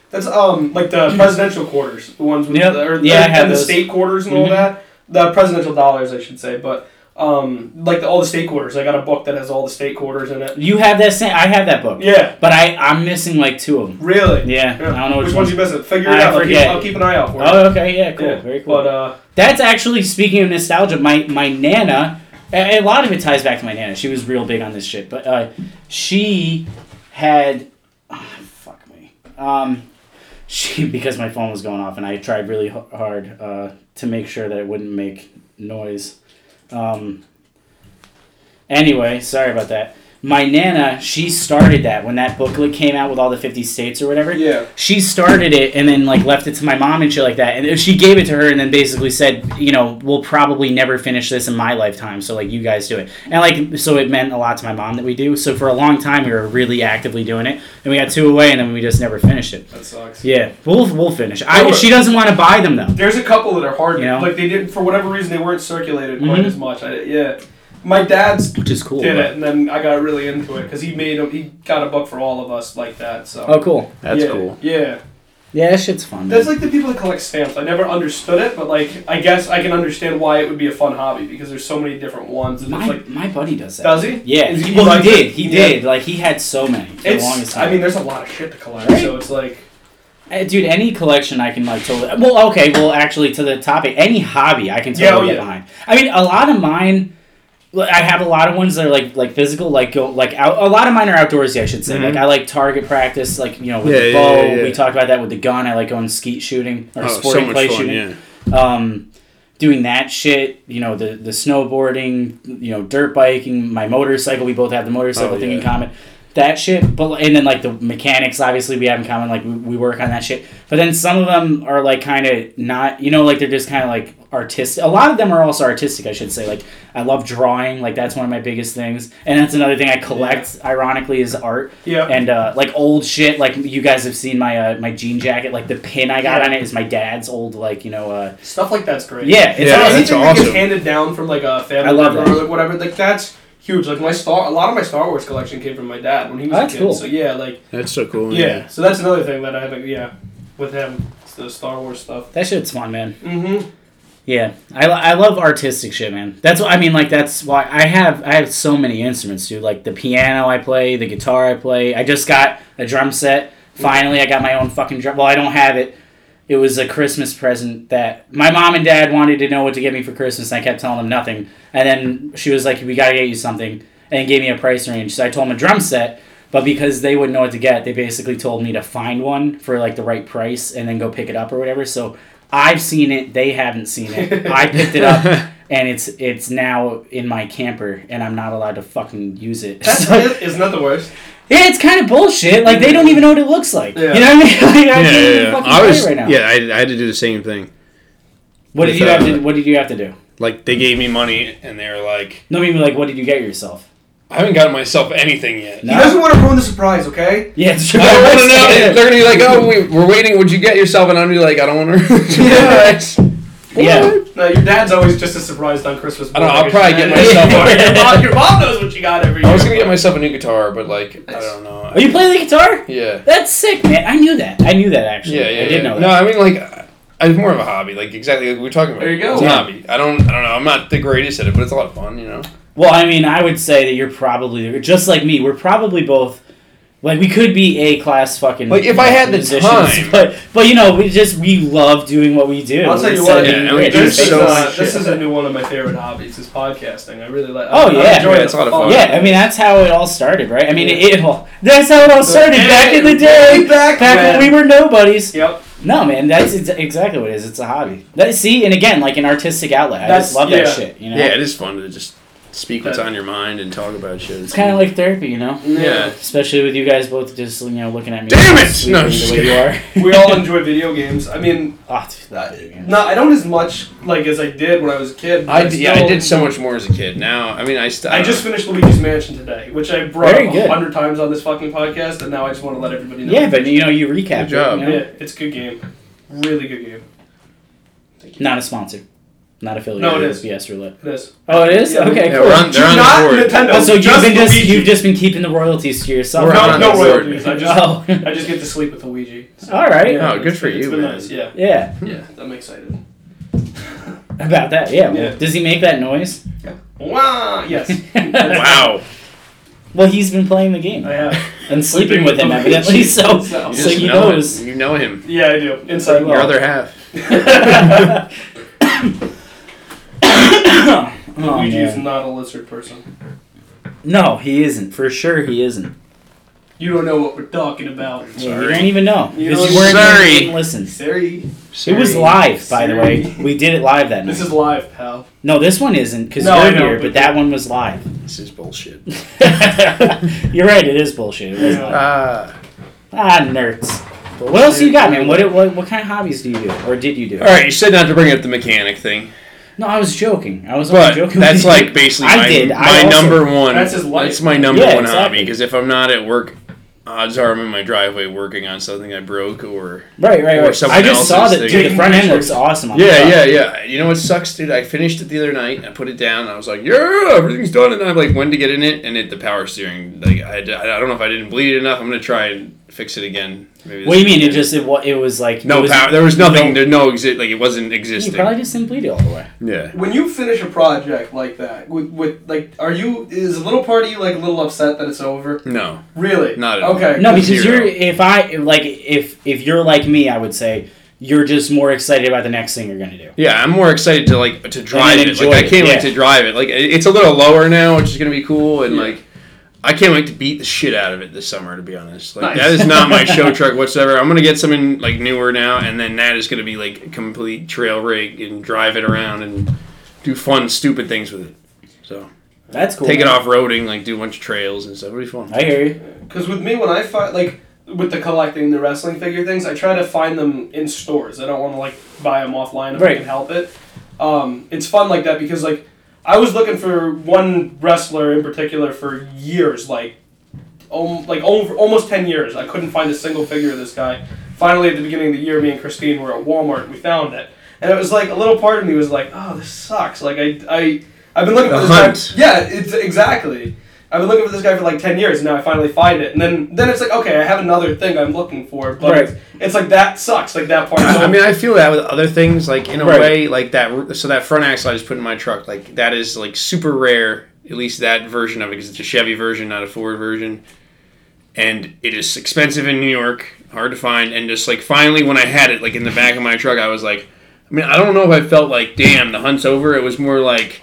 [SPEAKER 2] that's um like the presidential quarters, the ones with
[SPEAKER 1] Yep.
[SPEAKER 2] the, or,
[SPEAKER 1] Hmm. Yeah, I
[SPEAKER 2] and
[SPEAKER 1] have
[SPEAKER 2] the
[SPEAKER 1] those.
[SPEAKER 2] state quarters and
[SPEAKER 1] Mhm.
[SPEAKER 2] all that. The presidential dollars, I should say, but um like the, all the state quarters. I got a book that has all the state quarters in it.
[SPEAKER 1] You have that same. I have that book,
[SPEAKER 2] Yeah,
[SPEAKER 1] but I I'm missing like two of them.
[SPEAKER 2] really.
[SPEAKER 1] Yeah, I don't know which, ones.
[SPEAKER 2] which ones you missing. Figure
[SPEAKER 1] I
[SPEAKER 2] it out. I'll keep,
[SPEAKER 1] forget.
[SPEAKER 2] I'll keep an eye out for it.
[SPEAKER 1] Oh, okay, yeah, cool,
[SPEAKER 2] Yeah,
[SPEAKER 1] very cool.
[SPEAKER 2] But uh,
[SPEAKER 1] That's actually speaking of nostalgia. My my nana, a, a lot of it ties back to my nana. She was real big on this shit, but uh, she had, ah, fuck me, um, she because my phone was going off and I tried really h- hard uh, to make sure that it wouldn't make noise. Um, anyway, sorry about that. My nana, she started that when that booklet came out with all the fifty states or whatever
[SPEAKER 2] yeah,
[SPEAKER 1] she started it and then like left it to my mom and shit like that and she gave it to her and then basically said you know we'll probably never finish this in my lifetime so like you guys do it and like so it meant a lot to my mom that we do so for a long time we were really actively doing it and we got two away and then we just never finished it
[SPEAKER 2] that sucks.
[SPEAKER 1] yeah we'll, we'll finish I,
[SPEAKER 2] Sure.
[SPEAKER 1] she doesn't want to buy them though
[SPEAKER 2] There's a couple that are hard.
[SPEAKER 1] You know?
[SPEAKER 2] Like they didn't for whatever reason they weren't circulated quite
[SPEAKER 1] Mhm.
[SPEAKER 2] as much. I, yeah, my dad's
[SPEAKER 1] which is cool
[SPEAKER 2] did
[SPEAKER 1] but-
[SPEAKER 2] it, and then I got really into it because he made a, he got a book for all of us like that. So
[SPEAKER 1] oh cool
[SPEAKER 3] That's
[SPEAKER 2] yeah,
[SPEAKER 3] cool.
[SPEAKER 2] Yeah.
[SPEAKER 1] yeah that shit's fun
[SPEAKER 2] That's
[SPEAKER 1] man.
[SPEAKER 2] like the people that collect stamps. I never understood it, but like I guess I can understand why it would be a fun hobby because there's so many different ones. And
[SPEAKER 1] my,
[SPEAKER 2] it's like,
[SPEAKER 1] my buddy does that
[SPEAKER 2] does he?
[SPEAKER 1] yeah
[SPEAKER 2] Is
[SPEAKER 1] he,
[SPEAKER 2] he
[SPEAKER 1] well
[SPEAKER 2] like
[SPEAKER 1] he did
[SPEAKER 2] it?
[SPEAKER 1] he
[SPEAKER 2] Yeah.
[SPEAKER 1] did like he had so many for the longest
[SPEAKER 2] It's.
[SPEAKER 1] time
[SPEAKER 2] I mean, there's a lot of shit to collect,
[SPEAKER 1] Right.
[SPEAKER 2] so it's like
[SPEAKER 1] Uh, dude, any collection I can like totally. Well, okay, well, actually, to the topic, any hobby I can
[SPEAKER 2] Yeah,
[SPEAKER 1] totally
[SPEAKER 2] oh,
[SPEAKER 1] get
[SPEAKER 2] yeah.
[SPEAKER 1] behind. I mean, a lot of mine. like, I have a lot of ones that are like like physical, like go like out, a lot of mine are outdoorsy. I should say. Like I like target practice, like you know with
[SPEAKER 3] Mm-hmm. Yeah,
[SPEAKER 1] the
[SPEAKER 3] yeah,
[SPEAKER 1] bow.
[SPEAKER 3] yeah, yeah.
[SPEAKER 1] We talked about that with the gun. I like going skeet shooting or
[SPEAKER 3] Oh, so
[SPEAKER 1] sporting
[SPEAKER 3] much
[SPEAKER 1] clay
[SPEAKER 3] fun.
[SPEAKER 1] shooting
[SPEAKER 3] Yeah.
[SPEAKER 1] um, doing that shit. You know, the the snowboarding, you know, dirt biking, my motorcycle. We both have the motorcycle
[SPEAKER 3] Oh,
[SPEAKER 1] thing in
[SPEAKER 3] yeah.
[SPEAKER 1] common. That shit, but and then like the mechanics, obviously we have in common. Like we, we work on that shit. But then some of them are like kind of not, you know, like they're just kind of like artistic. A lot of them are also artistic, I should say. Like I love drawing. Like that's one of my biggest things, and that's another thing I collect. Ironically, is art
[SPEAKER 2] yeah.
[SPEAKER 1] and uh, like old shit. Like you guys have seen my uh, my jean jacket. Like the pin I got
[SPEAKER 2] Yeah.
[SPEAKER 1] on it is my dad's old like you know uh,
[SPEAKER 2] Stuff like that's great.
[SPEAKER 1] yeah, it's
[SPEAKER 3] Yeah,
[SPEAKER 1] awesome.
[SPEAKER 2] anything
[SPEAKER 3] that's
[SPEAKER 2] that gets
[SPEAKER 3] awesome.
[SPEAKER 2] handed down from like a family
[SPEAKER 1] I love
[SPEAKER 2] member
[SPEAKER 1] that.
[SPEAKER 2] or like whatever, like that's huge. Like my star, a lot of my Star Wars collection came from my dad when he was
[SPEAKER 1] That's
[SPEAKER 2] a kid.
[SPEAKER 1] cool.
[SPEAKER 2] So yeah, like
[SPEAKER 3] That's so cool.
[SPEAKER 2] yeah. So that's another thing that I have. Like, yeah, with him, it's the Star Wars stuff.
[SPEAKER 1] That shit's fun, man.
[SPEAKER 2] Mm-hmm.
[SPEAKER 1] Yeah, I, lo- I love artistic shit, man. That's what I mean. Like that's why I have I have so many instruments, dude. Like the piano I play, the guitar I play. I just got a drum set. Finally, I got my own fucking drum. Well, I don't have it. It was a Christmas present that my mom and dad wanted to know what to get me for Christmas. And I kept telling them nothing, and then she was like, "We gotta get you something," and gave me a price range. So I told them a drum set. But because they wouldn't know what to get, they basically told me to find one for like the right price and then go pick it up or whatever. So I've seen it, they haven't seen it. I picked it up and it's it's now in my camper and I'm not allowed to fucking use it.
[SPEAKER 2] That's
[SPEAKER 1] So, yeah,
[SPEAKER 2] isn't that the worst?
[SPEAKER 1] it's kind of bullshit. Like they don't even know what it looks like.
[SPEAKER 2] Yeah.
[SPEAKER 1] You know what I mean? Like, I
[SPEAKER 3] Yeah,
[SPEAKER 1] can't
[SPEAKER 3] yeah,
[SPEAKER 1] even
[SPEAKER 3] yeah.
[SPEAKER 1] fucking
[SPEAKER 3] I
[SPEAKER 1] play
[SPEAKER 3] was,
[SPEAKER 1] right now.
[SPEAKER 3] yeah, I, I had to do the same thing.
[SPEAKER 1] What did
[SPEAKER 3] It's,
[SPEAKER 1] you have to
[SPEAKER 3] uh,
[SPEAKER 1] What did you have to do?
[SPEAKER 3] Like they gave me money, and they were like,
[SPEAKER 1] No, I mean like what did you get yourself?
[SPEAKER 3] "I haven't gotten myself anything yet."
[SPEAKER 1] No.
[SPEAKER 2] He doesn't want to ruin the surprise, okay?
[SPEAKER 1] Yeah, it's
[SPEAKER 3] I
[SPEAKER 1] true.
[SPEAKER 3] don't want to know.
[SPEAKER 1] Yeah.
[SPEAKER 3] They're gonna be like, "Oh, we, we're waiting. Would you get yourself?" And I'm gonna be like, "I don't want to."
[SPEAKER 1] Yeah.
[SPEAKER 2] No, your dad's always just as surprised on Christmas.
[SPEAKER 3] I don't know, I'll
[SPEAKER 2] morning.
[SPEAKER 3] probably get
[SPEAKER 2] Yeah.
[SPEAKER 3] myself
[SPEAKER 1] one.
[SPEAKER 2] your, mom, your mom knows what you got every year.
[SPEAKER 3] I was gonna get myself a new guitar, but like, I don't know.
[SPEAKER 1] Oh, you play the guitar?
[SPEAKER 3] yeah,
[SPEAKER 1] That's sick, man. I knew that. I knew that actually.
[SPEAKER 3] yeah, yeah.
[SPEAKER 1] I did
[SPEAKER 3] yeah.
[SPEAKER 1] know that.
[SPEAKER 3] No, I mean like. I- It's more of a hobby, like exactly like we were talking about.
[SPEAKER 2] There you go.
[SPEAKER 3] It's a
[SPEAKER 1] Yeah.
[SPEAKER 3] hobby. I don't, I don't know. I'm not the greatest at it, but it's a lot of fun, you know.
[SPEAKER 1] Well, I mean, I would say that you're probably just like me. We're probably both like we could be a class fucking
[SPEAKER 3] Like, if I had the time.
[SPEAKER 1] but but you know we just we love doing what we do.
[SPEAKER 2] I'll tell you
[SPEAKER 1] instead
[SPEAKER 2] what,
[SPEAKER 1] of
[SPEAKER 3] Yeah,
[SPEAKER 1] being
[SPEAKER 3] and we
[SPEAKER 1] rich.
[SPEAKER 3] do
[SPEAKER 2] this, is,
[SPEAKER 3] so
[SPEAKER 2] uh,
[SPEAKER 3] much
[SPEAKER 2] this
[SPEAKER 3] shit.
[SPEAKER 2] is a new one of my favorite hobbies is podcasting. I really like.
[SPEAKER 1] Oh,
[SPEAKER 2] I'm
[SPEAKER 1] yeah.
[SPEAKER 2] enjoying
[SPEAKER 3] Yeah,
[SPEAKER 2] the
[SPEAKER 3] it's a lot of
[SPEAKER 2] fuck
[SPEAKER 3] fun.
[SPEAKER 1] yeah, I mean that's how it all started, right? I mean
[SPEAKER 2] Yeah.
[SPEAKER 1] it, it all that's how it all started back in the day,
[SPEAKER 2] Way back
[SPEAKER 1] back when
[SPEAKER 2] when.
[SPEAKER 1] we were nobodies.
[SPEAKER 2] Yep.
[SPEAKER 1] No, man, that's ex- exactly what it is. It's a hobby. That see, and again, like an artistic outlet. I
[SPEAKER 2] That's-
[SPEAKER 1] just love
[SPEAKER 2] yeah.
[SPEAKER 1] that shit. You know,
[SPEAKER 3] Yeah, it is fun to just speak what's on your mind and talk about shit.
[SPEAKER 1] It's kind of like therapy, you know.
[SPEAKER 3] yeah.
[SPEAKER 1] Especially with you guys both just you know looking at me.
[SPEAKER 3] Damn it!
[SPEAKER 1] sweetly
[SPEAKER 3] No, I'm just
[SPEAKER 1] the way you are.
[SPEAKER 4] we all enjoy video games. I mean,
[SPEAKER 1] Ah, dude, that video game.
[SPEAKER 4] not I don't as much like as I did when I was a kid. but
[SPEAKER 3] I d- yeah, I
[SPEAKER 4] still-
[SPEAKER 3] did so much more as a kid. Now, I mean, I st-
[SPEAKER 4] I just finished Luigi's Mansion today, which I brought
[SPEAKER 1] Very
[SPEAKER 4] up
[SPEAKER 1] good.
[SPEAKER 4] a hundred times on this fucking podcast, and now I just want to let everybody know.
[SPEAKER 1] Yeah, but you know you recap.
[SPEAKER 3] Good job.
[SPEAKER 1] You
[SPEAKER 4] yeah,
[SPEAKER 1] know?
[SPEAKER 4] it's a good game, really good game.
[SPEAKER 1] Not a sponsor. Not affiliated.
[SPEAKER 4] No, it
[SPEAKER 1] with
[SPEAKER 4] is.
[SPEAKER 1] BS Roulette.
[SPEAKER 4] It is.
[SPEAKER 1] Oh, it is.
[SPEAKER 4] Yeah.
[SPEAKER 1] okay,
[SPEAKER 3] Yeah,
[SPEAKER 1] cool.
[SPEAKER 3] we're on, they're on
[SPEAKER 4] Not
[SPEAKER 3] the board.
[SPEAKER 4] Nintendo.
[SPEAKER 1] Oh, so you've
[SPEAKER 4] just
[SPEAKER 1] been just
[SPEAKER 4] Luigi.
[SPEAKER 1] you've just been keeping the royalties to yourself.
[SPEAKER 3] We're
[SPEAKER 4] no,
[SPEAKER 3] on
[SPEAKER 4] no
[SPEAKER 3] the board.
[SPEAKER 4] royalties. I just
[SPEAKER 1] oh,
[SPEAKER 4] I just get to sleep with Luigi. So,
[SPEAKER 1] all right. Hmm.
[SPEAKER 4] yeah,
[SPEAKER 3] Oh, good
[SPEAKER 4] it's-
[SPEAKER 3] for
[SPEAKER 4] It's
[SPEAKER 3] you,
[SPEAKER 4] been
[SPEAKER 3] man.
[SPEAKER 4] nice. Yeah,
[SPEAKER 1] Yeah,
[SPEAKER 4] yeah, I'm excited.
[SPEAKER 1] about that. Yeah. well,
[SPEAKER 4] Yeah.
[SPEAKER 1] Does he make that noise?
[SPEAKER 4] Wow. Yes.
[SPEAKER 3] Wow.
[SPEAKER 1] Well, he's been playing the game
[SPEAKER 4] I have.
[SPEAKER 1] and sleeping with him evidently, so
[SPEAKER 4] So-
[SPEAKER 1] so
[SPEAKER 3] You just
[SPEAKER 1] he
[SPEAKER 3] know
[SPEAKER 1] knows.
[SPEAKER 3] him. You know him.
[SPEAKER 4] Yeah, I do. Inside
[SPEAKER 3] Your
[SPEAKER 1] Well.
[SPEAKER 3] other half.
[SPEAKER 4] well.
[SPEAKER 1] oh,
[SPEAKER 4] Luigi is
[SPEAKER 1] man.
[SPEAKER 4] not a lizard person.
[SPEAKER 1] No, he isn't. For sure, he isn't.
[SPEAKER 4] You don't know what we're talking about.
[SPEAKER 1] Yeah, you didn't even know
[SPEAKER 4] You
[SPEAKER 1] because
[SPEAKER 4] know-
[SPEAKER 1] you weren't there,
[SPEAKER 3] Sorry.
[SPEAKER 1] you didn't listen.
[SPEAKER 4] Sorry.
[SPEAKER 1] It was live, by the way.
[SPEAKER 4] Sorry.
[SPEAKER 1] We did it live that night.
[SPEAKER 4] This is live, pal.
[SPEAKER 1] no, this one isn't because
[SPEAKER 4] No, I
[SPEAKER 1] you're
[SPEAKER 4] know,
[SPEAKER 1] here, but
[SPEAKER 4] but-
[SPEAKER 1] that one was live.
[SPEAKER 3] This is bullshit.
[SPEAKER 1] you're right. It is bullshit. It was
[SPEAKER 4] Yeah.
[SPEAKER 1] live.
[SPEAKER 3] Ah.
[SPEAKER 1] Ah, nerds. What else you got, man? What, what what kind of hobbies do you do, or did you do?
[SPEAKER 3] all right, you said not to bring up the mechanic thing,
[SPEAKER 1] No, I was joking. I was only
[SPEAKER 3] but
[SPEAKER 1] joking.
[SPEAKER 3] that's like basically
[SPEAKER 1] I
[SPEAKER 3] my,
[SPEAKER 1] did. I
[SPEAKER 3] my
[SPEAKER 1] also-
[SPEAKER 3] number one.
[SPEAKER 4] That's his life.
[SPEAKER 3] That's my number
[SPEAKER 1] Yeah,
[SPEAKER 3] one
[SPEAKER 1] exactly.
[SPEAKER 3] hobby because if I'm not at work, odds are I'm in my driveway working on something I broke or
[SPEAKER 1] right, right,
[SPEAKER 3] or
[SPEAKER 1] right.
[SPEAKER 3] someone
[SPEAKER 1] I just saw
[SPEAKER 3] else's
[SPEAKER 1] that.
[SPEAKER 3] thing.
[SPEAKER 1] Dude, the front end looks awesome. on
[SPEAKER 3] Yeah,
[SPEAKER 1] the
[SPEAKER 3] yeah, yeah. uh, You know what sucks, dude? I finished it the other night. I put it down. And I was like, yeah, everything's done. And I'm like, when to get in it? And it the power steering. Like, I, d- I don't know if I didn't bleed it enough. I'm gonna try and fix it again. Maybe
[SPEAKER 1] top. What do you mean?
[SPEAKER 3] this
[SPEAKER 1] It
[SPEAKER 3] weekend.
[SPEAKER 1] just it, wa- it was like
[SPEAKER 3] no
[SPEAKER 1] it was,
[SPEAKER 3] power. There was nothing.
[SPEAKER 1] no-
[SPEAKER 3] there no exist. Like it wasn't
[SPEAKER 1] You
[SPEAKER 3] existing.
[SPEAKER 1] probably just didn't bleed it all the way.
[SPEAKER 3] yeah.
[SPEAKER 2] When you finish a project like that, with, with like, are you is a little part of you like a little upset that it's over?
[SPEAKER 3] No,
[SPEAKER 2] Really?
[SPEAKER 3] not at all.
[SPEAKER 2] Okay.
[SPEAKER 1] No,
[SPEAKER 3] Zero.
[SPEAKER 1] because you're if I like if if you're like me, I would say you're just more excited about the next thing you're gonna do.
[SPEAKER 3] Yeah, I'm more excited to like to drive it.
[SPEAKER 1] enjoy
[SPEAKER 3] Like I
[SPEAKER 1] it,
[SPEAKER 3] can't
[SPEAKER 1] yeah.
[SPEAKER 3] wait to drive it. Like it- it's a little lower now, which is gonna be cool. And like I can't wait to beat the shit out of it this summer. To be honest,
[SPEAKER 2] Nice.
[SPEAKER 3] like that is not my show truck whatsoever. I'm gonna get something like newer now, and then that is gonna be like complete trail rig and drive it around and do fun stupid things with it. So
[SPEAKER 1] That's cool.
[SPEAKER 3] take it
[SPEAKER 1] man.
[SPEAKER 3] off roading, like do a bunch of trails and stuff. It'll be fun.
[SPEAKER 1] I hear you.
[SPEAKER 2] Because with me, when I find like with the collecting the wrestling figure things, I try to find them in stores. I don't want to like buy them offline if
[SPEAKER 1] Right.
[SPEAKER 2] I can help it. Um, it's fun like that because like I was looking for one wrestler in particular for years, like um, like over almost ten years. I couldn't find a single figure of this guy. Finally, at the beginning of the year, me and Christine were at Walmart. and We found it, and it was like a little part of me was like, "Oh, this sucks." Like I, I, I've been looking
[SPEAKER 3] The
[SPEAKER 2] for this
[SPEAKER 3] hunt.
[SPEAKER 2] guy. Yeah, it's exactly. I've been looking for this guy for like ten years, and now I finally find it. And then, then it's like, okay, I have another thing I'm looking for, but
[SPEAKER 1] Right.
[SPEAKER 2] it's, it's like that sucks. Like that part.
[SPEAKER 3] I mean, I feel that with other things, like in a
[SPEAKER 1] Right.
[SPEAKER 3] way, like that. So that front axle I just put in my truck, like that is like super rare. At least that version of it, because it's a Chevy version, not a Ford version, and it is expensive in New York, hard to find. And just like finally, when I had it, like in the back of my truck, I was like, I mean, I don't know if I felt like, damn, the hunt's over. It was more like,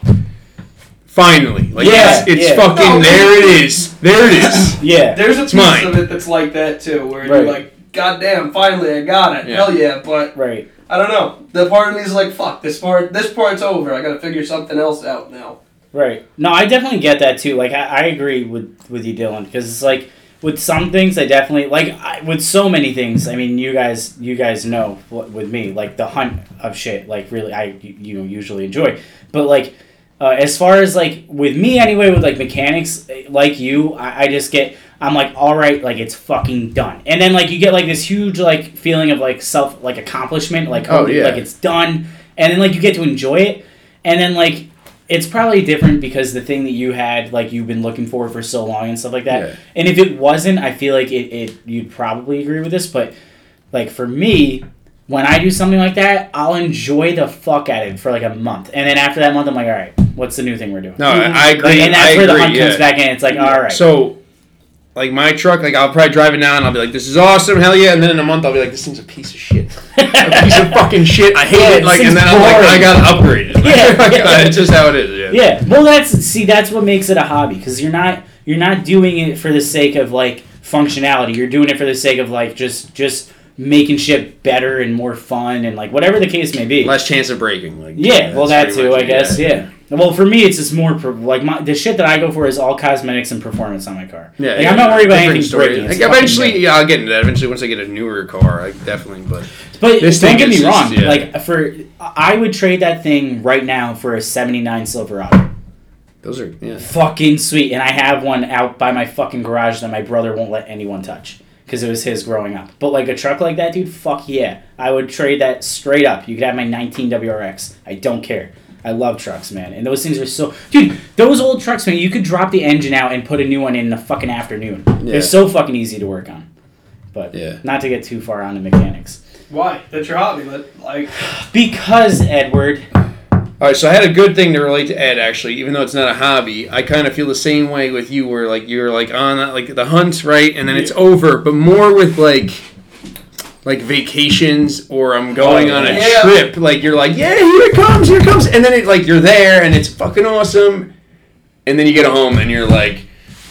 [SPEAKER 3] finally, like
[SPEAKER 1] Yeah,
[SPEAKER 3] it's, it's
[SPEAKER 1] yeah.
[SPEAKER 3] fucking
[SPEAKER 2] No,
[SPEAKER 3] there. It is there. It is.
[SPEAKER 1] Yeah.
[SPEAKER 2] There's a piece
[SPEAKER 3] mine.
[SPEAKER 2] of it that's like that too, where
[SPEAKER 1] Right.
[SPEAKER 2] you're like, God damn, finally I got it.
[SPEAKER 3] Yeah.
[SPEAKER 2] Hell yeah, but
[SPEAKER 1] Right.
[SPEAKER 2] I don't know. The part of me is like, fuck, this part this part's over. I gotta figure something else out now.
[SPEAKER 1] Right. No, I definitely get that too. Like I, I agree with with you, Dylan, because it's like with some things I definitely like I, with so many things. I mean, you guys, you guys know what with me, like the hunt of shit. Like really, I you you know usually enjoy, but like. Uh, as far as like with me anyway with like mechanics eh, like you I, I just get i'm like all right like it's fucking done and then like you get like this huge like feeling of like self like accomplishment like
[SPEAKER 3] Oh,
[SPEAKER 1] oh
[SPEAKER 3] yeah.
[SPEAKER 1] like it's done and then like you get to enjoy it and then like it's probably different because the thing that you had like you've been looking for for so long and stuff like that
[SPEAKER 3] Yeah.
[SPEAKER 1] and if it wasn't i feel like it, it you'd probably agree with this but like for me when i do something like that i'll enjoy the fuck at it for like a month and then after that month i'm like all right what's the new thing we're doing
[SPEAKER 3] No, I, I agree.
[SPEAKER 1] like, and that's
[SPEAKER 3] I
[SPEAKER 1] where
[SPEAKER 3] agree,
[SPEAKER 1] the hunt
[SPEAKER 3] yeah.
[SPEAKER 1] comes back in it's like all right
[SPEAKER 3] So, like my truck, like I'll probably drive it now and I'll be like, "This is awesome, hell yeah!" And then in a month I'll be like, "This thing's a piece of shit, a piece of fucking shit. I hate
[SPEAKER 1] Yeah,
[SPEAKER 3] it." Like,
[SPEAKER 1] this
[SPEAKER 3] and then
[SPEAKER 1] thing's
[SPEAKER 3] I'm like, "I
[SPEAKER 1] boring.
[SPEAKER 3] got upgraded." Like,
[SPEAKER 1] Yeah,
[SPEAKER 3] like,
[SPEAKER 1] yeah.
[SPEAKER 3] that's just how it is. Yeah.
[SPEAKER 1] yeah well that's see that's what makes it a hobby because you're not you're not doing it for the sake of like functionality you're doing it for the sake of like just just making shit better and more fun and like whatever the case may be
[SPEAKER 3] Less chance of breaking. Like,
[SPEAKER 1] yeah, well that
[SPEAKER 3] that's pretty
[SPEAKER 1] too
[SPEAKER 3] much
[SPEAKER 1] i
[SPEAKER 3] it,
[SPEAKER 1] guess yeah Well, for me, it's just more pro- like my, the shit that I go for is all cosmetics and performance on my car.
[SPEAKER 3] Yeah,
[SPEAKER 1] like,
[SPEAKER 3] yeah,
[SPEAKER 1] I'm not worried about
[SPEAKER 3] different
[SPEAKER 1] anything
[SPEAKER 3] story.
[SPEAKER 1] breaking. It's
[SPEAKER 3] Like,
[SPEAKER 1] fucking
[SPEAKER 3] eventually,
[SPEAKER 1] dope.
[SPEAKER 3] yeah, I'll get into that. Eventually, once I get a newer car, I definitely. But
[SPEAKER 1] but
[SPEAKER 3] this
[SPEAKER 1] don't
[SPEAKER 3] thing
[SPEAKER 1] get
[SPEAKER 3] is
[SPEAKER 1] me
[SPEAKER 3] just-
[SPEAKER 1] wrong.
[SPEAKER 3] yeah.
[SPEAKER 1] Like for, I would trade that thing right now for a '79 Silverado.
[SPEAKER 3] those are yeah.
[SPEAKER 1] Fucking sweet, and I have one out by my fucking garage that my brother won't let anyone touch because it was his growing up. But like a truck like that, dude, fuck yeah, I would trade that straight up. You could have my 19 WRX. I don't care. I love trucks, man, and those things are so, dude. Those old trucks, man, you could drop the engine out and put a new one in the fucking afternoon.
[SPEAKER 3] Yeah.
[SPEAKER 1] They're so fucking easy to work on. But
[SPEAKER 3] Yeah.
[SPEAKER 1] not to get too far on the mechanics,
[SPEAKER 2] Why? That's your hobby. Let, like,
[SPEAKER 1] because Edward,
[SPEAKER 3] All right, so I had a good thing to relate to Ed actually, even though it's not a hobby. I kind of feel the same way with you, where like you're like on that, like the hunt, right, and then it's over. But more with like like vacations or I'm going
[SPEAKER 1] Oh,
[SPEAKER 3] on a
[SPEAKER 2] yeah.
[SPEAKER 3] trip. Like you're like, yeah, here it comes, here it comes, and then it like you're there and it's fucking awesome, and then you get home and you're like.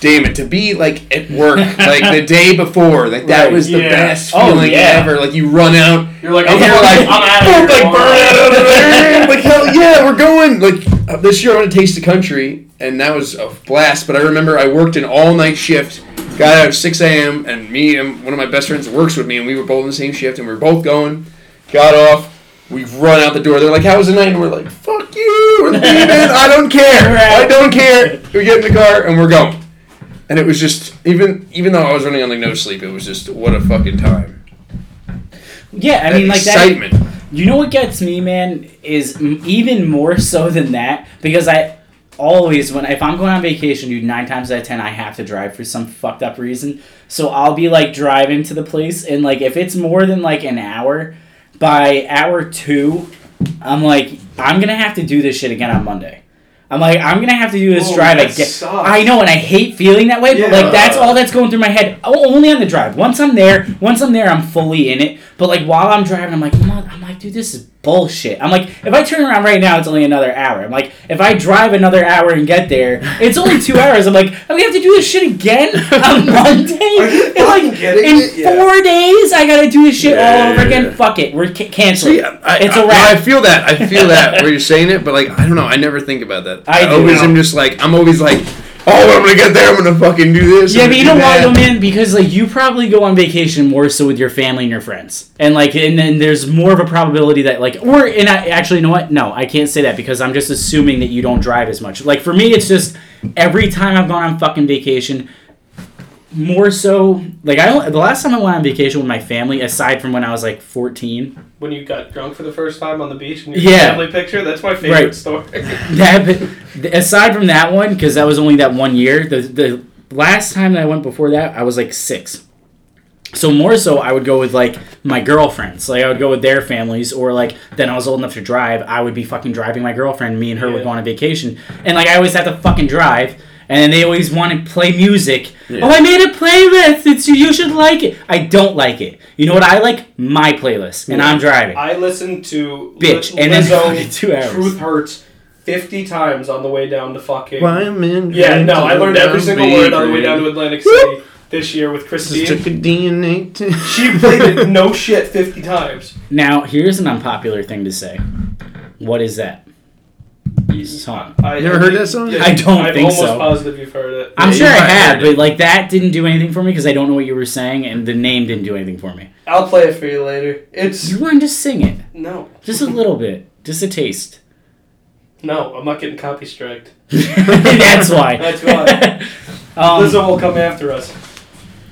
[SPEAKER 3] Damn it! To be like at work, like the day before, like that
[SPEAKER 1] Right,
[SPEAKER 3] was the
[SPEAKER 4] yeah.
[SPEAKER 3] best
[SPEAKER 1] Oh,
[SPEAKER 3] feeling
[SPEAKER 1] yeah.
[SPEAKER 3] ever. Like you run out,
[SPEAKER 2] you're like,
[SPEAKER 3] and
[SPEAKER 2] I'm,
[SPEAKER 3] you're
[SPEAKER 2] out-
[SPEAKER 3] like,
[SPEAKER 2] I'm out of
[SPEAKER 3] "Oh,
[SPEAKER 2] here.
[SPEAKER 3] like, burn out over there. Like, hell yeah, we're going. Like, uh, this year I'm going to taste the country, and that was a blast. But I remember I worked an all night shift, got out at 6 a.m., and me and one of my best friends works with me, and we were both in the same shift, and we were both going, got off. We run out the door. They're like, "How was the night?" And we're like, "Fuck you! We're leaving. I don't care. I don't care." We get in the car and we're going. And it was just even even though I was running on like no sleep, it was just what a fucking time.
[SPEAKER 1] yeah, I
[SPEAKER 3] That
[SPEAKER 1] mean, like that.
[SPEAKER 3] excitement.
[SPEAKER 1] You know what gets me, man, is m- even more so than that because I always when if I'm going on vacation, dude, nine times out of ten I have to drive for some fucked up reason. So I'll be like driving to the place, and like if it's more than like an hour, by hour two, I'm like I'm gonna have to do this shit again on Monday. I'm like I'm gonna have to do this
[SPEAKER 2] Oh,
[SPEAKER 1] drive
[SPEAKER 2] that
[SPEAKER 1] again.
[SPEAKER 2] sucks.
[SPEAKER 1] I know, and I hate feeling that way, but like
[SPEAKER 2] Yeah.
[SPEAKER 1] that's all that's going through my head. Oh, only on the drive. Once I'm there, once I'm there, I'm fully in it. But like while I'm driving, I'm like, I'm, not- I'm like, dude, this is bullshit. I'm like, if I turn around right now, it's only another hour. I'm like, if I drive another hour and get there, it's only two hours. I'm like, I'm gonna have to do this shit again on Monday.
[SPEAKER 2] Are you
[SPEAKER 1] And, like
[SPEAKER 2] fucking kidding
[SPEAKER 1] in
[SPEAKER 2] me? Yeah.
[SPEAKER 1] four days, I gotta do this shit
[SPEAKER 3] Yeah,
[SPEAKER 1] all over
[SPEAKER 3] yeah,
[SPEAKER 1] again.
[SPEAKER 3] yeah.
[SPEAKER 1] Fuck it, we're ca- canceling.
[SPEAKER 3] See, I,
[SPEAKER 1] It's
[SPEAKER 3] I-
[SPEAKER 1] a wrap.
[SPEAKER 3] I feel that. I feel that where you're saying it, but like I don't know. I never think about that.
[SPEAKER 1] I do
[SPEAKER 3] always
[SPEAKER 1] now.
[SPEAKER 3] am just like I'm always like, oh, I'm gonna get there. I'm gonna fucking do this.
[SPEAKER 1] Yeah,
[SPEAKER 3] I'm
[SPEAKER 1] but
[SPEAKER 3] gonna
[SPEAKER 1] you
[SPEAKER 3] do
[SPEAKER 1] know why
[SPEAKER 3] that.
[SPEAKER 1] though, man? Because like you probably go on vacation more so with your family and your friends, and like, and then there's more of a probability that like, or and I, actually, you know what? No, I can't say that because I'm just assuming that you don't drive as much. Like for me, it's just every time I've gone on fucking vacation, more so like I don't- the last time I went on vacation with my family, aside from when I was like 14,
[SPEAKER 2] when you got drunk for the first time on the beach and your
[SPEAKER 1] Yeah.
[SPEAKER 2] family picture. That's my favorite
[SPEAKER 1] Right.
[SPEAKER 2] story.
[SPEAKER 1] that but aside from that one because that was only that one year the the last time that i went before that i was like six so more so i would go with like my girlfriends like i would go with their families or like then i was old enough to drive i would be fucking driving my girlfriend me and her would
[SPEAKER 2] Yeah.
[SPEAKER 1] go on a vacation and like i always had to fucking drive and then they always want to play music
[SPEAKER 3] Yeah.
[SPEAKER 1] oh i made a playlist it's you should like it i don't like it you know what i like my playlist and i'm driving
[SPEAKER 2] I listened to
[SPEAKER 1] bitch
[SPEAKER 2] Li-
[SPEAKER 1] and then fucking
[SPEAKER 2] Lizzo,
[SPEAKER 1] two hours
[SPEAKER 2] Truth Hurts, fifty times on the way down to fucking.
[SPEAKER 3] Climbing
[SPEAKER 2] Yeah, no, I learned every single word on the way down to Atlantic City this year with
[SPEAKER 3] Just
[SPEAKER 2] Christine.
[SPEAKER 3] took a DNA test.
[SPEAKER 2] She played it no shit fifty times.
[SPEAKER 1] Now, here's an unpopular thing to say. What is that song?
[SPEAKER 2] I
[SPEAKER 3] You ever heard that song?
[SPEAKER 1] I don't
[SPEAKER 2] am
[SPEAKER 1] think
[SPEAKER 2] almost
[SPEAKER 1] so.
[SPEAKER 2] positive you've heard it.
[SPEAKER 1] I'm
[SPEAKER 3] Yeah,
[SPEAKER 1] sure
[SPEAKER 3] you
[SPEAKER 1] I
[SPEAKER 3] might
[SPEAKER 1] have,
[SPEAKER 3] heard it.
[SPEAKER 1] but like that didn't do anything for me because I don't know what you were saying, and the name didn't do anything for me.
[SPEAKER 2] I'll play it for you later. It's
[SPEAKER 1] You want to just sing it,
[SPEAKER 2] no,
[SPEAKER 1] just a little bit, just a taste.
[SPEAKER 2] no. I'm not getting copy striked.
[SPEAKER 1] That's why.
[SPEAKER 2] That's why.
[SPEAKER 1] um,
[SPEAKER 2] Lizzo will come after us.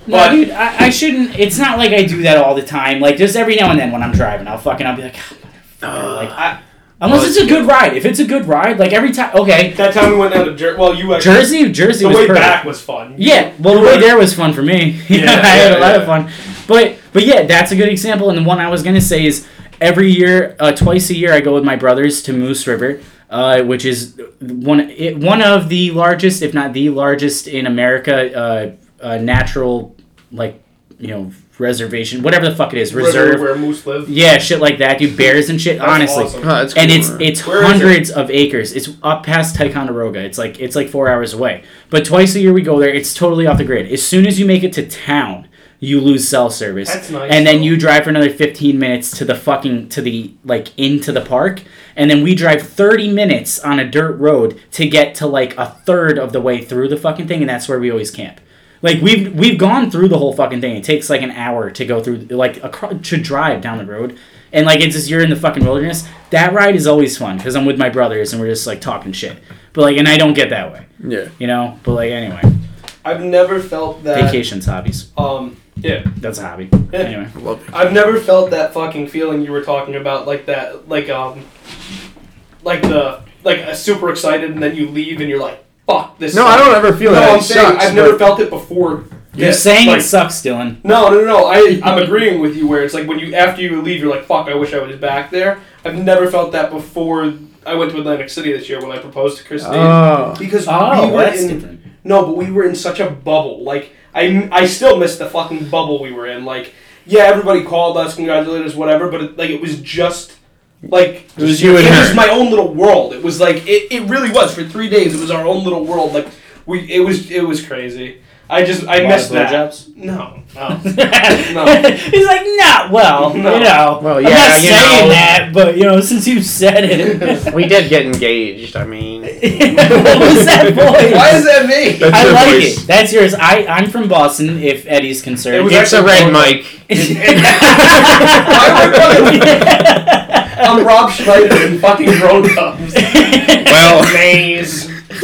[SPEAKER 1] no, dude, I, I shouldn't. It's not like I do that all the time. Like just every now and then when I'm driving, I'll fucking I'll be like, "Ah, motherfucker," like
[SPEAKER 2] I-
[SPEAKER 1] unless
[SPEAKER 3] Well,
[SPEAKER 1] it's a good ride. If it's a good ride, like every time. Okay,
[SPEAKER 2] That time we went down to Jer- well, you actually
[SPEAKER 1] Jersey, Jersey
[SPEAKER 2] the
[SPEAKER 1] was
[SPEAKER 2] way
[SPEAKER 1] perfect.
[SPEAKER 2] back was fun.
[SPEAKER 1] Yeah, well, the way there was fun for me.
[SPEAKER 2] Yeah,
[SPEAKER 1] I had a lot of
[SPEAKER 3] yeah,
[SPEAKER 1] fun, but but yeah, that's a good example. And the one I was gonna say is every year, uh, twice a year, I go with my brothers to Moose River, uh, which is one it, one of the largest, if not the largest, in America, uh, uh, natural like you know reservation, whatever the fuck it is,
[SPEAKER 2] Where-
[SPEAKER 1] reserve.
[SPEAKER 2] where moose live.
[SPEAKER 1] Yeah, shit like that, dude. Bears and shit.
[SPEAKER 2] That's
[SPEAKER 1] honestly,
[SPEAKER 2] awesome.
[SPEAKER 3] Oh, that's
[SPEAKER 1] and
[SPEAKER 3] cool.
[SPEAKER 1] it's it's
[SPEAKER 2] Where is it?
[SPEAKER 1] hundreds of acres. It's up past Ticonderoga. It's like it's like four hours away. But twice a year we go there. It's totally off the grid. As soon as you make it to town, you lose cell service.
[SPEAKER 4] That's nice.
[SPEAKER 1] and then
[SPEAKER 4] though.
[SPEAKER 1] you drive for another 15 minutes to the fucking to the like into the park and then we drive 30 minutes on a dirt road to get to like a third of the way through the fucking thing and that's where we always camp like we've we've gone through the whole fucking thing it takes like an hour to go through like acro- to drive down the road and like it's just you're in the fucking wilderness that ride is always fun because i'm with my brothers and we're just like talking shit but like and i don't get that way
[SPEAKER 3] Yeah.
[SPEAKER 1] you know but like anyway
[SPEAKER 2] I've never felt that.
[SPEAKER 1] vacations hobbies
[SPEAKER 2] Um,
[SPEAKER 4] yeah.
[SPEAKER 1] that's a hobby
[SPEAKER 2] Uh, Yeah.
[SPEAKER 1] anyway
[SPEAKER 3] I love it.
[SPEAKER 2] I've never felt that fucking feeling you were talking about, like that, like um, like the like uh, super excited, and then you leave, and you're like, "Fuck this."
[SPEAKER 3] No, I don't ever feel
[SPEAKER 2] No,
[SPEAKER 3] that.
[SPEAKER 2] I'm
[SPEAKER 3] It
[SPEAKER 2] saying
[SPEAKER 3] sucks,
[SPEAKER 2] I've never
[SPEAKER 3] but-
[SPEAKER 2] felt it before.
[SPEAKER 1] you're
[SPEAKER 2] this.
[SPEAKER 1] saying
[SPEAKER 2] like,
[SPEAKER 1] it sucks dylan
[SPEAKER 2] no, no, no. I I'm agreeing with you where it's like when you after you leave, you're like, "Fuck, I wish I was back there." I've never felt that before. I went to Atlantic City this year when I proposed to Christine
[SPEAKER 3] Oh.
[SPEAKER 2] because
[SPEAKER 1] Oh,
[SPEAKER 2] we were
[SPEAKER 1] that's
[SPEAKER 2] in
[SPEAKER 1] different.
[SPEAKER 2] No, but we were in such a bubble. Like I, I still miss the fucking bubble we were in. Like yeah, everybody called us, congratulated us, whatever. But it, like it was just like
[SPEAKER 3] It was you and
[SPEAKER 2] it was
[SPEAKER 3] her.
[SPEAKER 2] my own little world. It was like it, it really was for three days. It was our own little world. Like we, it was it was crazy. I just I missed that. No,
[SPEAKER 1] Oh.
[SPEAKER 2] no.
[SPEAKER 1] He's like, not well,
[SPEAKER 2] No.
[SPEAKER 1] you know.
[SPEAKER 3] Well,
[SPEAKER 1] I'm
[SPEAKER 3] yeah,
[SPEAKER 1] not
[SPEAKER 3] you
[SPEAKER 1] saying
[SPEAKER 3] know.
[SPEAKER 1] that, but you know, since you said it, what
[SPEAKER 3] we did get engaged. I mean,
[SPEAKER 1] was that voice?
[SPEAKER 2] Why is that me?
[SPEAKER 3] That's
[SPEAKER 1] I
[SPEAKER 3] your
[SPEAKER 1] like
[SPEAKER 3] voice.
[SPEAKER 1] it. That's yours. I I'm from Boston. If Eddie's concerned,
[SPEAKER 2] It was
[SPEAKER 3] It's a red mic.
[SPEAKER 2] I'm Rob Schneider and fucking grown ups.
[SPEAKER 3] Well,
[SPEAKER 2] Maze.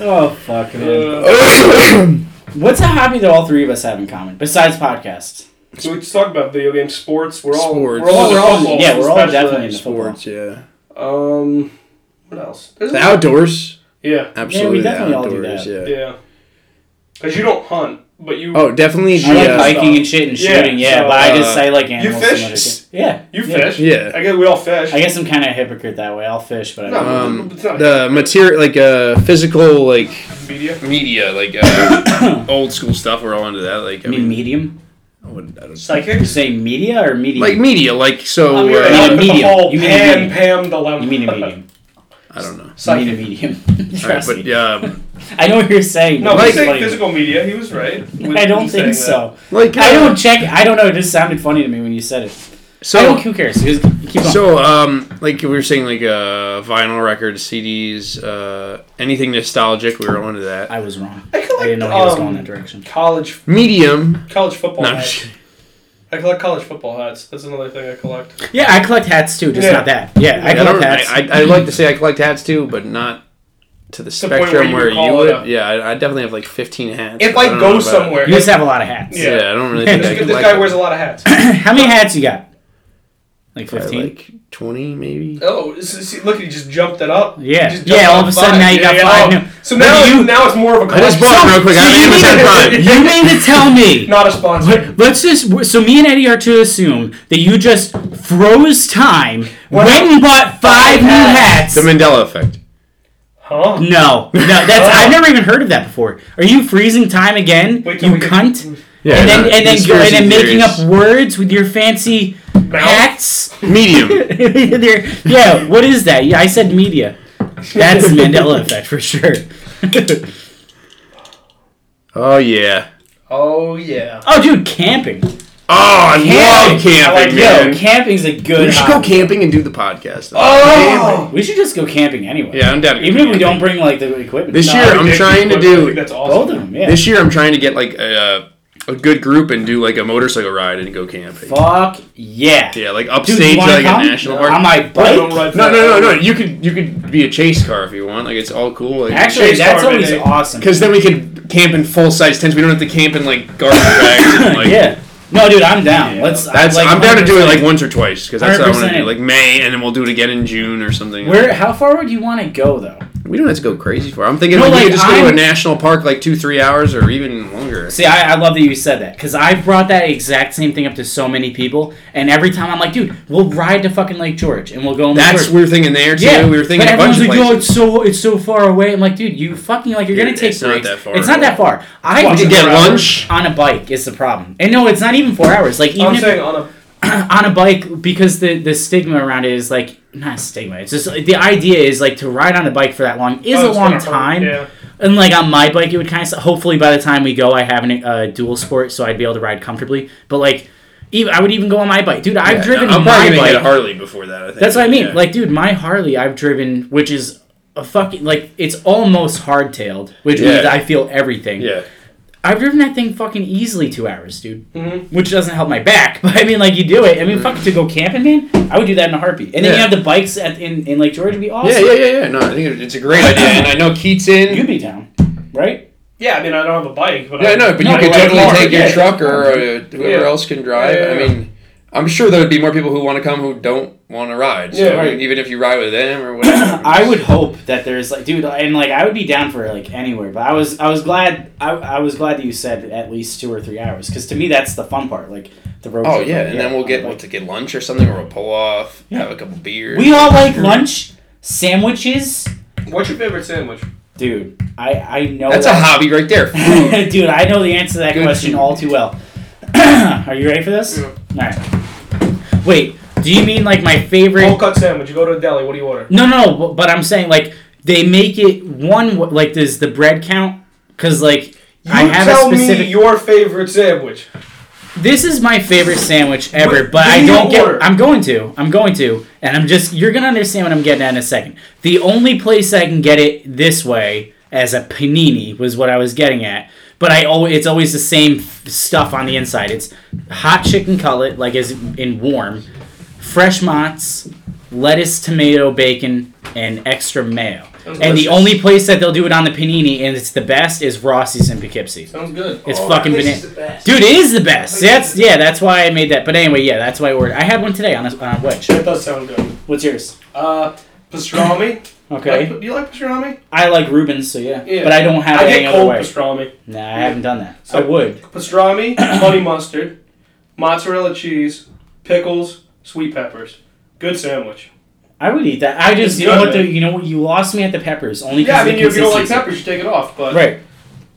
[SPEAKER 1] oh fuck, man.
[SPEAKER 2] Uh,
[SPEAKER 1] What's a hobby that all three of us have in common besides podcasts?
[SPEAKER 2] So we just talk about video games, sports. We're all
[SPEAKER 3] Sports.
[SPEAKER 2] we're all,
[SPEAKER 1] We're all-
[SPEAKER 2] football,
[SPEAKER 1] yeah, we're all
[SPEAKER 2] especially.
[SPEAKER 1] definitely into
[SPEAKER 3] sports. Yeah.
[SPEAKER 2] Um, what else? There's
[SPEAKER 3] The
[SPEAKER 2] a-
[SPEAKER 3] outdoors.
[SPEAKER 2] yeah,
[SPEAKER 3] Absolutely. the
[SPEAKER 1] definitely all do
[SPEAKER 3] outdoors.
[SPEAKER 1] that.
[SPEAKER 3] Yeah.
[SPEAKER 2] yeah. Cause you don't hunt, but you
[SPEAKER 3] Oh, definitely
[SPEAKER 1] I
[SPEAKER 3] the.
[SPEAKER 1] like
[SPEAKER 3] uh,
[SPEAKER 1] hiking and shit and
[SPEAKER 2] Yeah,
[SPEAKER 1] shooting. Yeah,
[SPEAKER 2] so,
[SPEAKER 1] but I just
[SPEAKER 3] uh,
[SPEAKER 1] I like animals. and
[SPEAKER 2] fish?
[SPEAKER 1] other shit. Yeah,
[SPEAKER 2] you
[SPEAKER 1] yeah.
[SPEAKER 2] fish.
[SPEAKER 3] yeah.
[SPEAKER 2] I guess we all fish.
[SPEAKER 1] I guess I'm kind of a hypocrite that way. I'll fish, but I
[SPEAKER 2] No.
[SPEAKER 1] don't.
[SPEAKER 3] um,
[SPEAKER 2] It's not-
[SPEAKER 3] the material, like uh, physical, like
[SPEAKER 2] media.
[SPEAKER 3] media, like uh, old school stuff. We're all into that. Like
[SPEAKER 1] You
[SPEAKER 3] I
[SPEAKER 1] mean
[SPEAKER 3] mean,
[SPEAKER 1] medium?
[SPEAKER 3] I wouldn't- I don't-
[SPEAKER 1] You
[SPEAKER 2] Psychics.
[SPEAKER 1] say media or medium?
[SPEAKER 3] like media, like so.
[SPEAKER 2] I'm here
[SPEAKER 1] I mean
[SPEAKER 2] to
[SPEAKER 1] a
[SPEAKER 3] Uh,
[SPEAKER 2] help with the
[SPEAKER 1] medium.
[SPEAKER 2] whole
[SPEAKER 1] You mean a
[SPEAKER 2] Pam,
[SPEAKER 1] medium.
[SPEAKER 2] Pam the lemon.
[SPEAKER 1] you mean a medium?
[SPEAKER 3] I don't know.
[SPEAKER 1] You mean a
[SPEAKER 2] Psychic.
[SPEAKER 1] medium?
[SPEAKER 3] All right,
[SPEAKER 1] Trust
[SPEAKER 3] but
[SPEAKER 1] me.
[SPEAKER 3] yeah, um,
[SPEAKER 1] I know what you're saying.
[SPEAKER 2] No,
[SPEAKER 1] but
[SPEAKER 2] he's
[SPEAKER 1] it's
[SPEAKER 2] saying
[SPEAKER 1] like-
[SPEAKER 2] physical media. He was right. with-
[SPEAKER 1] I don't
[SPEAKER 2] with
[SPEAKER 1] think
[SPEAKER 2] saying
[SPEAKER 1] so.
[SPEAKER 3] like
[SPEAKER 1] I
[SPEAKER 3] uh,
[SPEAKER 1] don't check. I don't know. It just sounded funny to me when you said it. I
[SPEAKER 3] So
[SPEAKER 1] don't. Who cares? Just keep going.
[SPEAKER 3] So, um, like we were saying, like uh, vinyl records, CDs, uh, anything nostalgic, we were onto that.
[SPEAKER 1] I was wrong.
[SPEAKER 2] that. I, collect,
[SPEAKER 1] I didn't know he was
[SPEAKER 2] um,
[SPEAKER 1] going that direction.
[SPEAKER 2] College,
[SPEAKER 3] Medium.
[SPEAKER 2] college football.
[SPEAKER 3] No, I'm
[SPEAKER 2] hats.
[SPEAKER 3] just kidding.
[SPEAKER 2] I collect college football hats. That's another thing I collect.
[SPEAKER 1] Yeah, I collect hats too. Just
[SPEAKER 2] Yeah.
[SPEAKER 1] not that. Yeah, I
[SPEAKER 3] I,
[SPEAKER 1] collect
[SPEAKER 3] don't, I,
[SPEAKER 1] hats.
[SPEAKER 3] I, I like to say I collect hats too, but not to the
[SPEAKER 2] the point where
[SPEAKER 3] spectrum
[SPEAKER 2] you
[SPEAKER 3] where
[SPEAKER 2] would
[SPEAKER 3] you,
[SPEAKER 2] call it
[SPEAKER 3] would.
[SPEAKER 2] a-
[SPEAKER 3] Yeah, I, I definitely have like 15 hats.
[SPEAKER 2] If
[SPEAKER 3] but
[SPEAKER 2] I,
[SPEAKER 3] don't know
[SPEAKER 2] go
[SPEAKER 3] about-
[SPEAKER 2] somewhere,
[SPEAKER 1] you just have a lot of hats.
[SPEAKER 3] yeah.
[SPEAKER 2] Yeah.
[SPEAKER 3] I don't really think I
[SPEAKER 2] this,
[SPEAKER 3] collect
[SPEAKER 2] this guy
[SPEAKER 3] them.
[SPEAKER 2] wears a lot of hats.
[SPEAKER 1] How many hats you got? Like
[SPEAKER 3] Probably,
[SPEAKER 1] fifteen.
[SPEAKER 3] like 20 maybe.
[SPEAKER 2] Oh, s- see, look, he just jumped it up.
[SPEAKER 1] Yeah.
[SPEAKER 2] He just
[SPEAKER 1] Yeah,
[SPEAKER 2] jumped
[SPEAKER 1] all
[SPEAKER 2] up
[SPEAKER 1] of a sudden
[SPEAKER 2] five.
[SPEAKER 1] now you got five new-
[SPEAKER 2] So
[SPEAKER 1] But
[SPEAKER 2] now,
[SPEAKER 1] you-
[SPEAKER 2] now it's more of a
[SPEAKER 3] I just
[SPEAKER 2] collection.
[SPEAKER 3] bought it real quick. I
[SPEAKER 1] you, mean to,
[SPEAKER 3] haven't even said
[SPEAKER 1] you mean to tell me?
[SPEAKER 2] Not a sponsor.
[SPEAKER 1] Let- Let's just. So me and Eddie are to assume that you just froze time, went and bought five new hats.
[SPEAKER 3] The Mandela effect.
[SPEAKER 2] Huh?
[SPEAKER 1] No, no, that's I've never even heard of that before. Are you freezing time again?
[SPEAKER 2] Wait till
[SPEAKER 1] you
[SPEAKER 2] we get-
[SPEAKER 1] cunt!
[SPEAKER 3] Yeah.
[SPEAKER 1] and then
[SPEAKER 3] uh,
[SPEAKER 1] and then go, and then
[SPEAKER 3] conspiracy
[SPEAKER 1] making up
[SPEAKER 3] theories.
[SPEAKER 1] words with your fancy hats.
[SPEAKER 3] medium.
[SPEAKER 1] They're- yeah, what is that? Yeah, I said media. That's the Mandela effect for sure.
[SPEAKER 3] Oh yeah.
[SPEAKER 2] Oh yeah.
[SPEAKER 1] oh, dude, camping.
[SPEAKER 3] Oh, I love
[SPEAKER 1] Camping.
[SPEAKER 2] I
[SPEAKER 3] camping,
[SPEAKER 2] like-
[SPEAKER 1] Yo,
[SPEAKER 3] man.
[SPEAKER 1] camping's a good.
[SPEAKER 3] we should go
[SPEAKER 1] hobby.
[SPEAKER 3] camping and do the podcast.
[SPEAKER 2] Oh.
[SPEAKER 1] We should just go camping anyway.
[SPEAKER 3] Yeah, I'm down. to go
[SPEAKER 1] Even if we
[SPEAKER 3] camping.
[SPEAKER 1] don't bring like the equipment.
[SPEAKER 3] This
[SPEAKER 1] No,
[SPEAKER 3] year, I'm trying to do-
[SPEAKER 2] That's
[SPEAKER 1] both
[SPEAKER 2] awesome.
[SPEAKER 1] of them. Yeah.
[SPEAKER 3] This year, I'm trying to get like a, a good group and do like a motorcycle ride and go camping.
[SPEAKER 1] Fuck yeah.
[SPEAKER 3] Yeah, like
[SPEAKER 1] Dude,
[SPEAKER 3] upstage
[SPEAKER 1] you
[SPEAKER 3] to,
[SPEAKER 1] wanna
[SPEAKER 3] like
[SPEAKER 1] come?
[SPEAKER 3] a national
[SPEAKER 2] No.
[SPEAKER 3] park.
[SPEAKER 1] On my
[SPEAKER 2] I
[SPEAKER 1] bike.
[SPEAKER 2] don't ride
[SPEAKER 3] no,
[SPEAKER 2] that.
[SPEAKER 3] no, no, no. You could you could be a chase car if you want. Like it's all cool. Like,
[SPEAKER 1] Actually,
[SPEAKER 2] Chase
[SPEAKER 1] that's
[SPEAKER 2] car,
[SPEAKER 1] always
[SPEAKER 2] maybe.
[SPEAKER 1] awesome.
[SPEAKER 3] because eh? then we could camp in full size tents. We don't have to camp in like garbage bags. And, like,
[SPEAKER 1] yeah. No, dude, I'm down. Let's.
[SPEAKER 3] That's,
[SPEAKER 1] like,
[SPEAKER 3] I'm down to do it
[SPEAKER 1] 100%.
[SPEAKER 3] like once or twice because that's what I want to
[SPEAKER 1] 100%.
[SPEAKER 3] do. Like May, and then we'll do it again in June or something.
[SPEAKER 1] Where? How far would you want to go though?
[SPEAKER 3] we don't have to go crazy for. it. I'm thinking
[SPEAKER 1] No,
[SPEAKER 3] like, we
[SPEAKER 1] like,
[SPEAKER 3] could just go to a
[SPEAKER 1] I'm-
[SPEAKER 3] national park like two, three hours or even longer.
[SPEAKER 1] See, I, I love that you said that because I've brought that exact same thing up to so many people, and every time I'm like, dude, we'll ride to fucking Lake George and we'll go. on Lake
[SPEAKER 3] That's
[SPEAKER 1] George.
[SPEAKER 3] what we were thinking there too.
[SPEAKER 1] Yeah,
[SPEAKER 3] we were thinking
[SPEAKER 1] but
[SPEAKER 3] a bunch
[SPEAKER 1] everyone's
[SPEAKER 3] of
[SPEAKER 1] like,
[SPEAKER 3] places.
[SPEAKER 1] "Yo, it's so it's so far away." I'm like, dude, you fucking like you're
[SPEAKER 3] Dude,
[SPEAKER 1] gonna take
[SPEAKER 3] it's not
[SPEAKER 1] breaks.
[SPEAKER 3] that far
[SPEAKER 1] it's not
[SPEAKER 3] at
[SPEAKER 1] that
[SPEAKER 3] all.
[SPEAKER 1] far. I
[SPEAKER 3] We could get
[SPEAKER 1] four hours
[SPEAKER 3] lunch.
[SPEAKER 1] on a bike is the problem, and no, it's not even four hours. Like even
[SPEAKER 2] Oh, I'm
[SPEAKER 1] if
[SPEAKER 2] saying on a.
[SPEAKER 1] on a bike because the the stigma around it is like not stigma. It's just like, the idea is like to ride on a bike for that long is
[SPEAKER 2] oh,
[SPEAKER 1] a
[SPEAKER 2] it's
[SPEAKER 1] long
[SPEAKER 2] kinda hard.
[SPEAKER 1] time.
[SPEAKER 2] Yeah.
[SPEAKER 1] And like on my bike, it would kind of. Hopefully, by the time we go, I have a uh, dual sport, so I'd be able to ride comfortably. But like, even I would even go on my bike, dude. I've
[SPEAKER 3] Yeah,
[SPEAKER 1] driven
[SPEAKER 3] I'm probably
[SPEAKER 1] my
[SPEAKER 3] gonna
[SPEAKER 1] bike.
[SPEAKER 3] get a Harley before that. I think.
[SPEAKER 1] That's what I mean.
[SPEAKER 3] Yeah.
[SPEAKER 1] Like, dude, my Harley I've driven, which is a fucking like it's almost hardtailed, which means
[SPEAKER 3] Yeah.
[SPEAKER 1] I feel everything.
[SPEAKER 3] yeah,
[SPEAKER 1] I've driven that thing fucking easily two hours, dude.
[SPEAKER 2] Mhm.
[SPEAKER 1] Which doesn't help my back, but I mean, like you do it. I mean, fuck to go camping, man. I would do that in a heartbeat. And then you
[SPEAKER 3] Yeah.
[SPEAKER 1] have the bikes at, in in Lake George would be awesome.
[SPEAKER 3] yeah, yeah, yeah, yeah. No, I think it's a great idea, and I know Keats in.
[SPEAKER 1] You'd be down, right?
[SPEAKER 2] Yeah, I mean, I don't have a bike, but
[SPEAKER 3] Yeah,
[SPEAKER 2] I,
[SPEAKER 3] I know, but
[SPEAKER 1] No,
[SPEAKER 3] you could
[SPEAKER 1] but like
[SPEAKER 3] totally
[SPEAKER 1] more,
[SPEAKER 3] take your
[SPEAKER 1] yeah.
[SPEAKER 3] truck or uh, whoever
[SPEAKER 2] Yeah.
[SPEAKER 3] else can drive.
[SPEAKER 2] Yeah, yeah,
[SPEAKER 3] I mean, I'm sure there would be more people who want to come who don't want to ride. So,
[SPEAKER 2] Yeah,
[SPEAKER 3] I mean,
[SPEAKER 1] right.
[SPEAKER 3] even if you ride with them or whatever.
[SPEAKER 1] I would hope that there's like, dude, and like I would be down for like anywhere. But I was, I was glad, I, I was glad that you said at least two or three hours, because to me that's the fun part, like the road.
[SPEAKER 3] Oh
[SPEAKER 1] trip,
[SPEAKER 3] yeah,
[SPEAKER 1] like,
[SPEAKER 3] and then we'll
[SPEAKER 1] on
[SPEAKER 3] get
[SPEAKER 1] the
[SPEAKER 3] we'll
[SPEAKER 1] bike.
[SPEAKER 3] to get lunch or something, or we'll pull off, have a couple beers.
[SPEAKER 1] We all like lunch sandwiches,
[SPEAKER 2] What's your favorite sandwich?
[SPEAKER 1] dude. I I know
[SPEAKER 3] That's a
[SPEAKER 1] that-
[SPEAKER 3] hobby right there. Food.
[SPEAKER 1] dude, I know the answer to that
[SPEAKER 3] Good
[SPEAKER 1] question
[SPEAKER 3] food.
[SPEAKER 1] all too well. Are you ready for this?
[SPEAKER 2] Yeah.
[SPEAKER 1] All right. Wait, do you mean like my favorite?
[SPEAKER 2] Whole cut sandwich. You go to a deli. What do you order?
[SPEAKER 1] No, no, no, but I'm saying like they make it one. w- Like, does the bread count? Because like
[SPEAKER 2] You
[SPEAKER 1] I have
[SPEAKER 2] tell
[SPEAKER 1] a specific.
[SPEAKER 2] me your favorite sandwich.
[SPEAKER 1] This is my favorite sandwich ever,
[SPEAKER 2] Wait,
[SPEAKER 1] but
[SPEAKER 2] give
[SPEAKER 1] I
[SPEAKER 2] me
[SPEAKER 1] don't
[SPEAKER 2] an
[SPEAKER 1] get.
[SPEAKER 2] order.
[SPEAKER 1] I'm going to. I'm going to, and I'm just. You're gonna understand what I'm getting at in a second. The only place I can get it this way as a panini was what I was getting at, but I always. It's always the same f- stuff on the inside. It's hot chicken cutlet, like as in warm, fresh mozz, lettuce, tomato, bacon, and extra mayo.
[SPEAKER 2] Sounds
[SPEAKER 1] And the
[SPEAKER 2] delicious.
[SPEAKER 1] only place that they'll do it on the panini, and it's the best, is Rossi's in Poughkeepsie.
[SPEAKER 2] Sounds good.
[SPEAKER 1] It's fucking banana.
[SPEAKER 6] banana.
[SPEAKER 1] Dude, it is the best. That's yeah. That's why I made that. But anyway, yeah, that's why I ordered. I had one today on a, on a wedge.
[SPEAKER 2] That does sound good.
[SPEAKER 1] What's yours?
[SPEAKER 2] Uh, pastrami.
[SPEAKER 1] Okay,
[SPEAKER 2] Like, do you like pastrami?
[SPEAKER 1] I like Rubens, so yeah.
[SPEAKER 2] Yeah.
[SPEAKER 1] But I don't have
[SPEAKER 2] I
[SPEAKER 1] any
[SPEAKER 2] get
[SPEAKER 1] other
[SPEAKER 2] cold
[SPEAKER 1] way.
[SPEAKER 2] pastrami.
[SPEAKER 1] Nah, I haven't done that.
[SPEAKER 2] So-
[SPEAKER 1] I would.
[SPEAKER 2] Pastrami, honey mustard, mozzarella cheese, pickles, sweet peppers. Good sandwich.
[SPEAKER 1] I would eat that. I just
[SPEAKER 2] It's
[SPEAKER 1] you know
[SPEAKER 2] good,
[SPEAKER 1] what the,
[SPEAKER 2] man.
[SPEAKER 1] you know what you lost me at the peppers only. 'cause
[SPEAKER 2] Yeah, I
[SPEAKER 1] of
[SPEAKER 2] mean,
[SPEAKER 1] the
[SPEAKER 2] if you don't like
[SPEAKER 1] consistency.
[SPEAKER 2] peppers, you take it off. But
[SPEAKER 1] Right.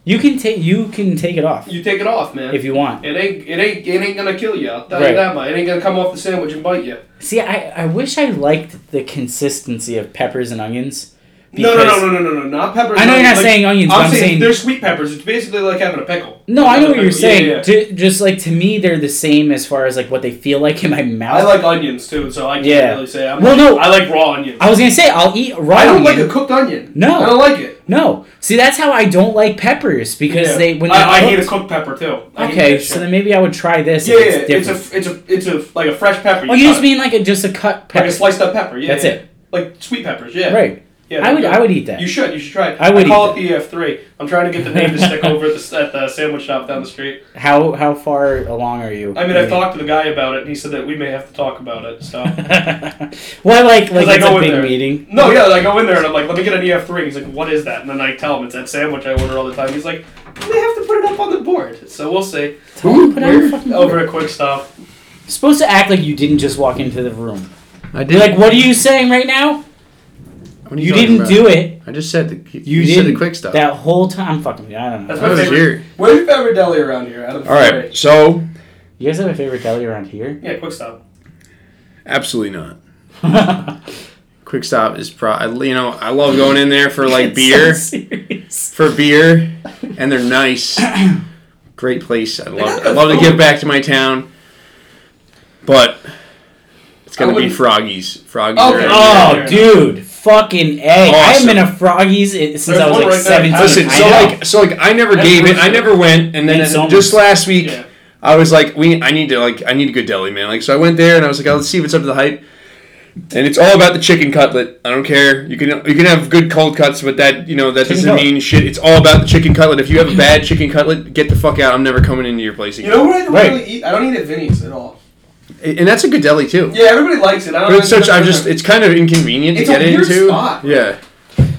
[SPEAKER 1] You can take you can take it off
[SPEAKER 2] you take it off, man.
[SPEAKER 1] if you want.
[SPEAKER 2] It ain't it ain't it ain't gonna kill you. I'll tell
[SPEAKER 1] Right.
[SPEAKER 2] you that much. It ain't gonna come off the sandwich and bite you.
[SPEAKER 1] See, I I wish I liked the consistency of peppers and onions.
[SPEAKER 2] No, no,
[SPEAKER 1] because-
[SPEAKER 2] no, no, no, no, no, not peppers.
[SPEAKER 1] I know you're not
[SPEAKER 2] like-
[SPEAKER 1] saying onions, but
[SPEAKER 2] I'm saying,
[SPEAKER 1] saying
[SPEAKER 2] they're sweet peppers. It's basically like having a pickle.
[SPEAKER 1] No, I know what you're
[SPEAKER 2] Yeah,
[SPEAKER 1] saying.
[SPEAKER 2] yeah.
[SPEAKER 1] Ju- just like to me, they're the same as far as like what they feel like in my mouth.
[SPEAKER 2] I like onions too, so I can't
[SPEAKER 1] Yeah.
[SPEAKER 2] really say. I'm
[SPEAKER 1] Well, no.
[SPEAKER 2] I like raw onions.
[SPEAKER 1] I was gonna say I'll eat raw.
[SPEAKER 2] I don't like
[SPEAKER 1] onion.
[SPEAKER 2] a cooked onion.
[SPEAKER 1] No.
[SPEAKER 2] I don't like it.
[SPEAKER 1] No, see that's how I don't like peppers because
[SPEAKER 2] Yeah.
[SPEAKER 1] they when they
[SPEAKER 2] I, I hate a
[SPEAKER 1] cooked-
[SPEAKER 2] cooked pepper too. I hate
[SPEAKER 1] Okay,
[SPEAKER 2] that
[SPEAKER 1] so
[SPEAKER 2] shit.
[SPEAKER 1] then maybe I would try this.
[SPEAKER 2] yeah,
[SPEAKER 1] if
[SPEAKER 2] yeah,
[SPEAKER 1] it's
[SPEAKER 2] it's
[SPEAKER 1] different.
[SPEAKER 2] a, it's a, it's a like a fresh pepper.
[SPEAKER 1] oh, you
[SPEAKER 2] cut
[SPEAKER 1] just
[SPEAKER 2] it.
[SPEAKER 1] mean like a just a cut pepper.
[SPEAKER 2] like a sliced up pepper. Yeah,
[SPEAKER 1] that's
[SPEAKER 2] yeah,
[SPEAKER 1] it,
[SPEAKER 2] Like sweet peppers. Yeah,
[SPEAKER 1] right?
[SPEAKER 2] Yeah,
[SPEAKER 1] I would
[SPEAKER 2] they're
[SPEAKER 1] I would eat that.
[SPEAKER 2] You should. You should try it.
[SPEAKER 1] I would
[SPEAKER 2] call it the F3. I'm trying to get the name to stick over at the, at the sandwich shop down the street.
[SPEAKER 1] How how far along are you?
[SPEAKER 2] I mean, I've talked to the guy about it, and he said that we may have to talk about it. So
[SPEAKER 1] well, I like like
[SPEAKER 2] I
[SPEAKER 1] it's
[SPEAKER 2] go
[SPEAKER 1] a
[SPEAKER 2] in
[SPEAKER 1] big
[SPEAKER 2] there.
[SPEAKER 1] meeting.
[SPEAKER 2] no, yeah, I go in there and I'm like, let me get an EF3. He's like, what is that? And then I tell him it's that sandwich I order all the time. He's like, they have to put it up on the board. So we'll see.
[SPEAKER 1] Who? Put on your fucking
[SPEAKER 2] Over at Quick Stop.
[SPEAKER 1] You're supposed to act like you didn't just walk into the room.
[SPEAKER 3] I did.
[SPEAKER 1] You're like, what are you saying right now? You didn't do it.
[SPEAKER 3] I just said the.
[SPEAKER 1] You, didn't. that whole time. I'm fucking. I don't know.
[SPEAKER 2] That's my favorite. Where's your favorite deli around here? Out of
[SPEAKER 3] All right. So
[SPEAKER 1] You guys have a favorite deli around here?
[SPEAKER 2] Yeah, Quick Stop.
[SPEAKER 3] absolutely not. Quick stop is pro. I- You know, I love going in there for like beer,
[SPEAKER 1] So serious.
[SPEAKER 3] for beer, and they're nice. Great place. I love. I love to give back to my town, but it's
[SPEAKER 2] I
[SPEAKER 3] gonna be
[SPEAKER 2] wouldn't-
[SPEAKER 3] Froggies. Froggies.
[SPEAKER 2] Okay.
[SPEAKER 3] are-
[SPEAKER 1] Oh, dude, fucking a! I haven't
[SPEAKER 3] Awesome.
[SPEAKER 1] been a Froggies i- since I was like
[SPEAKER 2] There's one right there.
[SPEAKER 1] seventeen.
[SPEAKER 3] Listen,
[SPEAKER 1] I
[SPEAKER 3] so
[SPEAKER 1] know.
[SPEAKER 3] like, so like, I never
[SPEAKER 2] That's
[SPEAKER 3] gave it.
[SPEAKER 2] pretty
[SPEAKER 3] I never went, and then
[SPEAKER 1] It's almost-
[SPEAKER 3] just last week,
[SPEAKER 2] Yeah.
[SPEAKER 3] I was like, we, I need to like, I need a good deli, man. Like, so I went there, and I was like, oh, let's see if it's up to the hype. And it's all about the chicken cutlet. I don't care. You can you can have good cold cuts, but that you know that
[SPEAKER 1] Chicken
[SPEAKER 3] doesn't
[SPEAKER 1] cutlet.
[SPEAKER 3] mean shit. It's all about the chicken cutlet. If you have a bad chicken cutlet, get the fuck out. I'm never coming into your place
[SPEAKER 2] You
[SPEAKER 3] again.
[SPEAKER 2] know what I don't
[SPEAKER 1] Right.
[SPEAKER 2] really eat? I don't eat at Vinny's at all.
[SPEAKER 3] and that's a good deli too.
[SPEAKER 2] Yeah, everybody likes it. I don't
[SPEAKER 3] But it's
[SPEAKER 2] really-
[SPEAKER 3] such. I'm just. It's kind of inconvenient
[SPEAKER 2] It's
[SPEAKER 3] to
[SPEAKER 2] a
[SPEAKER 3] get
[SPEAKER 2] weird
[SPEAKER 3] into.
[SPEAKER 2] spot.
[SPEAKER 3] Yeah,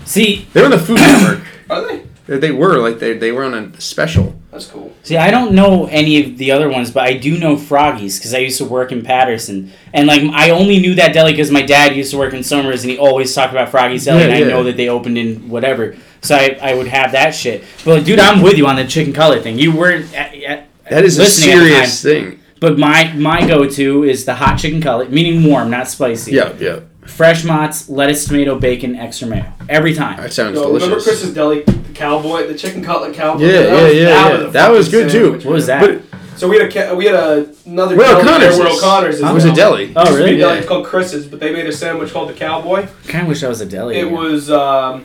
[SPEAKER 1] see,
[SPEAKER 3] they were on the Food Network.
[SPEAKER 2] Are they?
[SPEAKER 3] They were like they they were on a special.
[SPEAKER 2] That's cool.
[SPEAKER 1] see, I don't know any of the other ones, but I do know Froggies because I used to work in Patterson, and like I only knew that deli because my dad used to work in Somers, and he always talked about Froggies deli,
[SPEAKER 3] Yeah,
[SPEAKER 1] and I
[SPEAKER 3] yeah.
[SPEAKER 1] know that they opened in whatever, so I, I would have that shit. But dude, I'm with you on the chicken cutlet thing. You weren't. At, at,
[SPEAKER 3] That is
[SPEAKER 1] listening at
[SPEAKER 3] a
[SPEAKER 1] the
[SPEAKER 3] serious thing.
[SPEAKER 1] But my my go to is the hot chicken cutlet, meaning warm, not spicy.
[SPEAKER 3] Yeah, yeah.
[SPEAKER 1] Fresh mozz, lettuce, tomato, bacon, extra mayo. Every time.
[SPEAKER 3] That sounds
[SPEAKER 2] Yo, remember
[SPEAKER 3] delicious.
[SPEAKER 2] Chris's Deli? cowboy, the chicken cutlet cowboy.
[SPEAKER 3] Yeah,
[SPEAKER 2] that was,
[SPEAKER 3] yeah, yeah,
[SPEAKER 2] That
[SPEAKER 3] yeah.
[SPEAKER 2] was, a
[SPEAKER 3] That was
[SPEAKER 2] fucking
[SPEAKER 3] good, too.
[SPEAKER 2] sandwich,
[SPEAKER 1] What was
[SPEAKER 2] man.
[SPEAKER 1] that?
[SPEAKER 3] But-
[SPEAKER 2] So we had a ca- we had a, another.
[SPEAKER 3] Where
[SPEAKER 2] deli
[SPEAKER 3] O'Connor's
[SPEAKER 2] there, Where
[SPEAKER 3] is.
[SPEAKER 2] O'Connor's is
[SPEAKER 1] Huh?
[SPEAKER 3] It was a
[SPEAKER 2] now.
[SPEAKER 3] deli.
[SPEAKER 1] Oh,
[SPEAKER 2] Used to be a
[SPEAKER 1] really?
[SPEAKER 2] deli,
[SPEAKER 3] Yeah.
[SPEAKER 2] It's called Chris's, but they made a sandwich called the Cowboy.
[SPEAKER 1] kind of wish I was a
[SPEAKER 3] Oh,
[SPEAKER 1] deli.
[SPEAKER 2] It was um,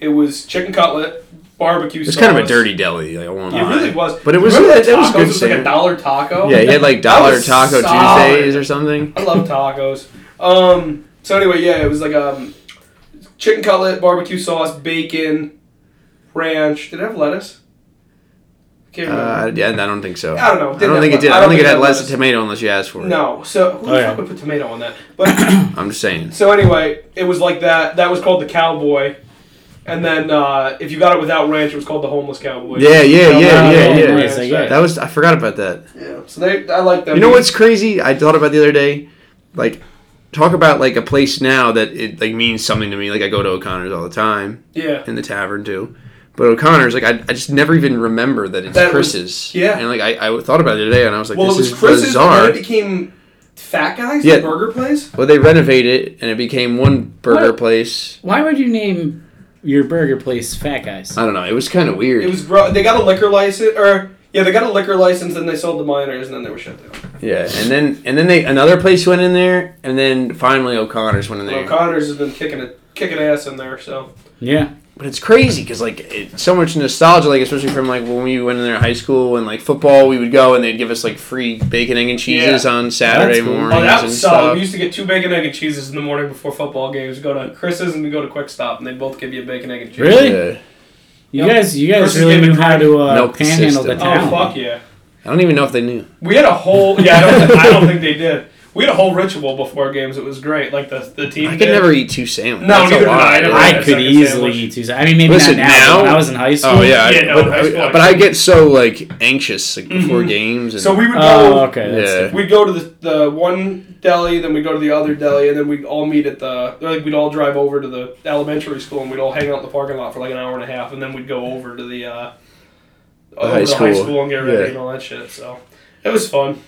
[SPEAKER 2] it was chicken cutlet, barbecue.
[SPEAKER 3] It's
[SPEAKER 2] sauce.
[SPEAKER 3] kind of a dirty deli. Like, I won't
[SPEAKER 2] It
[SPEAKER 3] lie.
[SPEAKER 2] really was.
[SPEAKER 3] But it was-
[SPEAKER 2] Remember
[SPEAKER 3] that- that was
[SPEAKER 2] tacos?
[SPEAKER 3] good
[SPEAKER 2] It was like a
[SPEAKER 3] sandwich.
[SPEAKER 2] dollar taco.
[SPEAKER 3] Yeah, he had like
[SPEAKER 2] That
[SPEAKER 3] Dollar
[SPEAKER 2] was
[SPEAKER 3] Taco
[SPEAKER 2] solid.
[SPEAKER 3] Tuesdays or something.
[SPEAKER 2] I love tacos. Um, so anyway, yeah, it was like um, chicken cutlet, barbecue sauce, bacon, ranch. Did it have lettuce? Can't remember.
[SPEAKER 3] Uh, yeah, I don't think so.
[SPEAKER 2] I don't know.
[SPEAKER 3] I don't think it did. I don't think it had less tomato unless you asked for it.
[SPEAKER 2] No. So who the
[SPEAKER 1] Oh, yeah.
[SPEAKER 2] fuck would put tomato on that? But
[SPEAKER 3] I'm just saying.
[SPEAKER 2] so anyway, it was like that. That was called the cowboy. And then uh, if you got it without ranch, it was called the homeless cowboy.
[SPEAKER 3] Yeah, yeah, yeah,
[SPEAKER 1] wow,
[SPEAKER 3] yeah,
[SPEAKER 1] yeah,
[SPEAKER 3] yeah.
[SPEAKER 1] nice, I guess.
[SPEAKER 3] That was I forgot about that.
[SPEAKER 2] Yeah. So they, I like them.
[SPEAKER 3] You know what's crazy? I thought about the other day, like talk about like a place now that it like means something to me. Like I go to O'Connor's all the time
[SPEAKER 2] Yeah.
[SPEAKER 3] in the tavern too. But O'Connor's, like I, I just never even remember that it's
[SPEAKER 2] That was-
[SPEAKER 3] Chris's.
[SPEAKER 2] yeah.
[SPEAKER 3] and like I, I thought about it today, and I was like,
[SPEAKER 2] Well,
[SPEAKER 3] this
[SPEAKER 2] it was
[SPEAKER 3] is
[SPEAKER 2] Chris's, and
[SPEAKER 3] bizarre.
[SPEAKER 2] then it became Fat Guys,
[SPEAKER 3] Yeah.
[SPEAKER 2] the burger place.
[SPEAKER 3] Well, they renovated it, and it became one burger
[SPEAKER 1] What?
[SPEAKER 3] place.
[SPEAKER 1] Why would you name your burger place Fat Guys?
[SPEAKER 3] I don't know. It was kind of weird.
[SPEAKER 2] It was gro- they got a liquor license, or yeah, they got a liquor license, and they sold the minors, and then they were shut down.
[SPEAKER 3] Yeah, and then and then they another place went in there, and then finally O'Connor's went in there.
[SPEAKER 2] O'Connor's has been kicking a kicking ass in there, so
[SPEAKER 1] Yeah.
[SPEAKER 3] but it's crazy because like it, so much nostalgia, like especially from like when we went in there in high school and like football, we would go and they'd give us like free bacon egg and cheeses on Saturday
[SPEAKER 1] That's cool.
[SPEAKER 3] mornings
[SPEAKER 2] oh, that
[SPEAKER 3] and
[SPEAKER 2] was solid. We
[SPEAKER 3] stuff.
[SPEAKER 2] used to get two bacon egg and cheeses in the morning before football games. Go to Chris's and we go to Quick Stop, and they both give you a bacon egg and cheese.
[SPEAKER 1] Really?
[SPEAKER 3] Yeah.
[SPEAKER 1] You
[SPEAKER 2] Yep.
[SPEAKER 1] guys, you guys
[SPEAKER 2] Versus
[SPEAKER 1] really
[SPEAKER 2] David
[SPEAKER 1] knew how to uh,
[SPEAKER 3] Milk the
[SPEAKER 1] panhandle the
[SPEAKER 3] system.
[SPEAKER 1] town.
[SPEAKER 2] Oh fuck yeah!
[SPEAKER 3] I don't even know if they knew.
[SPEAKER 2] We had a whole yeah. I don't, I don't think they did. We had a whole ritual before games. It was great. Like the the team.
[SPEAKER 3] I could
[SPEAKER 2] did.
[SPEAKER 3] never eat two sandwiches.
[SPEAKER 2] No,
[SPEAKER 3] That's a
[SPEAKER 2] neither did
[SPEAKER 3] lot.
[SPEAKER 2] I. I never
[SPEAKER 1] I
[SPEAKER 2] Yeah,
[SPEAKER 1] could
[SPEAKER 2] second
[SPEAKER 1] easily
[SPEAKER 2] sandwich.
[SPEAKER 1] eat two. I mean, maybe
[SPEAKER 3] Listen,
[SPEAKER 1] not now. but
[SPEAKER 3] now-
[SPEAKER 1] when I was in high school.
[SPEAKER 3] Oh yeah, I-
[SPEAKER 2] Yeah, no,
[SPEAKER 3] but,
[SPEAKER 2] high school, Mm-hmm.
[SPEAKER 3] I, but I get so like anxious like before games. And,
[SPEAKER 2] So we would go.
[SPEAKER 1] Oh, okay. That's
[SPEAKER 3] Yeah.
[SPEAKER 1] yeah.
[SPEAKER 2] We'd go to the, the one deli, then we'd go to the other deli, and then we'd all meet at the or, like we'd all drive over to the elementary school, and we'd all hang out in the parking lot for like an hour and a half, and then we'd go over to the uh, over
[SPEAKER 3] high
[SPEAKER 2] to the high
[SPEAKER 3] school.
[SPEAKER 2] school and get ready
[SPEAKER 3] Yeah.
[SPEAKER 2] and all that shit. So it was fun.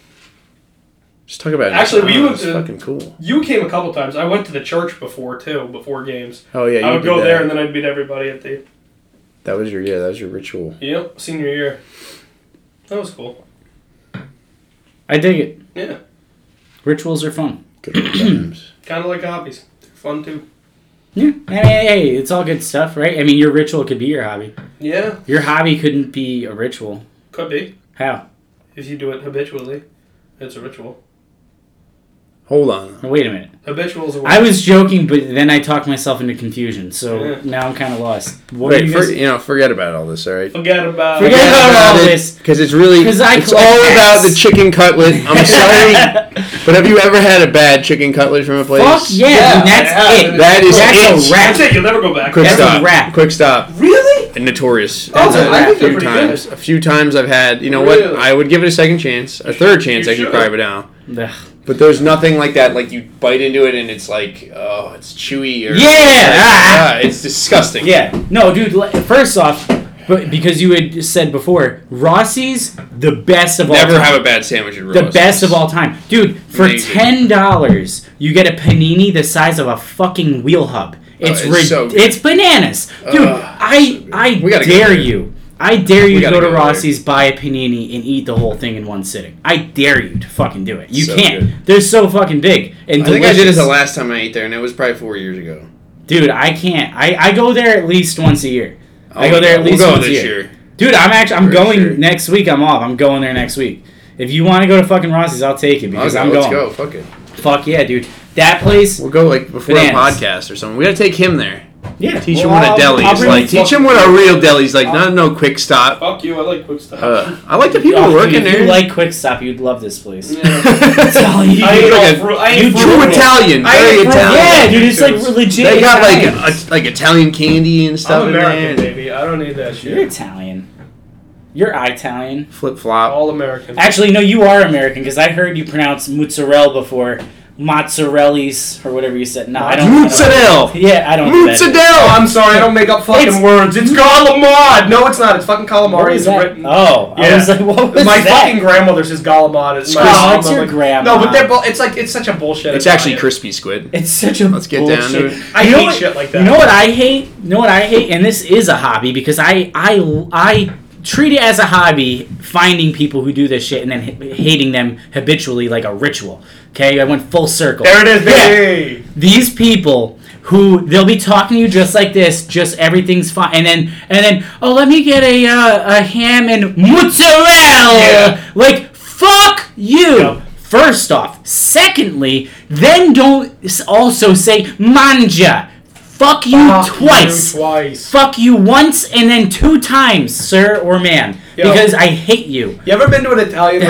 [SPEAKER 3] just talk about
[SPEAKER 2] Actually, we uh,
[SPEAKER 3] nostalgia.
[SPEAKER 2] went
[SPEAKER 3] It's
[SPEAKER 2] to-
[SPEAKER 3] fucking cool.
[SPEAKER 2] You came a couple times. I went to the church before too, before games.
[SPEAKER 3] Oh yeah, you
[SPEAKER 2] I would
[SPEAKER 3] did
[SPEAKER 2] go
[SPEAKER 3] that.
[SPEAKER 2] there, and then I'd meet everybody at the
[SPEAKER 3] that was your yeah, that was your ritual.
[SPEAKER 2] yep senior year. That was cool.
[SPEAKER 1] I dig it.
[SPEAKER 2] Yeah,
[SPEAKER 1] Rituals are fun.
[SPEAKER 3] Good old times.
[SPEAKER 2] kind of like hobbies. They're fun too.
[SPEAKER 1] Yeah. I mean, hey, it's all good stuff, right? I mean, your ritual could be your hobby.
[SPEAKER 2] Yeah,
[SPEAKER 1] Your hobby couldn't be a ritual.
[SPEAKER 2] could be
[SPEAKER 1] How?
[SPEAKER 2] if you do it habitually. It's a ritual.
[SPEAKER 3] Hold on.
[SPEAKER 1] Oh, Wait a minute.
[SPEAKER 2] Habitual is a word.
[SPEAKER 1] I was joking, but then I talked myself into confusion. So
[SPEAKER 2] Yeah.
[SPEAKER 1] now I'm kind of lost. What
[SPEAKER 3] Wait,
[SPEAKER 1] are you
[SPEAKER 3] for,
[SPEAKER 1] guys-
[SPEAKER 3] you know, forget about all this, all right?
[SPEAKER 2] Forget about.
[SPEAKER 1] Forget about all this.
[SPEAKER 3] because it's really
[SPEAKER 1] 'Cause I
[SPEAKER 3] it's all
[SPEAKER 1] collect
[SPEAKER 3] about
[SPEAKER 1] hats.
[SPEAKER 3] the chicken cutlet. I'm sorry, but have you ever had a bad chicken cutlet from a place?
[SPEAKER 1] Fuck yeah,
[SPEAKER 2] Yeah,
[SPEAKER 1] and that's
[SPEAKER 2] yeah.
[SPEAKER 1] it.
[SPEAKER 3] That is
[SPEAKER 1] That's
[SPEAKER 3] it.
[SPEAKER 1] a wrap.
[SPEAKER 2] That's it. You'll never go back.
[SPEAKER 3] Quick
[SPEAKER 1] That's a
[SPEAKER 3] stop.
[SPEAKER 1] wrap.
[SPEAKER 3] Quick stop.
[SPEAKER 2] Really?
[SPEAKER 3] And notorious.
[SPEAKER 2] That's
[SPEAKER 1] a wrap.
[SPEAKER 3] a
[SPEAKER 2] Oh, They're
[SPEAKER 3] few
[SPEAKER 2] pretty
[SPEAKER 3] times. A few times I've had. You know what?
[SPEAKER 2] Really?
[SPEAKER 3] I would give it a second chance, a third chance.
[SPEAKER 2] You
[SPEAKER 3] I could
[SPEAKER 2] should.
[SPEAKER 3] probably now.
[SPEAKER 1] Ugh.
[SPEAKER 3] But there's nothing like that. Like you bite into it and it's like, oh, it's chewy or
[SPEAKER 1] Yeah!
[SPEAKER 3] Ah, it's disgusting.
[SPEAKER 1] Yeah. No, dude. le- First off, but because you had said before, Rossi's the best of all.
[SPEAKER 3] Never
[SPEAKER 1] time.
[SPEAKER 3] have a bad sandwich at
[SPEAKER 1] the
[SPEAKER 3] Rossi's.
[SPEAKER 1] best of all time, dude. For
[SPEAKER 3] Amazing.
[SPEAKER 1] ten dollars, you get a panini the size of a fucking wheel hub. It's
[SPEAKER 3] Oh, it's
[SPEAKER 1] rid-
[SPEAKER 3] so good.
[SPEAKER 1] it's bananas, dude.
[SPEAKER 3] Ugh, so
[SPEAKER 1] I
[SPEAKER 3] good.
[SPEAKER 1] I
[SPEAKER 3] We gotta go
[SPEAKER 1] dare
[SPEAKER 3] there.
[SPEAKER 1] you. I dare you to
[SPEAKER 3] gotta
[SPEAKER 1] go to
[SPEAKER 3] go there.
[SPEAKER 1] Rossi's, buy a panini, and eat the whole thing in one sitting. I dare you to fucking do it. You
[SPEAKER 3] So
[SPEAKER 1] can't.
[SPEAKER 3] good.
[SPEAKER 1] They're so fucking big and
[SPEAKER 3] I think I did it
[SPEAKER 1] delicious.
[SPEAKER 3] the last time I ate there, and it was probably four years ago.
[SPEAKER 1] Dude, I can't. I, I go there at least once a year. I go there at least
[SPEAKER 3] we'll go
[SPEAKER 1] once a
[SPEAKER 3] this
[SPEAKER 1] year.
[SPEAKER 3] year.
[SPEAKER 1] Dude, I'm actually I'm
[SPEAKER 3] For
[SPEAKER 1] going
[SPEAKER 3] sure.
[SPEAKER 1] next week. I'm off. I'm going there next week. If you want to go to fucking Rossi's, I'll take it because
[SPEAKER 3] Okay,
[SPEAKER 1] I'm
[SPEAKER 3] let's
[SPEAKER 1] going.
[SPEAKER 3] go. Fuck it.
[SPEAKER 1] Fuck yeah, dude. That place.
[SPEAKER 3] We'll go like before a
[SPEAKER 1] Bananas.
[SPEAKER 3] podcast or something. We gotta take him there.
[SPEAKER 1] Yeah.
[SPEAKER 3] Teach
[SPEAKER 1] well,
[SPEAKER 3] him what
[SPEAKER 1] I'll-
[SPEAKER 3] a deli
[SPEAKER 1] I'll
[SPEAKER 3] is
[SPEAKER 1] bring
[SPEAKER 3] like.
[SPEAKER 1] you-
[SPEAKER 3] Teach him what a real deli's like.
[SPEAKER 1] Uh,
[SPEAKER 3] Not no quick stop.
[SPEAKER 2] Fuck you. I like quick stuff.
[SPEAKER 3] Uh, I like the people
[SPEAKER 1] Oh, dude,
[SPEAKER 3] working
[SPEAKER 1] if
[SPEAKER 3] there.
[SPEAKER 1] you like Quick Stop, you'd love this place.
[SPEAKER 2] yeah.
[SPEAKER 1] telling you.
[SPEAKER 2] I ain't
[SPEAKER 3] Like
[SPEAKER 2] all
[SPEAKER 3] a-
[SPEAKER 2] fru- I ain't
[SPEAKER 1] you
[SPEAKER 2] frugal.
[SPEAKER 3] True Italian,
[SPEAKER 2] I
[SPEAKER 3] very
[SPEAKER 2] ain't from-
[SPEAKER 3] Italian.
[SPEAKER 1] yeah, dude, it's like legit.
[SPEAKER 3] They got like
[SPEAKER 1] Italians.
[SPEAKER 3] a, like Italian candy and stuff
[SPEAKER 2] I'm
[SPEAKER 3] in
[SPEAKER 2] American,
[SPEAKER 3] there.
[SPEAKER 2] baby. I don't need that
[SPEAKER 1] You're
[SPEAKER 2] shit.
[SPEAKER 1] Italian. You're Italian.
[SPEAKER 3] Flip flop.
[SPEAKER 2] All American.
[SPEAKER 1] Actually, no, you are American because I heard you pronounce mozzarella before. mozzarellas or whatever you said. No, I don't.
[SPEAKER 3] Mozzarella.
[SPEAKER 1] Yeah, I don't. do that.
[SPEAKER 3] Mozzarella.
[SPEAKER 2] Oh, I'm sorry, I don't make up fucking
[SPEAKER 1] It's-
[SPEAKER 2] words. It's Galamad. No, it's not. It's fucking
[SPEAKER 1] What
[SPEAKER 2] calamari.
[SPEAKER 1] was
[SPEAKER 2] It's
[SPEAKER 1] that?
[SPEAKER 2] written.
[SPEAKER 1] Oh, I
[SPEAKER 2] Yeah.
[SPEAKER 1] was like, what was
[SPEAKER 2] my
[SPEAKER 1] that?
[SPEAKER 2] fucking grandmother says Galamad. It's my
[SPEAKER 1] Oh,
[SPEAKER 2] mom.
[SPEAKER 1] it's
[SPEAKER 2] I'm
[SPEAKER 1] your
[SPEAKER 2] like,
[SPEAKER 1] grandma.
[SPEAKER 2] No, but they're bo- it's like it's such a bullshit.
[SPEAKER 3] It's actually
[SPEAKER 2] Italian.
[SPEAKER 3] crispy squid.
[SPEAKER 1] It's such a.
[SPEAKER 3] Let's get down to
[SPEAKER 1] bullshit-
[SPEAKER 3] it.
[SPEAKER 2] I
[SPEAKER 1] You know
[SPEAKER 2] hate
[SPEAKER 1] what-
[SPEAKER 2] shit like that.
[SPEAKER 1] You know what I hate? You know what I hate? And this is a hobby because I I I treat it as a hobby finding people who do this shit and then h- hating them habitually like a ritual. Okay, I went full circle.
[SPEAKER 2] There it is,
[SPEAKER 1] Yeah.
[SPEAKER 2] baby.
[SPEAKER 1] These people who they'll be talking to you just like this, just everything's fine, and then and then oh let me get a uh, a ham and mozzarella.
[SPEAKER 2] Yeah.
[SPEAKER 1] Like fuck you.
[SPEAKER 2] Yep.
[SPEAKER 1] First off, secondly, then don't s- also say manja. Fuck you
[SPEAKER 2] Fuck you
[SPEAKER 1] twice.
[SPEAKER 2] twice.
[SPEAKER 1] Fuck you once and then two times, sir or man,
[SPEAKER 2] Yo.
[SPEAKER 1] because I hate you.
[SPEAKER 2] You ever been to an Italian?
[SPEAKER 1] Ah,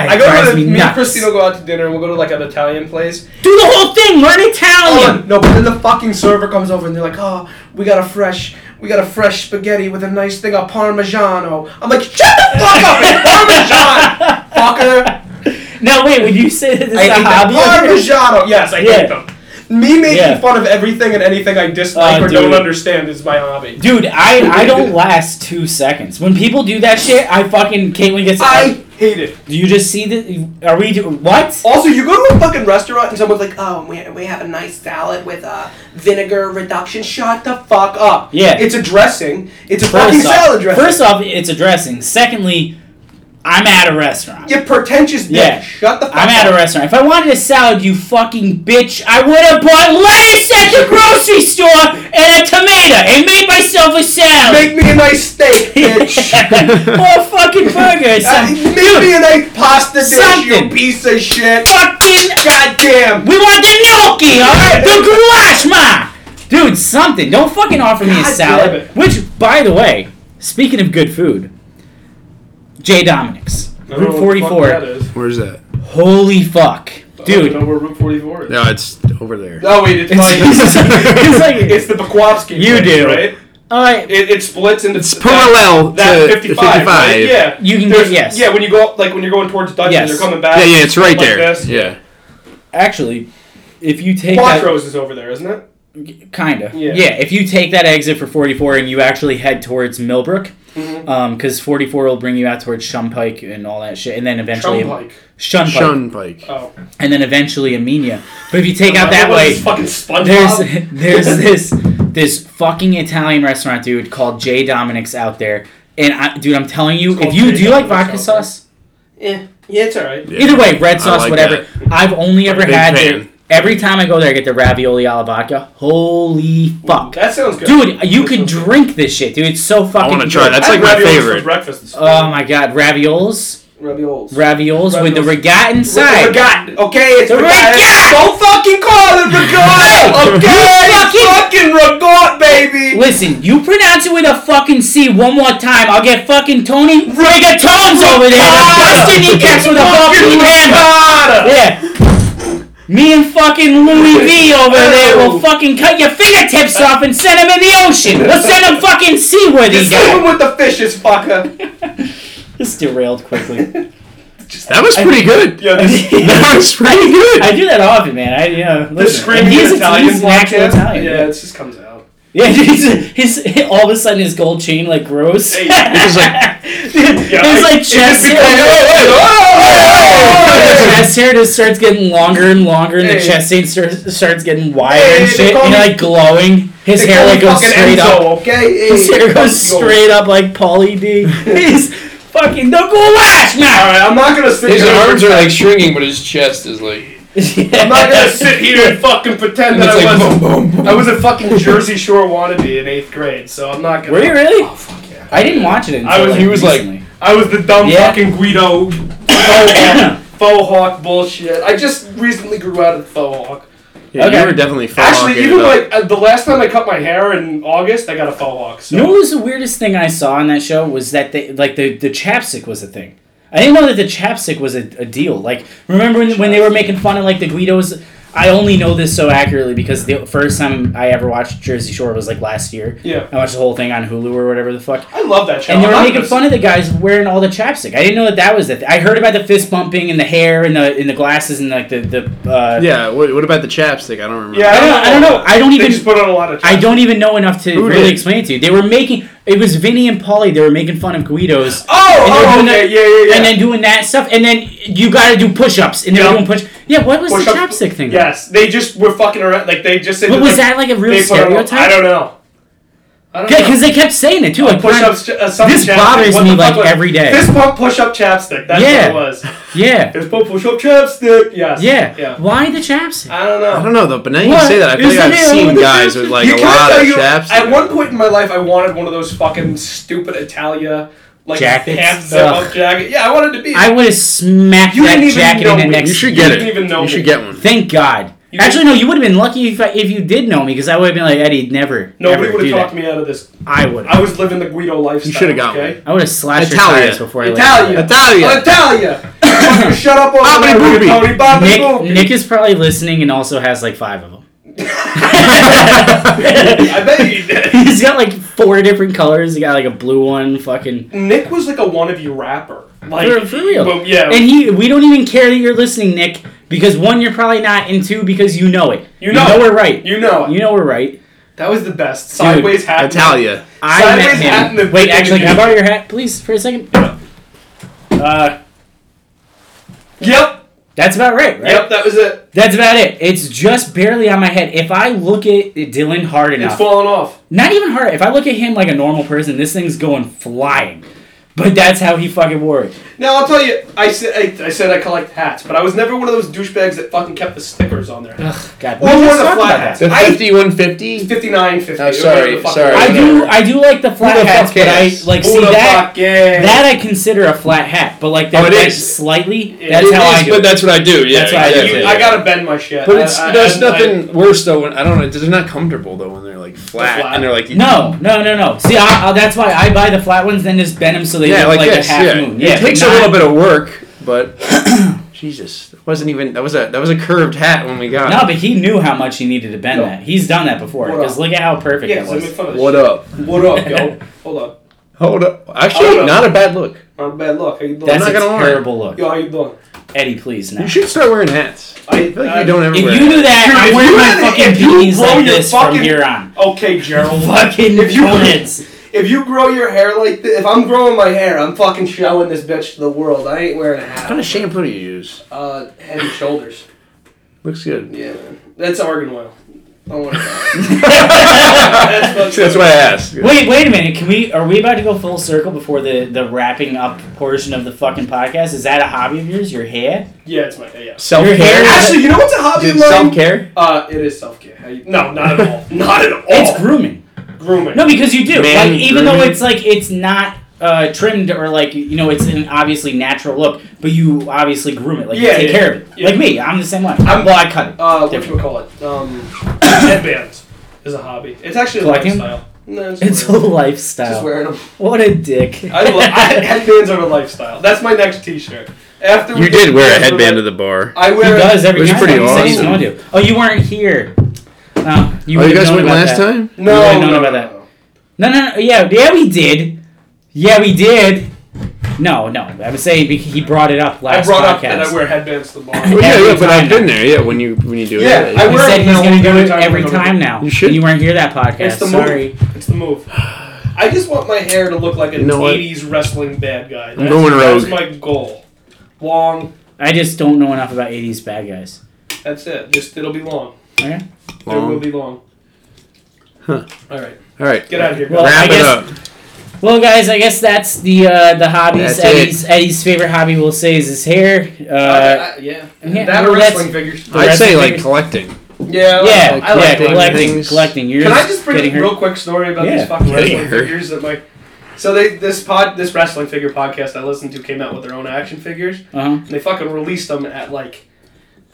[SPEAKER 2] restaurant?
[SPEAKER 1] it
[SPEAKER 2] I go
[SPEAKER 1] drives
[SPEAKER 2] to
[SPEAKER 1] me
[SPEAKER 2] the, me, and
[SPEAKER 1] nuts.
[SPEAKER 2] Christina go out to dinner, and we'll go to like an Italian place.
[SPEAKER 1] Do the whole thing. Learn
[SPEAKER 2] Oh,
[SPEAKER 1] Italian.
[SPEAKER 2] no, but then the fucking server comes over, and they're like, "Oh, we got a fresh, we got a fresh spaghetti with a nice thing of Parmigiano." I'm like, "Shut the fuck up, it's Parmesan, fucker!"
[SPEAKER 1] Now wait, would you say that this
[SPEAKER 2] I
[SPEAKER 1] is a
[SPEAKER 2] hate
[SPEAKER 1] hobby?
[SPEAKER 2] that Parmigiano. Yes, I
[SPEAKER 1] Yeah.
[SPEAKER 2] hate them. Me making
[SPEAKER 1] Yeah.
[SPEAKER 2] fun of everything and anything I dislike
[SPEAKER 1] Uh,
[SPEAKER 2] or
[SPEAKER 1] dude.
[SPEAKER 2] don't understand is my hobby.
[SPEAKER 1] Dude, I, I don't last two seconds. When people do that shit, I fucking Caitlyn gets.
[SPEAKER 2] I hate it.
[SPEAKER 1] do you just see the? Are we do what?
[SPEAKER 2] Also, you go to a fucking restaurant and someone's like, "Oh, we, we have a nice salad with a vinegar reduction." Shut the fuck up.
[SPEAKER 1] Yeah.
[SPEAKER 2] it's a dressing. It's a fucking
[SPEAKER 1] First
[SPEAKER 2] salad
[SPEAKER 1] off,
[SPEAKER 2] dressing.
[SPEAKER 1] first off, it's a dressing. Secondly, I'm at a restaurant.
[SPEAKER 2] you pretentious bitch.
[SPEAKER 1] Yeah.
[SPEAKER 2] Shut the fuck
[SPEAKER 1] I'm
[SPEAKER 2] up.
[SPEAKER 1] at a restaurant. If I wanted a salad, you fucking bitch, I would have bought lettuce at the grocery store and a tomato and made myself a salad.
[SPEAKER 2] Make me a nice steak, bitch.
[SPEAKER 1] or a fucking burger. or
[SPEAKER 2] Uh,
[SPEAKER 1] Some,
[SPEAKER 2] Make me a nice pasta dish,
[SPEAKER 1] Something.
[SPEAKER 2] you piece of shit.
[SPEAKER 1] fucking
[SPEAKER 2] God damn.
[SPEAKER 1] We want the gnocchi, alright? The goulash, ma! Dude, something. Don't fucking offer me a
[SPEAKER 2] God damn
[SPEAKER 1] salad.
[SPEAKER 2] it.
[SPEAKER 1] Which, by the way, speaking of good food, J. Dominic's. Route 44.
[SPEAKER 3] Where's that?
[SPEAKER 1] Holy fuck. Dude.
[SPEAKER 2] where Route 44
[SPEAKER 3] No, it's over there.
[SPEAKER 2] Oh wait, it's,
[SPEAKER 1] It's,
[SPEAKER 2] like
[SPEAKER 1] it's like, it's
[SPEAKER 2] it's
[SPEAKER 1] like,
[SPEAKER 2] the Pequovsky.
[SPEAKER 1] You
[SPEAKER 2] place,
[SPEAKER 1] do.
[SPEAKER 2] right?
[SPEAKER 1] alright,
[SPEAKER 2] It, it splits into
[SPEAKER 3] It's parallel
[SPEAKER 2] that,
[SPEAKER 3] to
[SPEAKER 2] that 55,
[SPEAKER 3] 55.
[SPEAKER 2] right? Yeah.
[SPEAKER 1] you can
[SPEAKER 2] There's-
[SPEAKER 1] get, yes.
[SPEAKER 2] Yeah, when you go up, like when you're going towards Dutch
[SPEAKER 1] Yes.
[SPEAKER 2] and you're coming back.
[SPEAKER 3] Yeah, yeah, it's right
[SPEAKER 2] like
[SPEAKER 3] there.
[SPEAKER 2] This.
[SPEAKER 3] Yeah.
[SPEAKER 1] Actually, if you take that,
[SPEAKER 2] Quattro's is over there, isn't it?
[SPEAKER 1] kinda,
[SPEAKER 2] Yeah.
[SPEAKER 1] yeah, if you take that exit for 44 and you actually head towards Millbrook,
[SPEAKER 2] Mhm.
[SPEAKER 1] because 44 will bring you out towards Shumpike and all that shit, and then eventually
[SPEAKER 2] Shumpike.
[SPEAKER 1] Shunpike.
[SPEAKER 3] Shun Pike.
[SPEAKER 2] Oh.
[SPEAKER 1] and then eventually Amenia. But if you take
[SPEAKER 2] What
[SPEAKER 1] out that
[SPEAKER 2] was
[SPEAKER 1] way,
[SPEAKER 2] this, fucking SpongeBob.
[SPEAKER 1] there's there's this this fucking Italian restaurant dude called J Dominic's out there. And I, dude, I'm telling you,
[SPEAKER 2] It's
[SPEAKER 1] if
[SPEAKER 2] called
[SPEAKER 1] you
[SPEAKER 2] J.
[SPEAKER 1] do you like
[SPEAKER 2] Dominic's
[SPEAKER 1] vodka
[SPEAKER 2] out there.
[SPEAKER 1] sauce,
[SPEAKER 2] yeah, yeah, it's all right.
[SPEAKER 3] Yeah.
[SPEAKER 1] either way, red sauce,
[SPEAKER 3] like
[SPEAKER 1] whatever. I've only ever
[SPEAKER 3] Big
[SPEAKER 1] had
[SPEAKER 3] fan.
[SPEAKER 1] it. Every time I go there, I get the ravioli alla vodka. Holy fuck,
[SPEAKER 2] That sounds good.
[SPEAKER 1] dude! You
[SPEAKER 2] That
[SPEAKER 1] could
[SPEAKER 2] sounds good.
[SPEAKER 1] drink this shit, dude. It's so fucking.
[SPEAKER 3] I want to try.
[SPEAKER 1] good.
[SPEAKER 3] That's
[SPEAKER 2] I
[SPEAKER 3] like
[SPEAKER 2] had
[SPEAKER 3] my
[SPEAKER 2] raviolis
[SPEAKER 3] favorite.
[SPEAKER 2] For breakfast. This
[SPEAKER 1] Oh my god, ravioles,
[SPEAKER 2] raviolis.
[SPEAKER 1] ravioles, with the
[SPEAKER 2] Ravioles.
[SPEAKER 1] regatta
[SPEAKER 2] Right.
[SPEAKER 1] inside.
[SPEAKER 2] Forgotten. Okay, it's
[SPEAKER 1] The
[SPEAKER 2] forgotten.
[SPEAKER 1] regat!
[SPEAKER 2] Don't fucking call it
[SPEAKER 1] Hey,
[SPEAKER 2] forgotten. Okay,
[SPEAKER 1] you
[SPEAKER 2] fucking, fucking regat, baby.
[SPEAKER 1] Listen, you pronounce it with a fucking C one more time, I'll get fucking Tony Rigatones over there to bust your kneecaps with a fucking hammer.
[SPEAKER 2] regatta.
[SPEAKER 1] Yeah. Me and fucking Louis V over
[SPEAKER 2] Oh.
[SPEAKER 1] there will fucking cut your fingertips off and send them in the ocean. We'll send them fucking seaworthy
[SPEAKER 2] Just leave him
[SPEAKER 1] down.
[SPEAKER 2] with the fishes, fucker.
[SPEAKER 1] Just derailed quickly.
[SPEAKER 3] That was pretty good.
[SPEAKER 2] Yeah, this,
[SPEAKER 3] That was pretty good.
[SPEAKER 1] I do that often, man. I yeah.
[SPEAKER 2] the
[SPEAKER 1] Listen, and
[SPEAKER 2] screaming
[SPEAKER 1] he's, a-
[SPEAKER 2] Italian
[SPEAKER 1] he's an actual
[SPEAKER 2] podcast.
[SPEAKER 1] Italian.
[SPEAKER 2] Yeah,
[SPEAKER 1] Yeah,
[SPEAKER 2] it just comes out.
[SPEAKER 1] yeah he's, he's, all of a sudden his gold chain like grows.
[SPEAKER 2] Hey,
[SPEAKER 3] it's like-
[SPEAKER 1] It's
[SPEAKER 2] it-
[SPEAKER 1] like
[SPEAKER 2] it just
[SPEAKER 1] chest
[SPEAKER 2] becomes-
[SPEAKER 1] hair. the
[SPEAKER 2] Oh!
[SPEAKER 1] chest hair just starts getting longer and longer, and the
[SPEAKER 2] Hey.
[SPEAKER 1] chest hair starts, starts getting wider
[SPEAKER 2] Hey,
[SPEAKER 1] and
[SPEAKER 2] they
[SPEAKER 1] shit.
[SPEAKER 2] call
[SPEAKER 1] And you're
[SPEAKER 2] me-
[SPEAKER 1] like glowing. His
[SPEAKER 2] They
[SPEAKER 1] hair
[SPEAKER 2] call
[SPEAKER 1] like
[SPEAKER 2] me
[SPEAKER 1] goes
[SPEAKER 2] fucking
[SPEAKER 1] straight
[SPEAKER 2] Enzo,
[SPEAKER 1] up.
[SPEAKER 2] Okay,
[SPEAKER 1] His
[SPEAKER 2] Hey,
[SPEAKER 1] hair
[SPEAKER 2] fuck
[SPEAKER 1] goes
[SPEAKER 2] you.
[SPEAKER 1] straight up like Pauly D. He's fucking the goulash
[SPEAKER 2] All
[SPEAKER 1] now.
[SPEAKER 2] right, I'm not gonna sit
[SPEAKER 3] His
[SPEAKER 2] here.
[SPEAKER 3] arms are like shrinking, but his chest is like.
[SPEAKER 2] I'm not gonna sit here and fucking pretend that
[SPEAKER 3] It's
[SPEAKER 2] I
[SPEAKER 3] like
[SPEAKER 2] was.
[SPEAKER 3] boom, boom, boom.
[SPEAKER 2] I was a fucking Jersey Shore wannabe in eighth grade, so I'm not gonna.
[SPEAKER 1] Were you really?
[SPEAKER 2] Oh fuck yeah.
[SPEAKER 1] I didn't watch it until
[SPEAKER 2] I was-
[SPEAKER 1] like,
[SPEAKER 3] he was like-
[SPEAKER 1] recently.
[SPEAKER 2] I was the dumb
[SPEAKER 1] Yeah.
[SPEAKER 2] fucking Guido faux hawk- faux hawk bullshit. I just recently grew out of the faux hawk.
[SPEAKER 3] Yeah,
[SPEAKER 1] Okay.
[SPEAKER 3] you were definitely far
[SPEAKER 2] Actually,
[SPEAKER 3] gave
[SPEAKER 2] even
[SPEAKER 3] up.
[SPEAKER 2] like uh, the last time I cut my hair in August, I got a faux hawk. So.
[SPEAKER 1] You know what was the weirdest thing I saw on that show was that they like the the chapstick was a thing. I didn't know that the chapstick was a, a deal. Like remember when, when they were making fun of like the Guidos I only know this so accurately because the first time I ever watched Jersey Shore was like last year.
[SPEAKER 2] Yeah.
[SPEAKER 1] I watched the whole thing on Hulu or whatever the fuck.
[SPEAKER 2] I love that show.
[SPEAKER 1] And they
[SPEAKER 2] I'm
[SPEAKER 1] were
[SPEAKER 2] not
[SPEAKER 1] making
[SPEAKER 2] gonna-
[SPEAKER 1] fun of the guys wearing all the chapstick. I didn't know that that was the. Th- I heard about the fist bumping and the hair and the and the glasses and like the the. Uh,
[SPEAKER 3] Yeah. What, what about the chapstick? I don't remember.
[SPEAKER 2] Yeah,
[SPEAKER 1] I don't, I don't know. I don't
[SPEAKER 2] They
[SPEAKER 1] even.
[SPEAKER 2] just put on a lot of.
[SPEAKER 1] I don't even know enough to
[SPEAKER 3] Who
[SPEAKER 1] really
[SPEAKER 3] did?
[SPEAKER 1] explain it to you. They were making it was Vinny and Polly. They were making fun of Guido's
[SPEAKER 2] Oh,
[SPEAKER 1] And they're
[SPEAKER 2] oh,
[SPEAKER 1] doing
[SPEAKER 2] okay,
[SPEAKER 1] that-
[SPEAKER 2] yeah, yeah, yeah.
[SPEAKER 1] and then doing that stuff, and then you got to do push-ups, and they're
[SPEAKER 2] Yeah.
[SPEAKER 1] doing push. Yeah, what was the
[SPEAKER 2] Push-up-
[SPEAKER 1] chapstick thing?
[SPEAKER 2] yes, they just were fucking around. Like they just said.
[SPEAKER 1] But was
[SPEAKER 2] they-
[SPEAKER 1] that like a real
[SPEAKER 2] They put on a- I
[SPEAKER 1] stereotype?
[SPEAKER 2] don't know. I don't know.
[SPEAKER 1] Because they kept saying it too. Like
[SPEAKER 2] push
[SPEAKER 1] Brian-
[SPEAKER 2] ups. Uh, some
[SPEAKER 1] This
[SPEAKER 2] chapstick.
[SPEAKER 1] bothers
[SPEAKER 2] What
[SPEAKER 1] me
[SPEAKER 2] the
[SPEAKER 1] like
[SPEAKER 2] fuck was-
[SPEAKER 1] every day.
[SPEAKER 2] Fist pump, push up, chapstick. That's
[SPEAKER 1] Yeah.
[SPEAKER 2] what it was.
[SPEAKER 1] yeah,
[SPEAKER 2] Fist pump, push up, chapstick. Yes.
[SPEAKER 1] yeah,
[SPEAKER 2] Yeah.
[SPEAKER 1] Why the chapstick?
[SPEAKER 2] I don't
[SPEAKER 3] I
[SPEAKER 2] know.
[SPEAKER 3] don't know though. But now you
[SPEAKER 1] What?
[SPEAKER 3] say that, I feel
[SPEAKER 1] Is
[SPEAKER 3] like I've
[SPEAKER 1] that it?
[SPEAKER 3] seen
[SPEAKER 1] With the
[SPEAKER 3] guys
[SPEAKER 1] chapstick?
[SPEAKER 3] with like
[SPEAKER 2] You
[SPEAKER 3] a
[SPEAKER 2] can't
[SPEAKER 3] lot
[SPEAKER 2] tell
[SPEAKER 3] of
[SPEAKER 2] you-
[SPEAKER 3] chapstick.
[SPEAKER 2] At one point in my life, I wanted one of those fucking stupid Italia like
[SPEAKER 1] Jackets?
[SPEAKER 2] half zip
[SPEAKER 1] Ugh.
[SPEAKER 2] up jacket. Yeah, I wanted to be.
[SPEAKER 1] I would have smacked
[SPEAKER 2] You
[SPEAKER 1] that
[SPEAKER 2] didn't even
[SPEAKER 1] jacket
[SPEAKER 2] know
[SPEAKER 1] in the
[SPEAKER 2] me.
[SPEAKER 1] next.
[SPEAKER 3] you should
[SPEAKER 2] You
[SPEAKER 3] get
[SPEAKER 2] didn't
[SPEAKER 3] it.
[SPEAKER 2] even know
[SPEAKER 3] you
[SPEAKER 2] me.
[SPEAKER 3] should get one.
[SPEAKER 1] Thank God.
[SPEAKER 2] You didn't-
[SPEAKER 1] Actually, no. You would have been lucky if I, if you did know me, because I would have been like Eddie. Never.
[SPEAKER 2] Nobody
[SPEAKER 1] never
[SPEAKER 2] would
[SPEAKER 1] do
[SPEAKER 2] have talked
[SPEAKER 1] that.
[SPEAKER 2] me out of this.
[SPEAKER 1] I would.
[SPEAKER 2] I was living the Guido lifestyle.
[SPEAKER 3] shoulda got
[SPEAKER 2] okay?
[SPEAKER 1] I would have slashed
[SPEAKER 3] Italia.
[SPEAKER 1] your tires before I left.
[SPEAKER 2] Italia.
[SPEAKER 1] Oh,
[SPEAKER 3] Italia.
[SPEAKER 2] Italia. Fucker, Shut up over
[SPEAKER 3] Bobbity
[SPEAKER 2] there,
[SPEAKER 3] boobie.
[SPEAKER 2] Tony. Bobbity boobie.
[SPEAKER 1] Nick, Nick is probably listening and also has like five of them.
[SPEAKER 2] I bet he did.
[SPEAKER 1] He's got like four different colors. He got like a blue one, fucking.
[SPEAKER 2] Nick was like a one of you rapper. Like
[SPEAKER 1] For, for real.
[SPEAKER 2] well, yeah.
[SPEAKER 1] And he, we don't even care that you're listening, Nick, because one, you're probably not, and two, because you know it.
[SPEAKER 2] You know it.
[SPEAKER 1] we're right.
[SPEAKER 2] you know it.
[SPEAKER 1] You know we're right.
[SPEAKER 2] That was the best. Sideways hat.
[SPEAKER 3] Italia.
[SPEAKER 1] I
[SPEAKER 2] Sideways hat
[SPEAKER 1] met
[SPEAKER 2] in the
[SPEAKER 1] him. Wait,
[SPEAKER 2] freaking
[SPEAKER 1] actually, can I
[SPEAKER 2] dude.
[SPEAKER 1] borrow your hat, please, for a second? Uh,
[SPEAKER 2] Yep.
[SPEAKER 1] that's about right, right?
[SPEAKER 2] Yep. That was it.
[SPEAKER 1] That's about it. It's just barely on my head. If I look at Dylan hard
[SPEAKER 2] It's
[SPEAKER 1] enough,
[SPEAKER 2] falling off.
[SPEAKER 1] not even hard. If I look at him like a normal person, this thing's going flying. But that's how he fucking wore it.
[SPEAKER 2] Now I'll tell you. I said I, I said I collect hats, but I was never one of those douchebags that fucking kept the stickers on their hat.
[SPEAKER 1] Ugh, God.
[SPEAKER 2] Or
[SPEAKER 1] we
[SPEAKER 2] wore
[SPEAKER 1] just
[SPEAKER 2] the
[SPEAKER 1] talked
[SPEAKER 2] flat
[SPEAKER 1] about
[SPEAKER 2] hats.
[SPEAKER 1] that.
[SPEAKER 3] The
[SPEAKER 2] I-
[SPEAKER 3] fifty-one fifty.
[SPEAKER 2] 59, 50.
[SPEAKER 3] Oh, sorry,
[SPEAKER 2] whatever the fuck
[SPEAKER 3] sorry.
[SPEAKER 2] it was.
[SPEAKER 1] I do. I do like the flat
[SPEAKER 3] Who the
[SPEAKER 1] hats,
[SPEAKER 3] fuck
[SPEAKER 1] but I
[SPEAKER 3] cares?
[SPEAKER 1] like
[SPEAKER 2] Who
[SPEAKER 1] see
[SPEAKER 2] the
[SPEAKER 1] that.
[SPEAKER 2] fuck cares?
[SPEAKER 1] That I consider a flat hat, but like
[SPEAKER 3] Oh,
[SPEAKER 1] that
[SPEAKER 3] it
[SPEAKER 1] bent
[SPEAKER 3] is.
[SPEAKER 1] slightly.
[SPEAKER 2] It
[SPEAKER 1] That's
[SPEAKER 2] is,
[SPEAKER 1] how I do.
[SPEAKER 3] But
[SPEAKER 1] it.
[SPEAKER 3] that's what I do. Yeah.
[SPEAKER 1] That's what I do.
[SPEAKER 3] exactly.
[SPEAKER 1] Yeah.
[SPEAKER 2] I gotta bend my shit.
[SPEAKER 3] But it's
[SPEAKER 2] I, I-
[SPEAKER 3] there's
[SPEAKER 2] I-
[SPEAKER 3] nothing worse though when I don't know. They're not comfortable though when they're like flat,
[SPEAKER 2] flat.
[SPEAKER 3] and they're like
[SPEAKER 1] No, no, no, no. See, I, I, that's why I buy the flat ones, then just bend them so they
[SPEAKER 3] yeah,
[SPEAKER 1] look
[SPEAKER 3] like,
[SPEAKER 1] like,
[SPEAKER 3] this.
[SPEAKER 1] a half
[SPEAKER 3] yeah.
[SPEAKER 1] moon. Yeah,
[SPEAKER 3] it takes
[SPEAKER 1] but
[SPEAKER 3] a little
[SPEAKER 1] not-
[SPEAKER 3] bit of work, but Jesus, that wasn't even that was a that was a curved hat when we got.
[SPEAKER 1] No, but he knew how much he needed to bend
[SPEAKER 2] No.
[SPEAKER 1] that. He's done that before.
[SPEAKER 2] What
[SPEAKER 1] Because
[SPEAKER 2] up?
[SPEAKER 1] look at how perfect
[SPEAKER 2] Yeah,
[SPEAKER 1] that
[SPEAKER 2] 'cause I made
[SPEAKER 1] was.
[SPEAKER 2] fun of
[SPEAKER 3] What up?
[SPEAKER 2] shit. What up, yo? Hold up.
[SPEAKER 3] Hold up.
[SPEAKER 2] Hold
[SPEAKER 3] Actually,
[SPEAKER 2] up.
[SPEAKER 3] not a bad look.
[SPEAKER 2] Not a bad look. How you doing?
[SPEAKER 1] That's
[SPEAKER 3] not
[SPEAKER 1] a
[SPEAKER 3] gonna lie.
[SPEAKER 1] terrible look.
[SPEAKER 2] Yo, how you doing?
[SPEAKER 1] Eddie, please now.
[SPEAKER 3] You should start wearing hats. I feel like
[SPEAKER 2] I-
[SPEAKER 3] you don't ever
[SPEAKER 1] If
[SPEAKER 3] wear.
[SPEAKER 1] you
[SPEAKER 3] hats.
[SPEAKER 1] do that,
[SPEAKER 2] Dude,
[SPEAKER 1] I'm
[SPEAKER 2] if
[SPEAKER 1] wearing
[SPEAKER 2] you
[SPEAKER 1] my
[SPEAKER 2] had-
[SPEAKER 1] fucking
[SPEAKER 2] if you
[SPEAKER 1] beanies
[SPEAKER 2] blow
[SPEAKER 1] like
[SPEAKER 2] your
[SPEAKER 1] this
[SPEAKER 2] fucking-
[SPEAKER 1] from here on.
[SPEAKER 2] Okay, Gerald.
[SPEAKER 1] Fucking
[SPEAKER 2] If you-
[SPEAKER 1] bullets.
[SPEAKER 2] If you grow your hair like this, if I'm growing my hair, I'm fucking showing this bitch to the world. I ain't wearing a
[SPEAKER 3] What kind
[SPEAKER 2] hat.
[SPEAKER 3] of shampoo do you use?
[SPEAKER 2] Uh, head and shoulders.
[SPEAKER 3] Looks good.
[SPEAKER 2] Yeah, man. That's argan oil. Don't worry about it.
[SPEAKER 3] that's,
[SPEAKER 2] what-
[SPEAKER 3] why I asked.
[SPEAKER 1] Wait, wait a minute. Can we? Are we about to go full circle before the the wrapping up portion of the fucking podcast? Is that a hobby of yours? Your hair?
[SPEAKER 2] Yeah, it's my yeah.
[SPEAKER 3] Self
[SPEAKER 1] Your hair-
[SPEAKER 3] care.
[SPEAKER 2] Actually, you know what's a hobby of
[SPEAKER 3] Self
[SPEAKER 2] mine?
[SPEAKER 3] care.
[SPEAKER 2] Uh, it is self care. No, not at all. Not at all.
[SPEAKER 1] It's grooming.
[SPEAKER 2] grooming.
[SPEAKER 1] No, because you do.
[SPEAKER 3] Man
[SPEAKER 1] like, even though
[SPEAKER 3] grooming.
[SPEAKER 1] it's like it's not uh, trimmed or like you know it's an obviously natural look, but you obviously groom it. Like you
[SPEAKER 2] Yeah,
[SPEAKER 1] take
[SPEAKER 2] yeah,
[SPEAKER 1] care of it.
[SPEAKER 2] yeah.
[SPEAKER 1] Like me, I'm the same way.
[SPEAKER 2] I'm-
[SPEAKER 1] well, I cut it.
[SPEAKER 2] uh, what
[SPEAKER 1] Different.
[SPEAKER 2] you call it? Um, headbands is a hobby. It's actually a
[SPEAKER 1] Collecting?
[SPEAKER 2] lifestyle. No, it's,
[SPEAKER 1] It's a
[SPEAKER 2] wearing,
[SPEAKER 1] lifestyle.
[SPEAKER 2] just wearing them.
[SPEAKER 1] What a dick.
[SPEAKER 2] I love I, headbands are a lifestyle. That's my next T-shirt. After we
[SPEAKER 3] You
[SPEAKER 2] get-
[SPEAKER 3] did wear a
[SPEAKER 2] after my-
[SPEAKER 3] headband to the bar.
[SPEAKER 2] I
[SPEAKER 1] he
[SPEAKER 2] wear.
[SPEAKER 1] does every
[SPEAKER 3] It was
[SPEAKER 1] time.
[SPEAKER 3] pretty
[SPEAKER 1] He said he's
[SPEAKER 3] awesome.
[SPEAKER 1] going to. Oh, you weren't here. No, you,
[SPEAKER 3] oh, you
[SPEAKER 1] would've
[SPEAKER 3] guys
[SPEAKER 1] known
[SPEAKER 3] went
[SPEAKER 1] about
[SPEAKER 3] last
[SPEAKER 1] that.
[SPEAKER 3] time.
[SPEAKER 2] No,
[SPEAKER 1] You would've
[SPEAKER 2] no,
[SPEAKER 1] known
[SPEAKER 2] no,
[SPEAKER 1] about
[SPEAKER 2] no,
[SPEAKER 1] that.
[SPEAKER 2] no.
[SPEAKER 1] No, no, no. Yeah, yeah, we did. Yeah, we did. No, no. I was saying bec- he brought it up
[SPEAKER 2] I
[SPEAKER 1] last
[SPEAKER 2] brought
[SPEAKER 1] podcast.
[SPEAKER 2] up that I wear headbands to the bar.
[SPEAKER 3] Well, yeah, yeah,
[SPEAKER 1] Every
[SPEAKER 3] but
[SPEAKER 1] time
[SPEAKER 3] I've been there. Yeah, when you when you do
[SPEAKER 2] Yeah,
[SPEAKER 3] it.
[SPEAKER 2] I
[SPEAKER 1] He
[SPEAKER 2] wear
[SPEAKER 1] said
[SPEAKER 2] it
[SPEAKER 1] he's
[SPEAKER 2] now
[SPEAKER 1] going to do
[SPEAKER 2] every
[SPEAKER 1] it
[SPEAKER 2] time
[SPEAKER 1] every
[SPEAKER 2] I go to
[SPEAKER 1] time
[SPEAKER 2] the-
[SPEAKER 1] now.
[SPEAKER 3] You should.
[SPEAKER 1] And you weren't here that podcast.
[SPEAKER 2] It's the
[SPEAKER 1] Sorry.
[SPEAKER 2] It's the move. I just want my hair to look like an
[SPEAKER 3] You know what?
[SPEAKER 2] '80s wrestling bad guy. That's,
[SPEAKER 3] going
[SPEAKER 2] that's
[SPEAKER 3] rogue.
[SPEAKER 2] my goal. Long.
[SPEAKER 1] I just don't know enough about 80s bad guys.
[SPEAKER 2] That's it. Just it'll be long.
[SPEAKER 1] Okay.
[SPEAKER 2] It will
[SPEAKER 3] Long.
[SPEAKER 2] be long.
[SPEAKER 3] Huh.
[SPEAKER 2] All right,
[SPEAKER 3] All right.
[SPEAKER 2] get out of here.
[SPEAKER 1] Well, I
[SPEAKER 3] Wrap it
[SPEAKER 1] guess-
[SPEAKER 3] up.
[SPEAKER 1] Well, guys, I guess that's the uh, the hobbies.
[SPEAKER 3] That's it.
[SPEAKER 1] Eddie's, Eddie's favorite hobby, we'll say, is his hair. Uh,
[SPEAKER 2] I- I- yeah.
[SPEAKER 1] yeah,
[SPEAKER 2] Oh, that or
[SPEAKER 1] well, that's-
[SPEAKER 2] wrestling figures.
[SPEAKER 1] the
[SPEAKER 3] I'd
[SPEAKER 1] rest
[SPEAKER 3] say
[SPEAKER 1] of
[SPEAKER 3] like
[SPEAKER 1] it-
[SPEAKER 3] collecting.
[SPEAKER 2] Yeah,
[SPEAKER 1] yeah,
[SPEAKER 2] I like
[SPEAKER 1] yeah,
[SPEAKER 2] doing
[SPEAKER 1] collecting,
[SPEAKER 3] things.
[SPEAKER 1] collecting. You're
[SPEAKER 2] Can I just bring
[SPEAKER 1] getting
[SPEAKER 2] a
[SPEAKER 1] hurt.
[SPEAKER 2] real quick story about
[SPEAKER 1] Yeah.
[SPEAKER 2] these fucking
[SPEAKER 3] Getting
[SPEAKER 2] wrestling
[SPEAKER 3] hurt.
[SPEAKER 2] figures that my so they this pod this wrestling figure podcast I listened to came out with their own action figures
[SPEAKER 1] Uh-huh.
[SPEAKER 2] and they fucking released them at like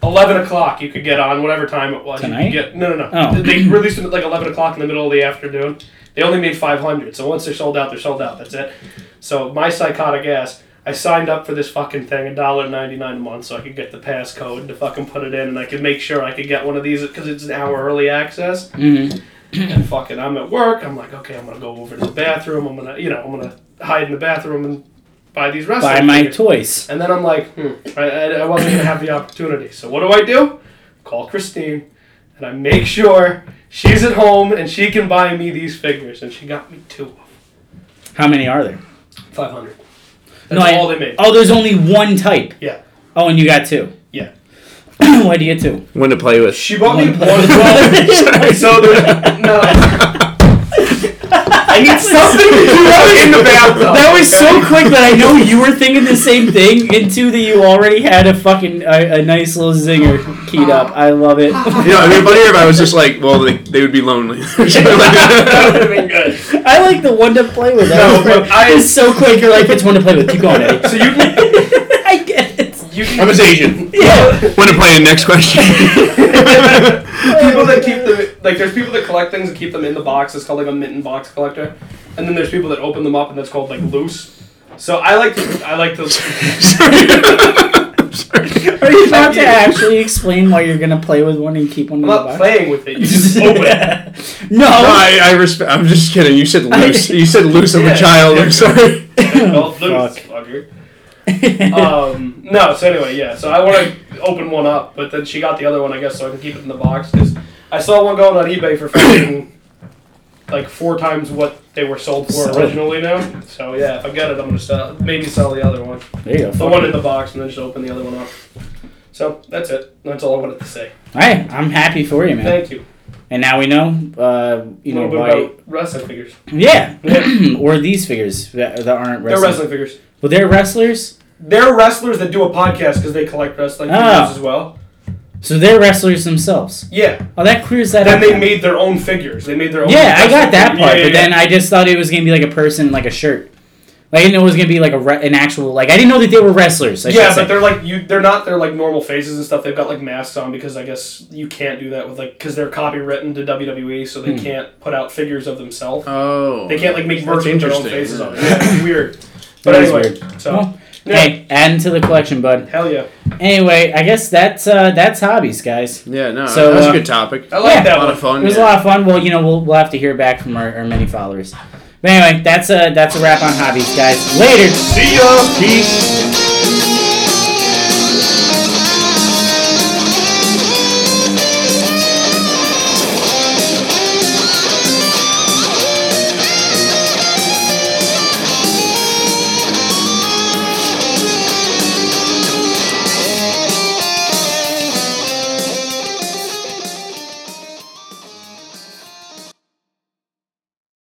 [SPEAKER 2] eleven o'clock. You could get on whatever time it was. You could
[SPEAKER 1] Tonight?
[SPEAKER 2] get- no, no, no.
[SPEAKER 1] Oh.
[SPEAKER 2] They released them at like eleven o'clock in the middle of the afternoon. They only made five hundred, so once they're sold out, they're sold out. That's it. So my psychotic ass I signed up for this fucking thing, $1.99 a month, so I could get the passcode to fucking put it in, and I could make sure I could get one of these because it's an hour early access.
[SPEAKER 1] Mm-hmm.
[SPEAKER 2] And fucking, I'm at work. I'm like, okay, I'm gonna go over to the bathroom. I'm gonna, you know, I'm gonna hide in the bathroom and buy these wrestling.
[SPEAKER 1] Buy my
[SPEAKER 2] figures.
[SPEAKER 1] toys.
[SPEAKER 2] And then I'm like, hmm, I, I, I wasn't gonna have the opportunity. So what do I do? Call Christine, and I make sure she's at home and she can buy me these figures. And she got me two,
[SPEAKER 1] How many are there?
[SPEAKER 2] five hundred.
[SPEAKER 1] No,
[SPEAKER 2] That's
[SPEAKER 1] I-
[SPEAKER 2] all they made.
[SPEAKER 1] Oh, there's only one type.
[SPEAKER 2] Yeah.
[SPEAKER 1] Oh, and you got two.
[SPEAKER 2] Yeah.
[SPEAKER 1] Why do you get two?
[SPEAKER 3] One to play with.
[SPEAKER 2] She bought me
[SPEAKER 1] One
[SPEAKER 2] one.
[SPEAKER 1] player.
[SPEAKER 2] well, so there's no. I need something to do other than the bathroom.
[SPEAKER 1] That was so quick that I know you were thinking the same thing, and two that you already had a fucking a, a nice little zinger keyed up. I love it.
[SPEAKER 3] You know, I mean, funnier if I was just like, well, they, they would be lonely.
[SPEAKER 2] that would have been good.
[SPEAKER 1] I like the one to play with.
[SPEAKER 2] No, but I-
[SPEAKER 1] it's so quick. You're like, it's one to play with. Keep going, Eddie.
[SPEAKER 2] So you can,
[SPEAKER 1] I get it.
[SPEAKER 2] you can
[SPEAKER 3] I'm a Asian.
[SPEAKER 1] Yeah.
[SPEAKER 3] One to play in next question.
[SPEAKER 2] people that keep the like there's people that collect things and keep them in the box. It's called like a mitten box collector. And then there's people that open them up and that's called like loose. So I like to I like to
[SPEAKER 1] Are you about to
[SPEAKER 2] Yeah.
[SPEAKER 1] actually explain why you're gonna play with one and keep one
[SPEAKER 2] I'm
[SPEAKER 1] in the
[SPEAKER 2] not
[SPEAKER 1] box?
[SPEAKER 2] playing with it. You just open it.
[SPEAKER 1] no.
[SPEAKER 3] No, I, I respect. I'm just kidding. You said loose. You said loose of a
[SPEAKER 2] Yeah.
[SPEAKER 3] child. I'm sorry.
[SPEAKER 2] Well, loose, fucker. Um, no, so anyway, yeah. So I want to open one up, but then she got the other one, I guess, so I can keep it in the box. Cause I saw one going on eBay for fucking like four times what they were sold for
[SPEAKER 1] Solid.
[SPEAKER 2] originally now. So yeah, if I get it, I'm gonna sell, maybe sell the other one.
[SPEAKER 1] there you go.
[SPEAKER 2] The one in the box and then just open the other one up. So that's it. That's all I wanted to say.
[SPEAKER 1] All right, I'm happy for you, man.
[SPEAKER 2] Thank you.
[SPEAKER 1] And now we know, uh, you
[SPEAKER 2] a
[SPEAKER 1] know
[SPEAKER 2] little bit
[SPEAKER 1] why.
[SPEAKER 2] about wrestling figures.
[SPEAKER 1] Yeah, or these figures that, that aren't
[SPEAKER 2] They're
[SPEAKER 1] wrestlers.
[SPEAKER 2] wrestling figures.
[SPEAKER 1] Well, they're wrestlers,
[SPEAKER 2] They're wrestlers that do a podcast because they collect wrestling
[SPEAKER 1] Ah.
[SPEAKER 2] figures as well.
[SPEAKER 1] so they're wrestlers themselves.
[SPEAKER 2] Yeah.
[SPEAKER 1] Oh, that clears that
[SPEAKER 2] Then
[SPEAKER 1] up.
[SPEAKER 2] they
[SPEAKER 1] then.
[SPEAKER 2] made their own figures. They made their own.
[SPEAKER 1] yeah, I got
[SPEAKER 2] wrestling
[SPEAKER 1] that
[SPEAKER 2] figure.
[SPEAKER 1] part,
[SPEAKER 2] Yeah,
[SPEAKER 1] but
[SPEAKER 2] yeah,
[SPEAKER 1] then I just thought it was gonna be like a person, in, like a shirt. Like, I didn't know it was gonna be like a re- an actual like I didn't know that they were wrestlers. I
[SPEAKER 2] yeah,
[SPEAKER 1] should
[SPEAKER 2] but
[SPEAKER 1] say.
[SPEAKER 2] they're like you. They're not. They're like normal faces and stuff. They've got like masks on because I guess you can't do that with like because they're copywritten to WWE, so
[SPEAKER 1] Hmm.
[SPEAKER 2] they can't put out figures of themselves.
[SPEAKER 3] Oh,
[SPEAKER 2] They can't like make
[SPEAKER 3] That's
[SPEAKER 2] merch with their own
[SPEAKER 3] interesting.
[SPEAKER 2] faces on. it. Yeah, it's weird. But
[SPEAKER 1] That is
[SPEAKER 2] anyway,
[SPEAKER 1] weird.
[SPEAKER 2] so
[SPEAKER 1] Well,
[SPEAKER 2] yeah,
[SPEAKER 1] Hey, add into the collection, bud.
[SPEAKER 2] hell yeah,
[SPEAKER 1] Anyway, I guess that's uh, that's hobbies, guys.
[SPEAKER 3] Yeah, no,
[SPEAKER 1] So,
[SPEAKER 3] that was
[SPEAKER 1] uh,
[SPEAKER 3] a good topic.
[SPEAKER 2] I like
[SPEAKER 1] Yeah.
[SPEAKER 3] a
[SPEAKER 2] that
[SPEAKER 3] lot
[SPEAKER 2] one.
[SPEAKER 3] of fun.
[SPEAKER 1] It was a
[SPEAKER 3] yeah.
[SPEAKER 1] lot of fun. Well, you know, we'll, we'll have to hear back from our, our many followers. But anyway, that's a that's a wrap on hobbies, guys. Later.
[SPEAKER 2] See ya.
[SPEAKER 3] Peace.